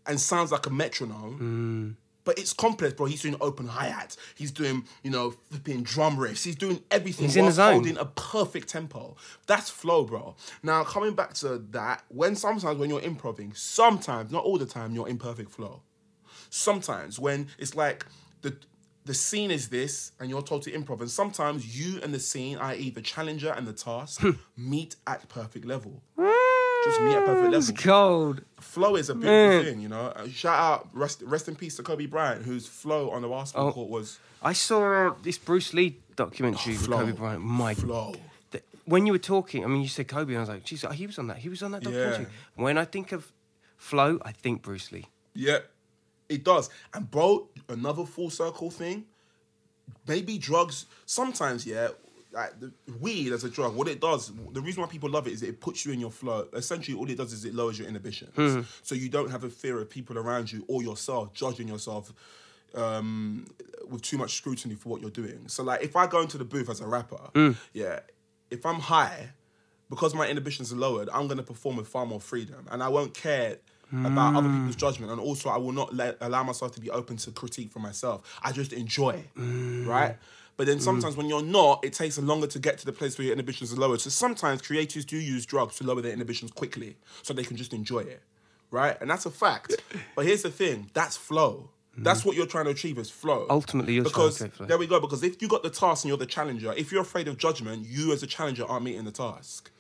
[SPEAKER 1] and sounds like a metronome. But it's complex, bro. He's doing open hi hats. He's doing, you know, flipping drum riffs. He's doing everything
[SPEAKER 2] He's in
[SPEAKER 1] whilst
[SPEAKER 2] the zone.
[SPEAKER 1] holding a perfect tempo. That's flow, bro. Now coming back to that, when sometimes when you're improvising, sometimes not all the time, you're in perfect flow. Sometimes when it's like the the scene is this, and you're told to improv, and sometimes you and the scene, i.e., the challenger and the task,
[SPEAKER 2] Hmm.
[SPEAKER 1] meet at perfect level.
[SPEAKER 2] Mm.
[SPEAKER 1] Just meet at perfect level
[SPEAKER 2] It's cold.
[SPEAKER 1] flow is a beautiful thing, you know. Uh, Shout out, rest, rest in peace to Kobe Bryant, whose flow on the basketball
[SPEAKER 2] Oh.
[SPEAKER 1] court was
[SPEAKER 2] I saw this Bruce Lee documentary with
[SPEAKER 1] flow.
[SPEAKER 2] Kobe Bryant. My
[SPEAKER 1] flow.
[SPEAKER 2] th- when you were talking, I mean, you said Kobe, and I was like, geez, he was on that. He was on that documentary. When I think of flow, I think Bruce Lee.
[SPEAKER 1] Yeah, it does. And bro, another full circle thing. Maybe drugs. Sometimes, yeah. Like the weed as a drug, what it does, the reason why people love it is it puts you in your flow. Essentially, all it does is it lowers your inhibitions, so you don't have a fear of people around you or yourself judging yourself um, with too much scrutiny for what you're doing. So, like, if I go into the booth as a rapper, yeah, if I'm high, because my inhibitions are lowered, I'm going to perform with far more freedom, and I won't care about other people's judgment. And also, I will not let, allow myself to be open to critique from myself. I just enjoy it,
[SPEAKER 2] Mm.
[SPEAKER 1] right? But then sometimes when you're not, it takes longer to get to the place where your inhibitions are lowered. So sometimes creators do use drugs to lower their inhibitions quickly, so they can just enjoy it, right? And that's a
[SPEAKER 2] [laughs]
[SPEAKER 1] fact. but here's the thing: that's flow. That's what you're trying to achieve is flow.
[SPEAKER 2] Mm. Ultimately, you're trying to
[SPEAKER 1] because
[SPEAKER 2] achieve flow.
[SPEAKER 1] there we go. Because if you got the task and you're the challenger, if you're afraid of judgment, you as a challenger aren't meeting the task.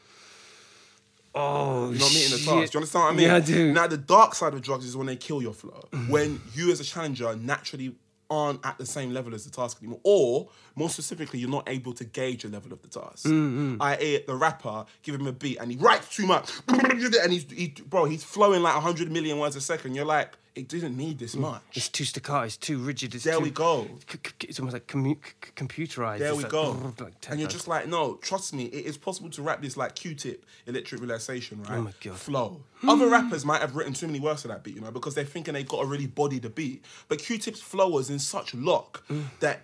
[SPEAKER 2] Oh,
[SPEAKER 1] You're not meeting the
[SPEAKER 2] shit.
[SPEAKER 1] task. Do you understand what I mean?
[SPEAKER 2] Yeah, I do. Mm-hmm.
[SPEAKER 1] Now the dark side of drugs is when they kill your flow. when you as a challenger naturally aren't at the same level as the task anymore, or more specifically, you're not able to gauge the level of the task.
[SPEAKER 2] Mm-hmm.
[SPEAKER 1] I.e., the rapper, give him a beat and he writes too much, [laughs] and he's he, bro, he's flowing like hundred million words a second. You're like, it didn't need
[SPEAKER 2] Mm.
[SPEAKER 1] this much.
[SPEAKER 2] It's too staccato. It's too rigid. It's
[SPEAKER 1] There
[SPEAKER 2] too,
[SPEAKER 1] we go.
[SPEAKER 2] c- c- It's almost like commu- c- c- computerized.
[SPEAKER 1] There
[SPEAKER 2] It's
[SPEAKER 1] we
[SPEAKER 2] like
[SPEAKER 1] go.
[SPEAKER 2] brrr, [laughs] like
[SPEAKER 1] and you're
[SPEAKER 2] techno.
[SPEAKER 1] just like, no, trust me, it is possible to rap this like Q-tip, electric realization, right?
[SPEAKER 2] Oh my God.
[SPEAKER 1] Flow. Other rappers might have written too many words to that beat, you know, because they're thinking they've got to really body the beat. But Q-tip's flow was in such lock that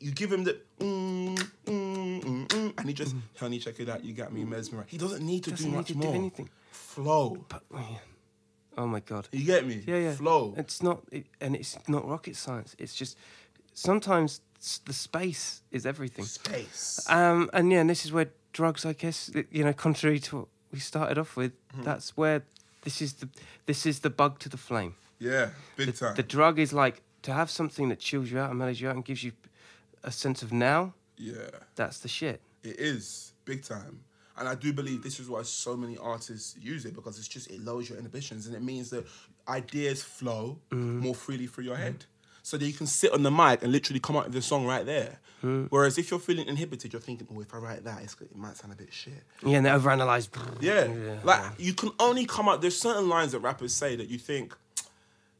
[SPEAKER 1] you give him the mm, mm, mm, mm, and he just, honey, check it out, you got me mesmerized. He doesn't need to
[SPEAKER 2] Doesn't
[SPEAKER 1] do
[SPEAKER 2] need
[SPEAKER 1] much
[SPEAKER 2] to do
[SPEAKER 1] more.
[SPEAKER 2] anything.
[SPEAKER 1] Flow.
[SPEAKER 2] Oh my god.
[SPEAKER 1] You get me?
[SPEAKER 2] Yeah, yeah.
[SPEAKER 1] Flow.
[SPEAKER 2] It's not, it, and it's not rocket science. It's just sometimes s- the space is everything.
[SPEAKER 1] Space.
[SPEAKER 2] Um, and yeah, and this is where drugs, I guess, th- you know, contrary to what we started off with,
[SPEAKER 1] Hmm.
[SPEAKER 2] that's where this is the this is the bug to the flame.
[SPEAKER 1] yeah, big time.
[SPEAKER 2] The drug is like to have something that chills you out and mellows you out and gives you a sense of now.
[SPEAKER 1] yeah.
[SPEAKER 2] That's the shit.
[SPEAKER 1] It is big time. And I do believe this is why so many artists use it because it's just it lowers your inhibitions and it means that ideas flow more freely through your head. So that you can sit on the mic and literally come out with the song right there. Whereas if you're feeling inhibited, you're thinking, oh, if I write that, it's, it might sound a bit shit.
[SPEAKER 2] Yeah, and they overanalyze.
[SPEAKER 1] Yeah. Like you can only come up there's certain lines that rappers say that you think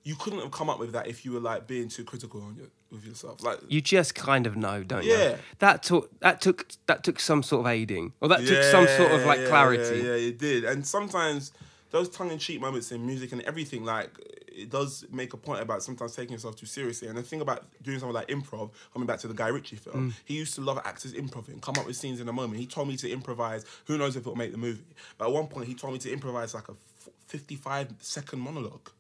[SPEAKER 1] you couldn't have come up with that if you were like being too critical on your, with yourself. Like
[SPEAKER 2] you just kind of know, don't you?
[SPEAKER 1] Yeah.
[SPEAKER 2] That took that took that took some sort of aiding, or that took some sort of like
[SPEAKER 1] yeah,
[SPEAKER 2] clarity.
[SPEAKER 1] Yeah, yeah, it did. And sometimes those tongue in cheek moments in music and everything, like it does make a point about sometimes taking yourself too seriously. And the thing about doing something like improv, coming back to the Guy Ritchie
[SPEAKER 2] Mm.
[SPEAKER 1] film, he used to love actors improvising, come up with scenes in a moment. He told me to improvise. Who knows if it'll make the movie? But at one point, he told me to improvise like a f- fifty-five second monologue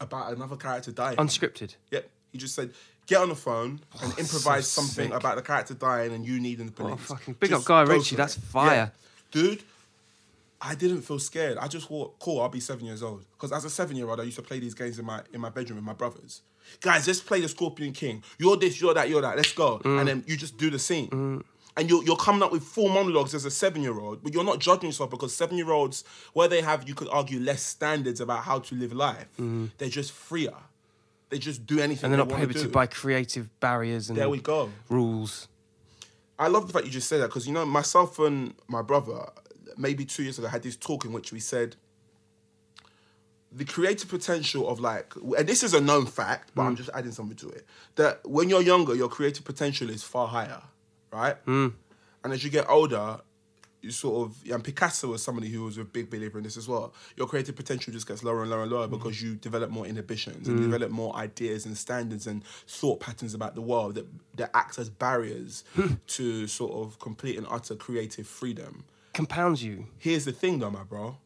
[SPEAKER 1] about another character dying.
[SPEAKER 2] Unscripted.
[SPEAKER 1] Yep. He just said, get on the phone and improvise
[SPEAKER 2] Oh, so
[SPEAKER 1] something
[SPEAKER 2] sick. Oh,
[SPEAKER 1] about the character dying and you needing the police.
[SPEAKER 2] fucking- big up
[SPEAKER 1] Just
[SPEAKER 2] Guy
[SPEAKER 1] go for
[SPEAKER 2] Ritchie, that's
[SPEAKER 1] it.
[SPEAKER 2] fire.
[SPEAKER 1] Yeah. Dude, I didn't feel scared. I just thought, cool, I'll be seven years old. Because as a seven year old, I used to play these games in my in my bedroom with my brothers. Guys, let's play the Scorpion King. You're this, you're that, you're that. Let's go.
[SPEAKER 2] Mm.
[SPEAKER 1] And then you just do the scene. And you're, you're coming up with full monologues as a seven year old, but you're not judging yourself because seven year olds, where they have, you could argue, less standards about how to live life, they're just freer. They just do anything
[SPEAKER 2] Mm. and
[SPEAKER 1] they
[SPEAKER 2] they're not
[SPEAKER 1] wanna
[SPEAKER 2] prohibited
[SPEAKER 1] do.
[SPEAKER 2] by creative barriers and
[SPEAKER 1] There we go.
[SPEAKER 2] rules.
[SPEAKER 1] I love the fact you just said that because you know myself and my brother, maybe two years ago, had this talk in which we said the creative potential of like, and this is a known fact, but I'm just adding something to it that when you're younger, your creative potential is far higher, right? And as you get older, you sort of and Picasso was somebody who was a big believer in this as well. Your creative potential just gets lower and lower and lower because you develop more inhibitions and develop more ideas and standards and thought patterns about the world that that act as barriers to sort of complete and utter creative freedom.
[SPEAKER 2] Compounds you.
[SPEAKER 1] Here's the thing though, my bro.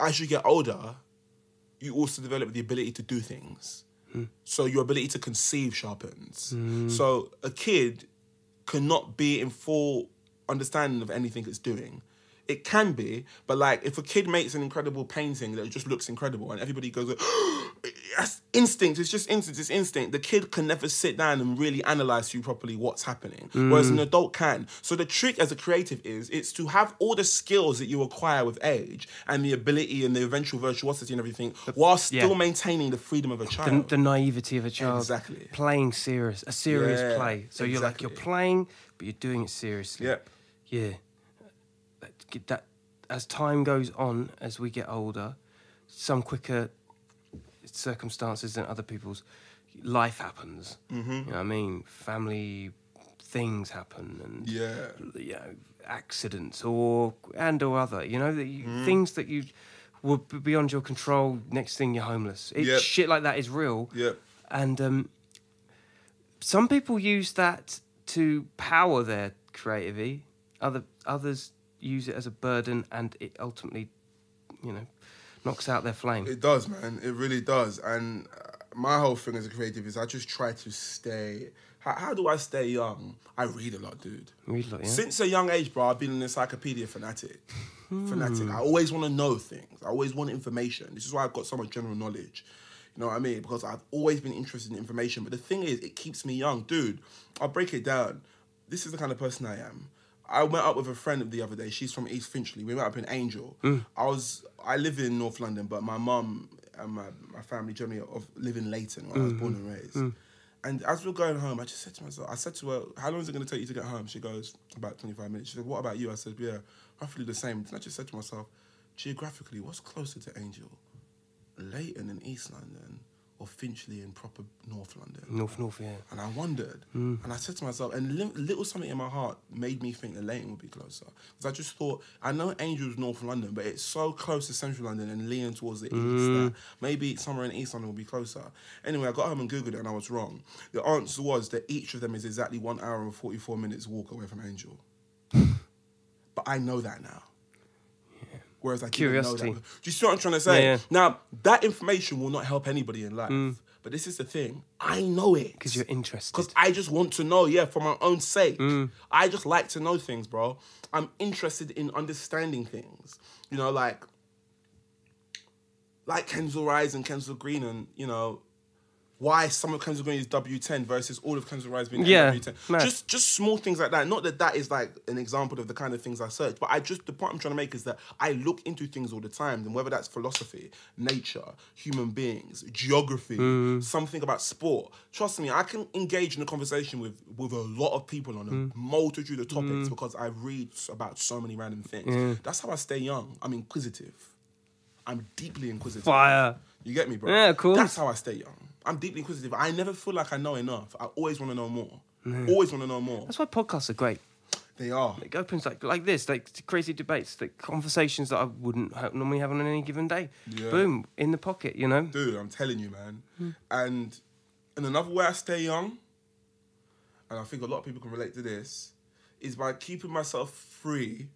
[SPEAKER 1] As you get older, you also develop the ability to do things. So your ability to conceive sharpens.
[SPEAKER 2] Mm.
[SPEAKER 1] So a kid cannot be in full understanding of anything it's doing. It can be, but like if a kid makes an incredible painting that just looks incredible and everybody goes, [gasps] that's instinct, it's just instinct, it's instinct. The kid can never sit down and really analyze you properly what's happening, whereas
[SPEAKER 2] Mm.
[SPEAKER 1] an adult can. So the trick as a creative is it's to have all the skills that you acquire with age and the ability and the eventual virtuosity and everything while still
[SPEAKER 2] yeah.
[SPEAKER 1] maintaining the freedom of a
[SPEAKER 2] The,
[SPEAKER 1] child.
[SPEAKER 2] the naivety of a child.
[SPEAKER 1] Exactly.
[SPEAKER 2] Playing serious, a serious
[SPEAKER 1] Yeah,
[SPEAKER 2] play. So you're like, you're
[SPEAKER 1] exactly.
[SPEAKER 2] playing, but you're doing it seriously.
[SPEAKER 1] Yep.
[SPEAKER 2] Yeah. That- get That, as time goes on, as we get older, some quicker circumstances than other people's life happens. Mm-hmm. You know what I mean? Family things happen and
[SPEAKER 1] Yeah.
[SPEAKER 2] you know, accidents or and or other. You know, that you,
[SPEAKER 1] Mm-hmm.
[SPEAKER 2] things that you were b- beyond your control. Next thing you're homeless. It,
[SPEAKER 1] Yep.
[SPEAKER 2] Shit like that is real.
[SPEAKER 1] Yep.
[SPEAKER 2] And um, some people use that to power their creativity. Other others use it as a burden, and it ultimately, you know, knocks out their flame.
[SPEAKER 1] It does, man. It really does. And uh, my whole thing as a creative is I just try to stay. How, how do I stay young? I read a lot, dude.
[SPEAKER 2] Read a lot, yeah.
[SPEAKER 1] Since a young age, bro, I've been an encyclopedia fanatic. Fanatic. I always want to know things. I always want information. This is why I've got so much general knowledge. You know what I mean? Because I've always been interested in information. But the thing is, it keeps me young, dude. I'll break it down. This is the kind of person I am. I went up with a friend the other day. She's from East Finchley. We went up in Angel. I was I live in North London, but my mum and my, my family generally of live in Leighton where I was born and raised. And as we were going home, I just said to myself, I said to her, How long is it gonna take you to get home? She goes, About 25 minutes. She said, What about you? I said, Yeah, roughly the same. Then I just said to myself, geographically, what's closer to Angel? Leighton in East London or Finchley in proper North London?
[SPEAKER 2] North, north, yeah.
[SPEAKER 1] And I wondered.
[SPEAKER 2] Hmm.
[SPEAKER 1] And I said to myself, and li- little something in my heart made me think that Leighton would be closer. Because I just thought, I know Angel's North London, but it's so close to Central London and leaning towards the
[SPEAKER 2] Hmm.
[SPEAKER 1] east that maybe somewhere in East London will be closer. Anyway, I got home and Googled it and I was wrong. The answer was that each of them is exactly one hour and 44 minutes walk away from Angel.
[SPEAKER 2] [laughs]
[SPEAKER 1] but I know that now. Whereas I
[SPEAKER 2] Curiosity.
[SPEAKER 1] Didn't know that. Do you see what I'm trying to say?
[SPEAKER 2] Yeah, yeah.
[SPEAKER 1] Now, that information will not help anybody in life. But this is the thing. I know it.
[SPEAKER 2] Because you're interested.
[SPEAKER 1] Because I just want to know, yeah, for my own sake. I just like to know things, bro. I'm interested in understanding things. You know, like like Kenzel Rise and Kenzel Green and, you know, why some of Kenzel Green is W10 versus all of Kenzel Rise being
[SPEAKER 2] Yeah,
[SPEAKER 1] W10.
[SPEAKER 2] mad.
[SPEAKER 1] Just just small things like that. Not that that is like an example of the kind of things I search, but I just the point I'm trying to make is that I look into things all the time, and whether that's philosophy, nature, human beings, geography,
[SPEAKER 2] Mm.
[SPEAKER 1] something about sport. Trust me, I can engage in a conversation with with a lot of people on a
[SPEAKER 2] Mm.
[SPEAKER 1] multitude of topics because I read about so many random things. That's how I stay young. I'm inquisitive. I'm deeply inquisitive.
[SPEAKER 2] Fire.
[SPEAKER 1] You get me, bro?
[SPEAKER 2] Yeah, of course.
[SPEAKER 1] That's how I stay young. I'm deeply inquisitive. I never feel like I know enough. I always want to know more. Always want to know more.
[SPEAKER 2] Mm. That's why podcasts are great.
[SPEAKER 1] They are.
[SPEAKER 2] It opens like like this, like t- crazy debates, like conversations that I wouldn't ha- normally have on any given day.
[SPEAKER 1] Yeah.
[SPEAKER 2] Boom, in the pocket, you know.
[SPEAKER 1] Dude, I'm telling you, man.
[SPEAKER 2] Mm.
[SPEAKER 1] And and another way I stay young, and I think a lot of people can relate to this, is by keeping myself free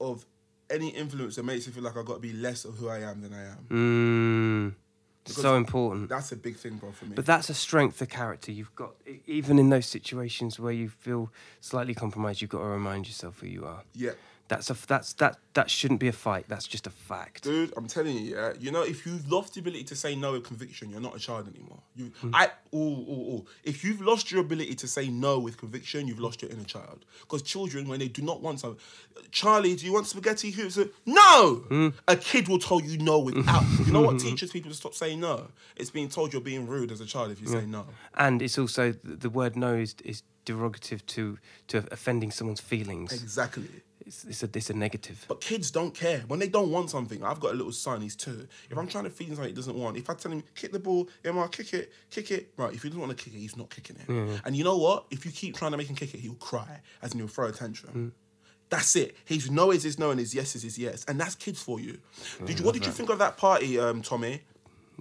[SPEAKER 1] of any influence that makes me feel like I've got to be less of who I am than I am.
[SPEAKER 2] Mm, so important.
[SPEAKER 1] That's a big thing, bro, for me.
[SPEAKER 2] But that's a strength of character. You've got, e- even in those situations where you feel slightly compromised, you've got to remind yourself who you are.
[SPEAKER 1] Yeah.
[SPEAKER 2] That's a, f- that's, that, that shouldn't be a fight. That's just a fact.
[SPEAKER 1] Dude, I'm telling you, yeah. You know, if you've lost the ability to say no with conviction, you're not a child anymore. You, I, ooh, ooh, ooh. If you've lost your ability to say no with conviction, you've lost your inner child. Because children, when they do not want something, Charlie, do you want spaghetti? Who's a, no? A kid will tell you no without. you know what teaches people to stop saying no? It's being told you're being rude as a child if you say no.
[SPEAKER 2] And it's also, the the word no is, is derogative to, to offending someone's feelings.
[SPEAKER 1] Exactly.
[SPEAKER 2] It's, it's, a, it's a negative.
[SPEAKER 1] But kids don't care. When they don't want something, I've got a little son, he's two. If I'm trying to feed him something he doesn't want, if I tell him, kick the ball, Emma, kick it, kick it, right, if he doesn't want to kick it, he's not kicking it.
[SPEAKER 2] Mm.
[SPEAKER 1] And you know what? If you keep trying to make him kick it, he'll cry, as in he'll throw a tantrum.
[SPEAKER 2] Mm.
[SPEAKER 1] That's it. His no is his no and his yes is his yes. And that's kids for you. Did you, what did you think of that party, um, Tommy?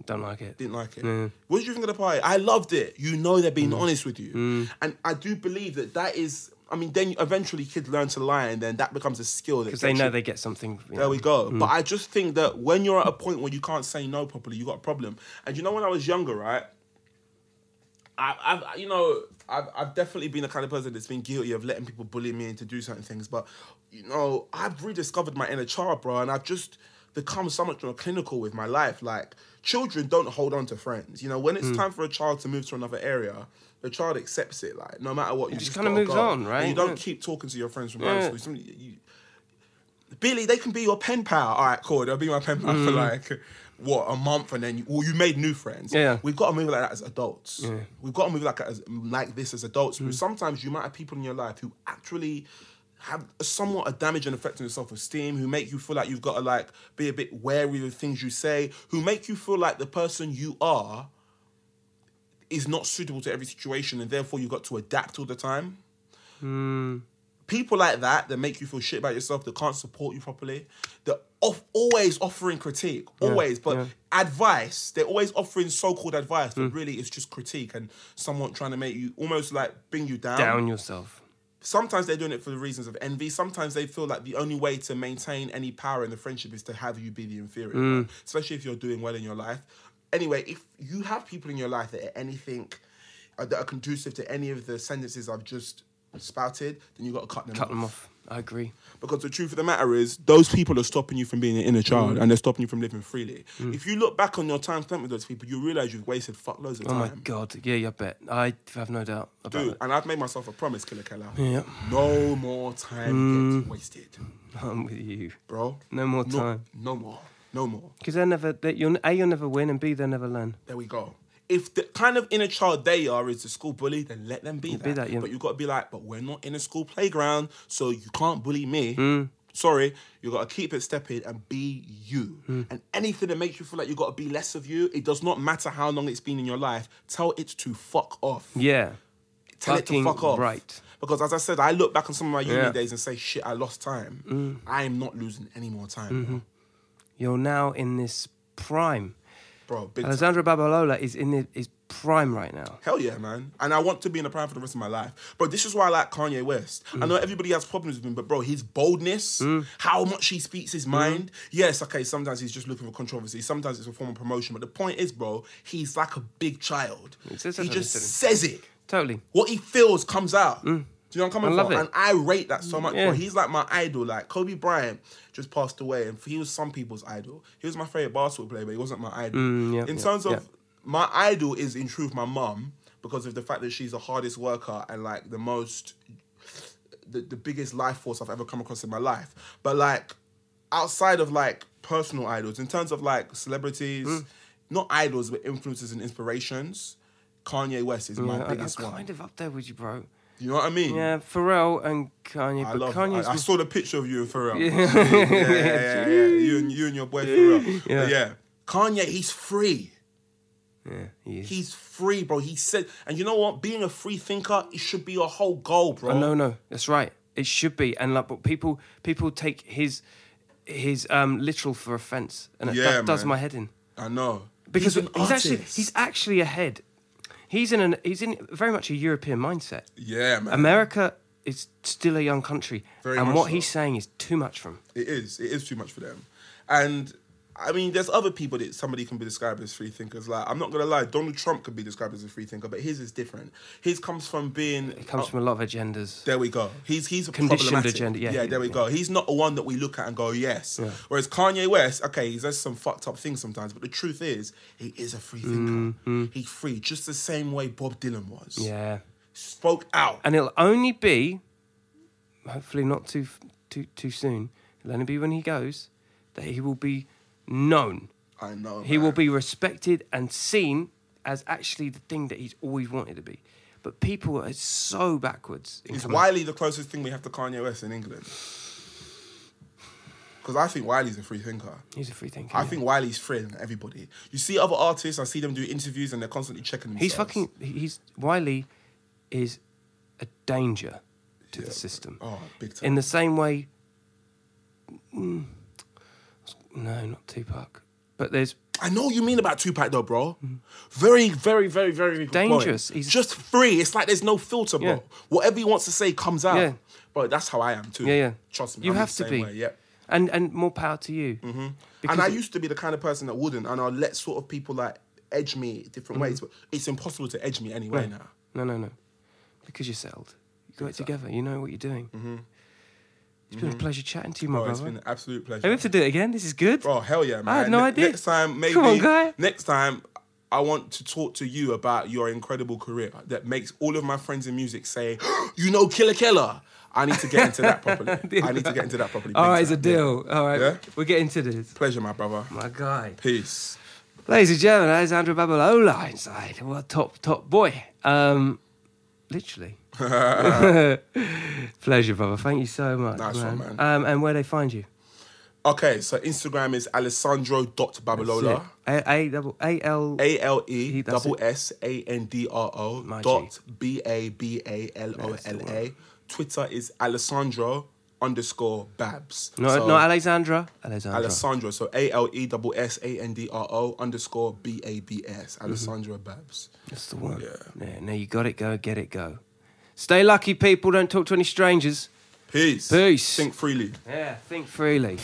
[SPEAKER 2] Don't like it.
[SPEAKER 1] didn't like it.
[SPEAKER 2] Mm.
[SPEAKER 1] What did you think of the party? I loved it. You know they're being honest with you,
[SPEAKER 2] Mm.
[SPEAKER 1] and I do believe that that is. I mean, then eventually kids learn to lie, and then that becomes a skill.
[SPEAKER 2] Because they know they get something. you
[SPEAKER 1] There
[SPEAKER 2] know. Mm.
[SPEAKER 1] we go. But I just think that when you're at a point where you can't say no properly, you got a problem. And you know, when I was younger, right? I, I've, you know, I've, I've definitely been the kind of person that's been guilty of letting people bully me into do certain things. But, you know, I've rediscovered my inner child, bro, and I've just become so much more clinical with my life. Like, children don't hold on to friends. You know, when it's
[SPEAKER 2] Mm.
[SPEAKER 1] time for a child to move to another area, the child accepts it. Like, no matter what, you,
[SPEAKER 2] just
[SPEAKER 1] just
[SPEAKER 2] kinda
[SPEAKER 1] gotta
[SPEAKER 2] moves
[SPEAKER 1] go.
[SPEAKER 2] on,
[SPEAKER 1] And
[SPEAKER 2] right?
[SPEAKER 1] you don't
[SPEAKER 2] Yeah.
[SPEAKER 1] keep talking to your friends from
[SPEAKER 2] Yeah.
[SPEAKER 1] high school. Some- you- Billy, they can be your pen pal. All right, cool. They'll be my pen pal for like what a month, and then you, well, you made new friends.
[SPEAKER 2] Yeah.
[SPEAKER 1] we've got to move like that as adults. We've got to move like as, like this as adults. Because sometimes you might have people in your life who actually have somewhat a damage and effect on your self-esteem, who make you feel like you've got to like be a bit wary of things you say, who make you feel like the person you are is not suitable to every situation, and therefore you've got to adapt all the time
[SPEAKER 2] Hmm.
[SPEAKER 1] people like that that make you feel shit about yourself, that can't support you properly, that off, always offering critique, always, but
[SPEAKER 2] yeah. Hmm.
[SPEAKER 1] advice. They're always offering so-called advice, but really it's just critique and someone trying to make you almost like bring you down.
[SPEAKER 2] Down yourself.
[SPEAKER 1] Sometimes they're doing it for the reasons of envy. Sometimes they feel like the only way to maintain any power in the friendship is to have you be the inferior,
[SPEAKER 2] Mm.
[SPEAKER 1] especially if you're doing well in your life. Anyway, if you have people in your life that are anything uh, that are conducive to any of the sentences I've just spouted, then you've got to cut them
[SPEAKER 2] Cut
[SPEAKER 1] off.
[SPEAKER 2] them off. Mm. I agree.
[SPEAKER 1] Because the truth of the matter is, those people are stopping you from being an inner child and they're stopping you from living freely.
[SPEAKER 2] Mm.
[SPEAKER 1] If you look back on your time spent with those people, you realize you've wasted fuckloads of
[SPEAKER 2] Oh my
[SPEAKER 1] time.
[SPEAKER 2] God. Yeah, yeah, I bet. I have no doubt about
[SPEAKER 1] Dude,
[SPEAKER 2] it. [laughs]
[SPEAKER 1] and I've made myself a promise, Killer Keller.
[SPEAKER 2] Yeah. Mm.
[SPEAKER 1] No more time gets wasted,
[SPEAKER 2] I'm with you.
[SPEAKER 1] bro.
[SPEAKER 2] No more time.
[SPEAKER 1] No, more. No more.
[SPEAKER 2] Because they'll never, they, you'll, A, you'll never win, and B, they'll never learn.
[SPEAKER 1] There we go. If the kind of inner child they are is the school bully, then let them be that.
[SPEAKER 2] be that, yeah.
[SPEAKER 1] But you've got to be like, but we're not in a school playground, so you can't bully me.
[SPEAKER 2] Mm.
[SPEAKER 1] Sorry, you got to keep it stepping and be you.
[SPEAKER 2] Mm.
[SPEAKER 1] And anything that makes you feel like you got to be less of you, it does not matter how long it's been in your life. Tell it to fuck off.
[SPEAKER 2] Yeah.
[SPEAKER 1] Tell it to
[SPEAKER 2] fucking
[SPEAKER 1] fuck off.
[SPEAKER 2] right.
[SPEAKER 1] Because as I said, I look back on some of my uni
[SPEAKER 2] Yeah. Mm.
[SPEAKER 1] days and say, shit, I lost time. I am not losing any more time,
[SPEAKER 2] Mm-hmm. You're now in this prime.
[SPEAKER 1] bro. Big time.
[SPEAKER 2] Alessandro Babalola is in the, is prime right now.
[SPEAKER 1] Hell yeah, man. And I want to be in the prime for the rest of my life. Bro, this is why I like Kanye West. I know everybody has problems with him, but bro, his boldness, how much he speaks his mind. Yes, okay, sometimes he's just looking for controversy. Sometimes it's a form of promotion. But the point is, bro, he's like a big child.
[SPEAKER 2] It's just
[SPEAKER 1] He
[SPEAKER 2] a-
[SPEAKER 1] just says it.
[SPEAKER 2] Totally.
[SPEAKER 1] What he feels comes out. Do you know what I'm coming
[SPEAKER 2] Mm. I love
[SPEAKER 1] from?
[SPEAKER 2] it.
[SPEAKER 1] And I rate that so much. bro.
[SPEAKER 2] Yeah.
[SPEAKER 1] He's like my idol. Like Kobe Bryant just passed away, and he was some people's idol. He was my favorite basketball player, but he wasn't my idol.
[SPEAKER 2] Mm, yeah,
[SPEAKER 1] in
[SPEAKER 2] yeah,
[SPEAKER 1] terms of
[SPEAKER 2] yeah.
[SPEAKER 1] my idol is in truth my mum because of the fact that she's the hardest worker and like the most, the, the biggest life force I've ever come across in my life. But like outside of like personal idols, in terms of like celebrities,
[SPEAKER 2] Mm.
[SPEAKER 1] not idols but influences and inspirations. Kanye West is my
[SPEAKER 2] Yeah, I, am
[SPEAKER 1] biggest one.
[SPEAKER 2] kind of up there with you, bro.
[SPEAKER 1] You know what I mean?
[SPEAKER 2] Yeah, Pharrell and Kanye.
[SPEAKER 1] I
[SPEAKER 2] but
[SPEAKER 1] love.
[SPEAKER 2] Kanye's
[SPEAKER 1] I, I
[SPEAKER 2] with-
[SPEAKER 1] saw the picture of you and Pharrell. Yeah, yeah, yeah,
[SPEAKER 2] [laughs]
[SPEAKER 1] yeah, yeah. You and you and your boy Pharrell.
[SPEAKER 2] Yeah.
[SPEAKER 1] Yeah. yeah, Kanye, he's free.
[SPEAKER 2] yeah, he is.
[SPEAKER 1] He's free, bro. He said, and you know what? Being a free thinker, it should be your whole goal, bro.
[SPEAKER 2] Oh, no, no, that's right. It should be, and like, but people, people take his, his um, literal for offence, and it,
[SPEAKER 1] Yeah,
[SPEAKER 2] that does
[SPEAKER 1] man.
[SPEAKER 2] my head in
[SPEAKER 1] I know.
[SPEAKER 2] because
[SPEAKER 1] he's, an
[SPEAKER 2] actually,
[SPEAKER 1] artist.
[SPEAKER 2] he's actually ahead. He's in an, he's in very much a European mindset.
[SPEAKER 1] yeah, man.
[SPEAKER 2] America is still a young country,
[SPEAKER 1] Very
[SPEAKER 2] and
[SPEAKER 1] much
[SPEAKER 2] what
[SPEAKER 1] so.
[SPEAKER 2] he's saying is too much from.
[SPEAKER 1] It is. It is too much for them. And I mean, there's other people that somebody can be described as free thinkers. Like, I'm not gonna lie, Donald Trump could be described as a free thinker, but his is different. His comes from being
[SPEAKER 2] It comes
[SPEAKER 1] uh,
[SPEAKER 2] from a lot of agendas.
[SPEAKER 1] There we go. He's he's
[SPEAKER 2] Conditioned
[SPEAKER 1] problematic.
[SPEAKER 2] agenda, yeah,
[SPEAKER 1] yeah, there we
[SPEAKER 2] yeah.
[SPEAKER 1] go. He's not the one that we look at and go yes.
[SPEAKER 2] Yeah.
[SPEAKER 1] Whereas Kanye West, okay, he does some fucked up things sometimes, but the truth is he is a free thinker. He's free, just the same way Bob Dylan was.
[SPEAKER 2] Mm-hmm. Yeah.
[SPEAKER 1] spoke out.
[SPEAKER 2] And it'll only be, hopefully not too too too soon. It'll only be when he goes that he will be known.
[SPEAKER 1] I know.
[SPEAKER 2] He will
[SPEAKER 1] man.
[SPEAKER 2] be respected and seen as actually the thing that he's always wanted to be. But people are so backwards. in
[SPEAKER 1] Is
[SPEAKER 2] coming-
[SPEAKER 1] Wiley the closest thing we have to Kanye West in England? Because I think Wiley's a free thinker.
[SPEAKER 2] He's a free thinker.
[SPEAKER 1] I
[SPEAKER 2] yeah.
[SPEAKER 1] think Wiley's freer than everybody. You see other artists, I see them do interviews and they're constantly checking themselves.
[SPEAKER 2] he's fucking. He's Wiley is a danger to the system.
[SPEAKER 1] Oh, big time.
[SPEAKER 2] In the same way, mm, no, not Tupac. But there's
[SPEAKER 1] I know what you mean about Tupac though, bro. Very, very, very, very good point.
[SPEAKER 2] Dangerous. He's-
[SPEAKER 1] just free. It's like there's no filter, bro.
[SPEAKER 2] Yeah.
[SPEAKER 1] Whatever he wants to say comes out.
[SPEAKER 2] Yeah.
[SPEAKER 1] Bro, that's how I am too.
[SPEAKER 2] yeah, yeah.
[SPEAKER 1] Trust me.
[SPEAKER 2] You
[SPEAKER 1] I'm the
[SPEAKER 2] have to
[SPEAKER 1] same
[SPEAKER 2] be.
[SPEAKER 1] Way. Yep.
[SPEAKER 2] And and more power to you. Mm-hmm.
[SPEAKER 1] and I used to be the kind of person that wouldn't, and I'll let sort of people like edge me different ways,
[SPEAKER 2] Mm-hmm.
[SPEAKER 1] but it's impossible to edge me anyway now.
[SPEAKER 2] No, no, no. Because you're settled. You got it together. You know what you're doing. Mm-hmm. It's been a pleasure chatting to you, my
[SPEAKER 1] Mm-hmm. Bro,
[SPEAKER 2] brother.
[SPEAKER 1] it's been an absolute pleasure.
[SPEAKER 2] Hey, we have to do it again. This is good.
[SPEAKER 1] Oh hell yeah, man!
[SPEAKER 2] I had no
[SPEAKER 1] Ne-
[SPEAKER 2] idea.
[SPEAKER 1] Next time, maybe.
[SPEAKER 2] [laughs] Come on, guy.
[SPEAKER 1] Next time, I want to talk to you about your incredible career that makes all of my friends in music say, [gasps] "You know, Killer Killer." I need to get into that
[SPEAKER 2] [laughs]
[SPEAKER 1] properly. I need to get into that properly.
[SPEAKER 2] All
[SPEAKER 1] big
[SPEAKER 2] right, it's a
[SPEAKER 1] time. Yeah.
[SPEAKER 2] deal. All right,
[SPEAKER 1] Yeah?
[SPEAKER 2] we're getting to this.
[SPEAKER 1] Pleasure, my brother.
[SPEAKER 2] My guy.
[SPEAKER 1] Peace.
[SPEAKER 2] Ladies and gentlemen, that is Andrew Babalola inside. What a top, top boy. Um,
[SPEAKER 1] [laughs]
[SPEAKER 2] literally. Pleasure, brother. Thank you so much.
[SPEAKER 1] Nice one,
[SPEAKER 2] man.
[SPEAKER 1] man.
[SPEAKER 2] Um, and where they find you?
[SPEAKER 1] Okay, so Instagram is alessandro.babalola.
[SPEAKER 2] A A double A L.
[SPEAKER 1] A L E
[SPEAKER 2] That's
[SPEAKER 1] double
[SPEAKER 2] it.
[SPEAKER 1] S A N D R O
[SPEAKER 2] My
[SPEAKER 1] dot
[SPEAKER 2] G.
[SPEAKER 1] B A B A L O
[SPEAKER 2] That's the
[SPEAKER 1] L A. Twitter is Alessandro underscore Babs.
[SPEAKER 2] No,
[SPEAKER 1] So-
[SPEAKER 2] no, Alexandra. Alexandra.
[SPEAKER 1] Alessandro, so A L E double S A N D R O underscore B A B S. Alessandra Babs.
[SPEAKER 2] That's the one.
[SPEAKER 1] Yeah.
[SPEAKER 2] yeah. Now you got it. Go get it. Go. Stay lucky, people. Don't talk to any strangers.
[SPEAKER 1] Peace.
[SPEAKER 2] Peace.
[SPEAKER 1] Think freely.
[SPEAKER 2] Yeah. Think freely.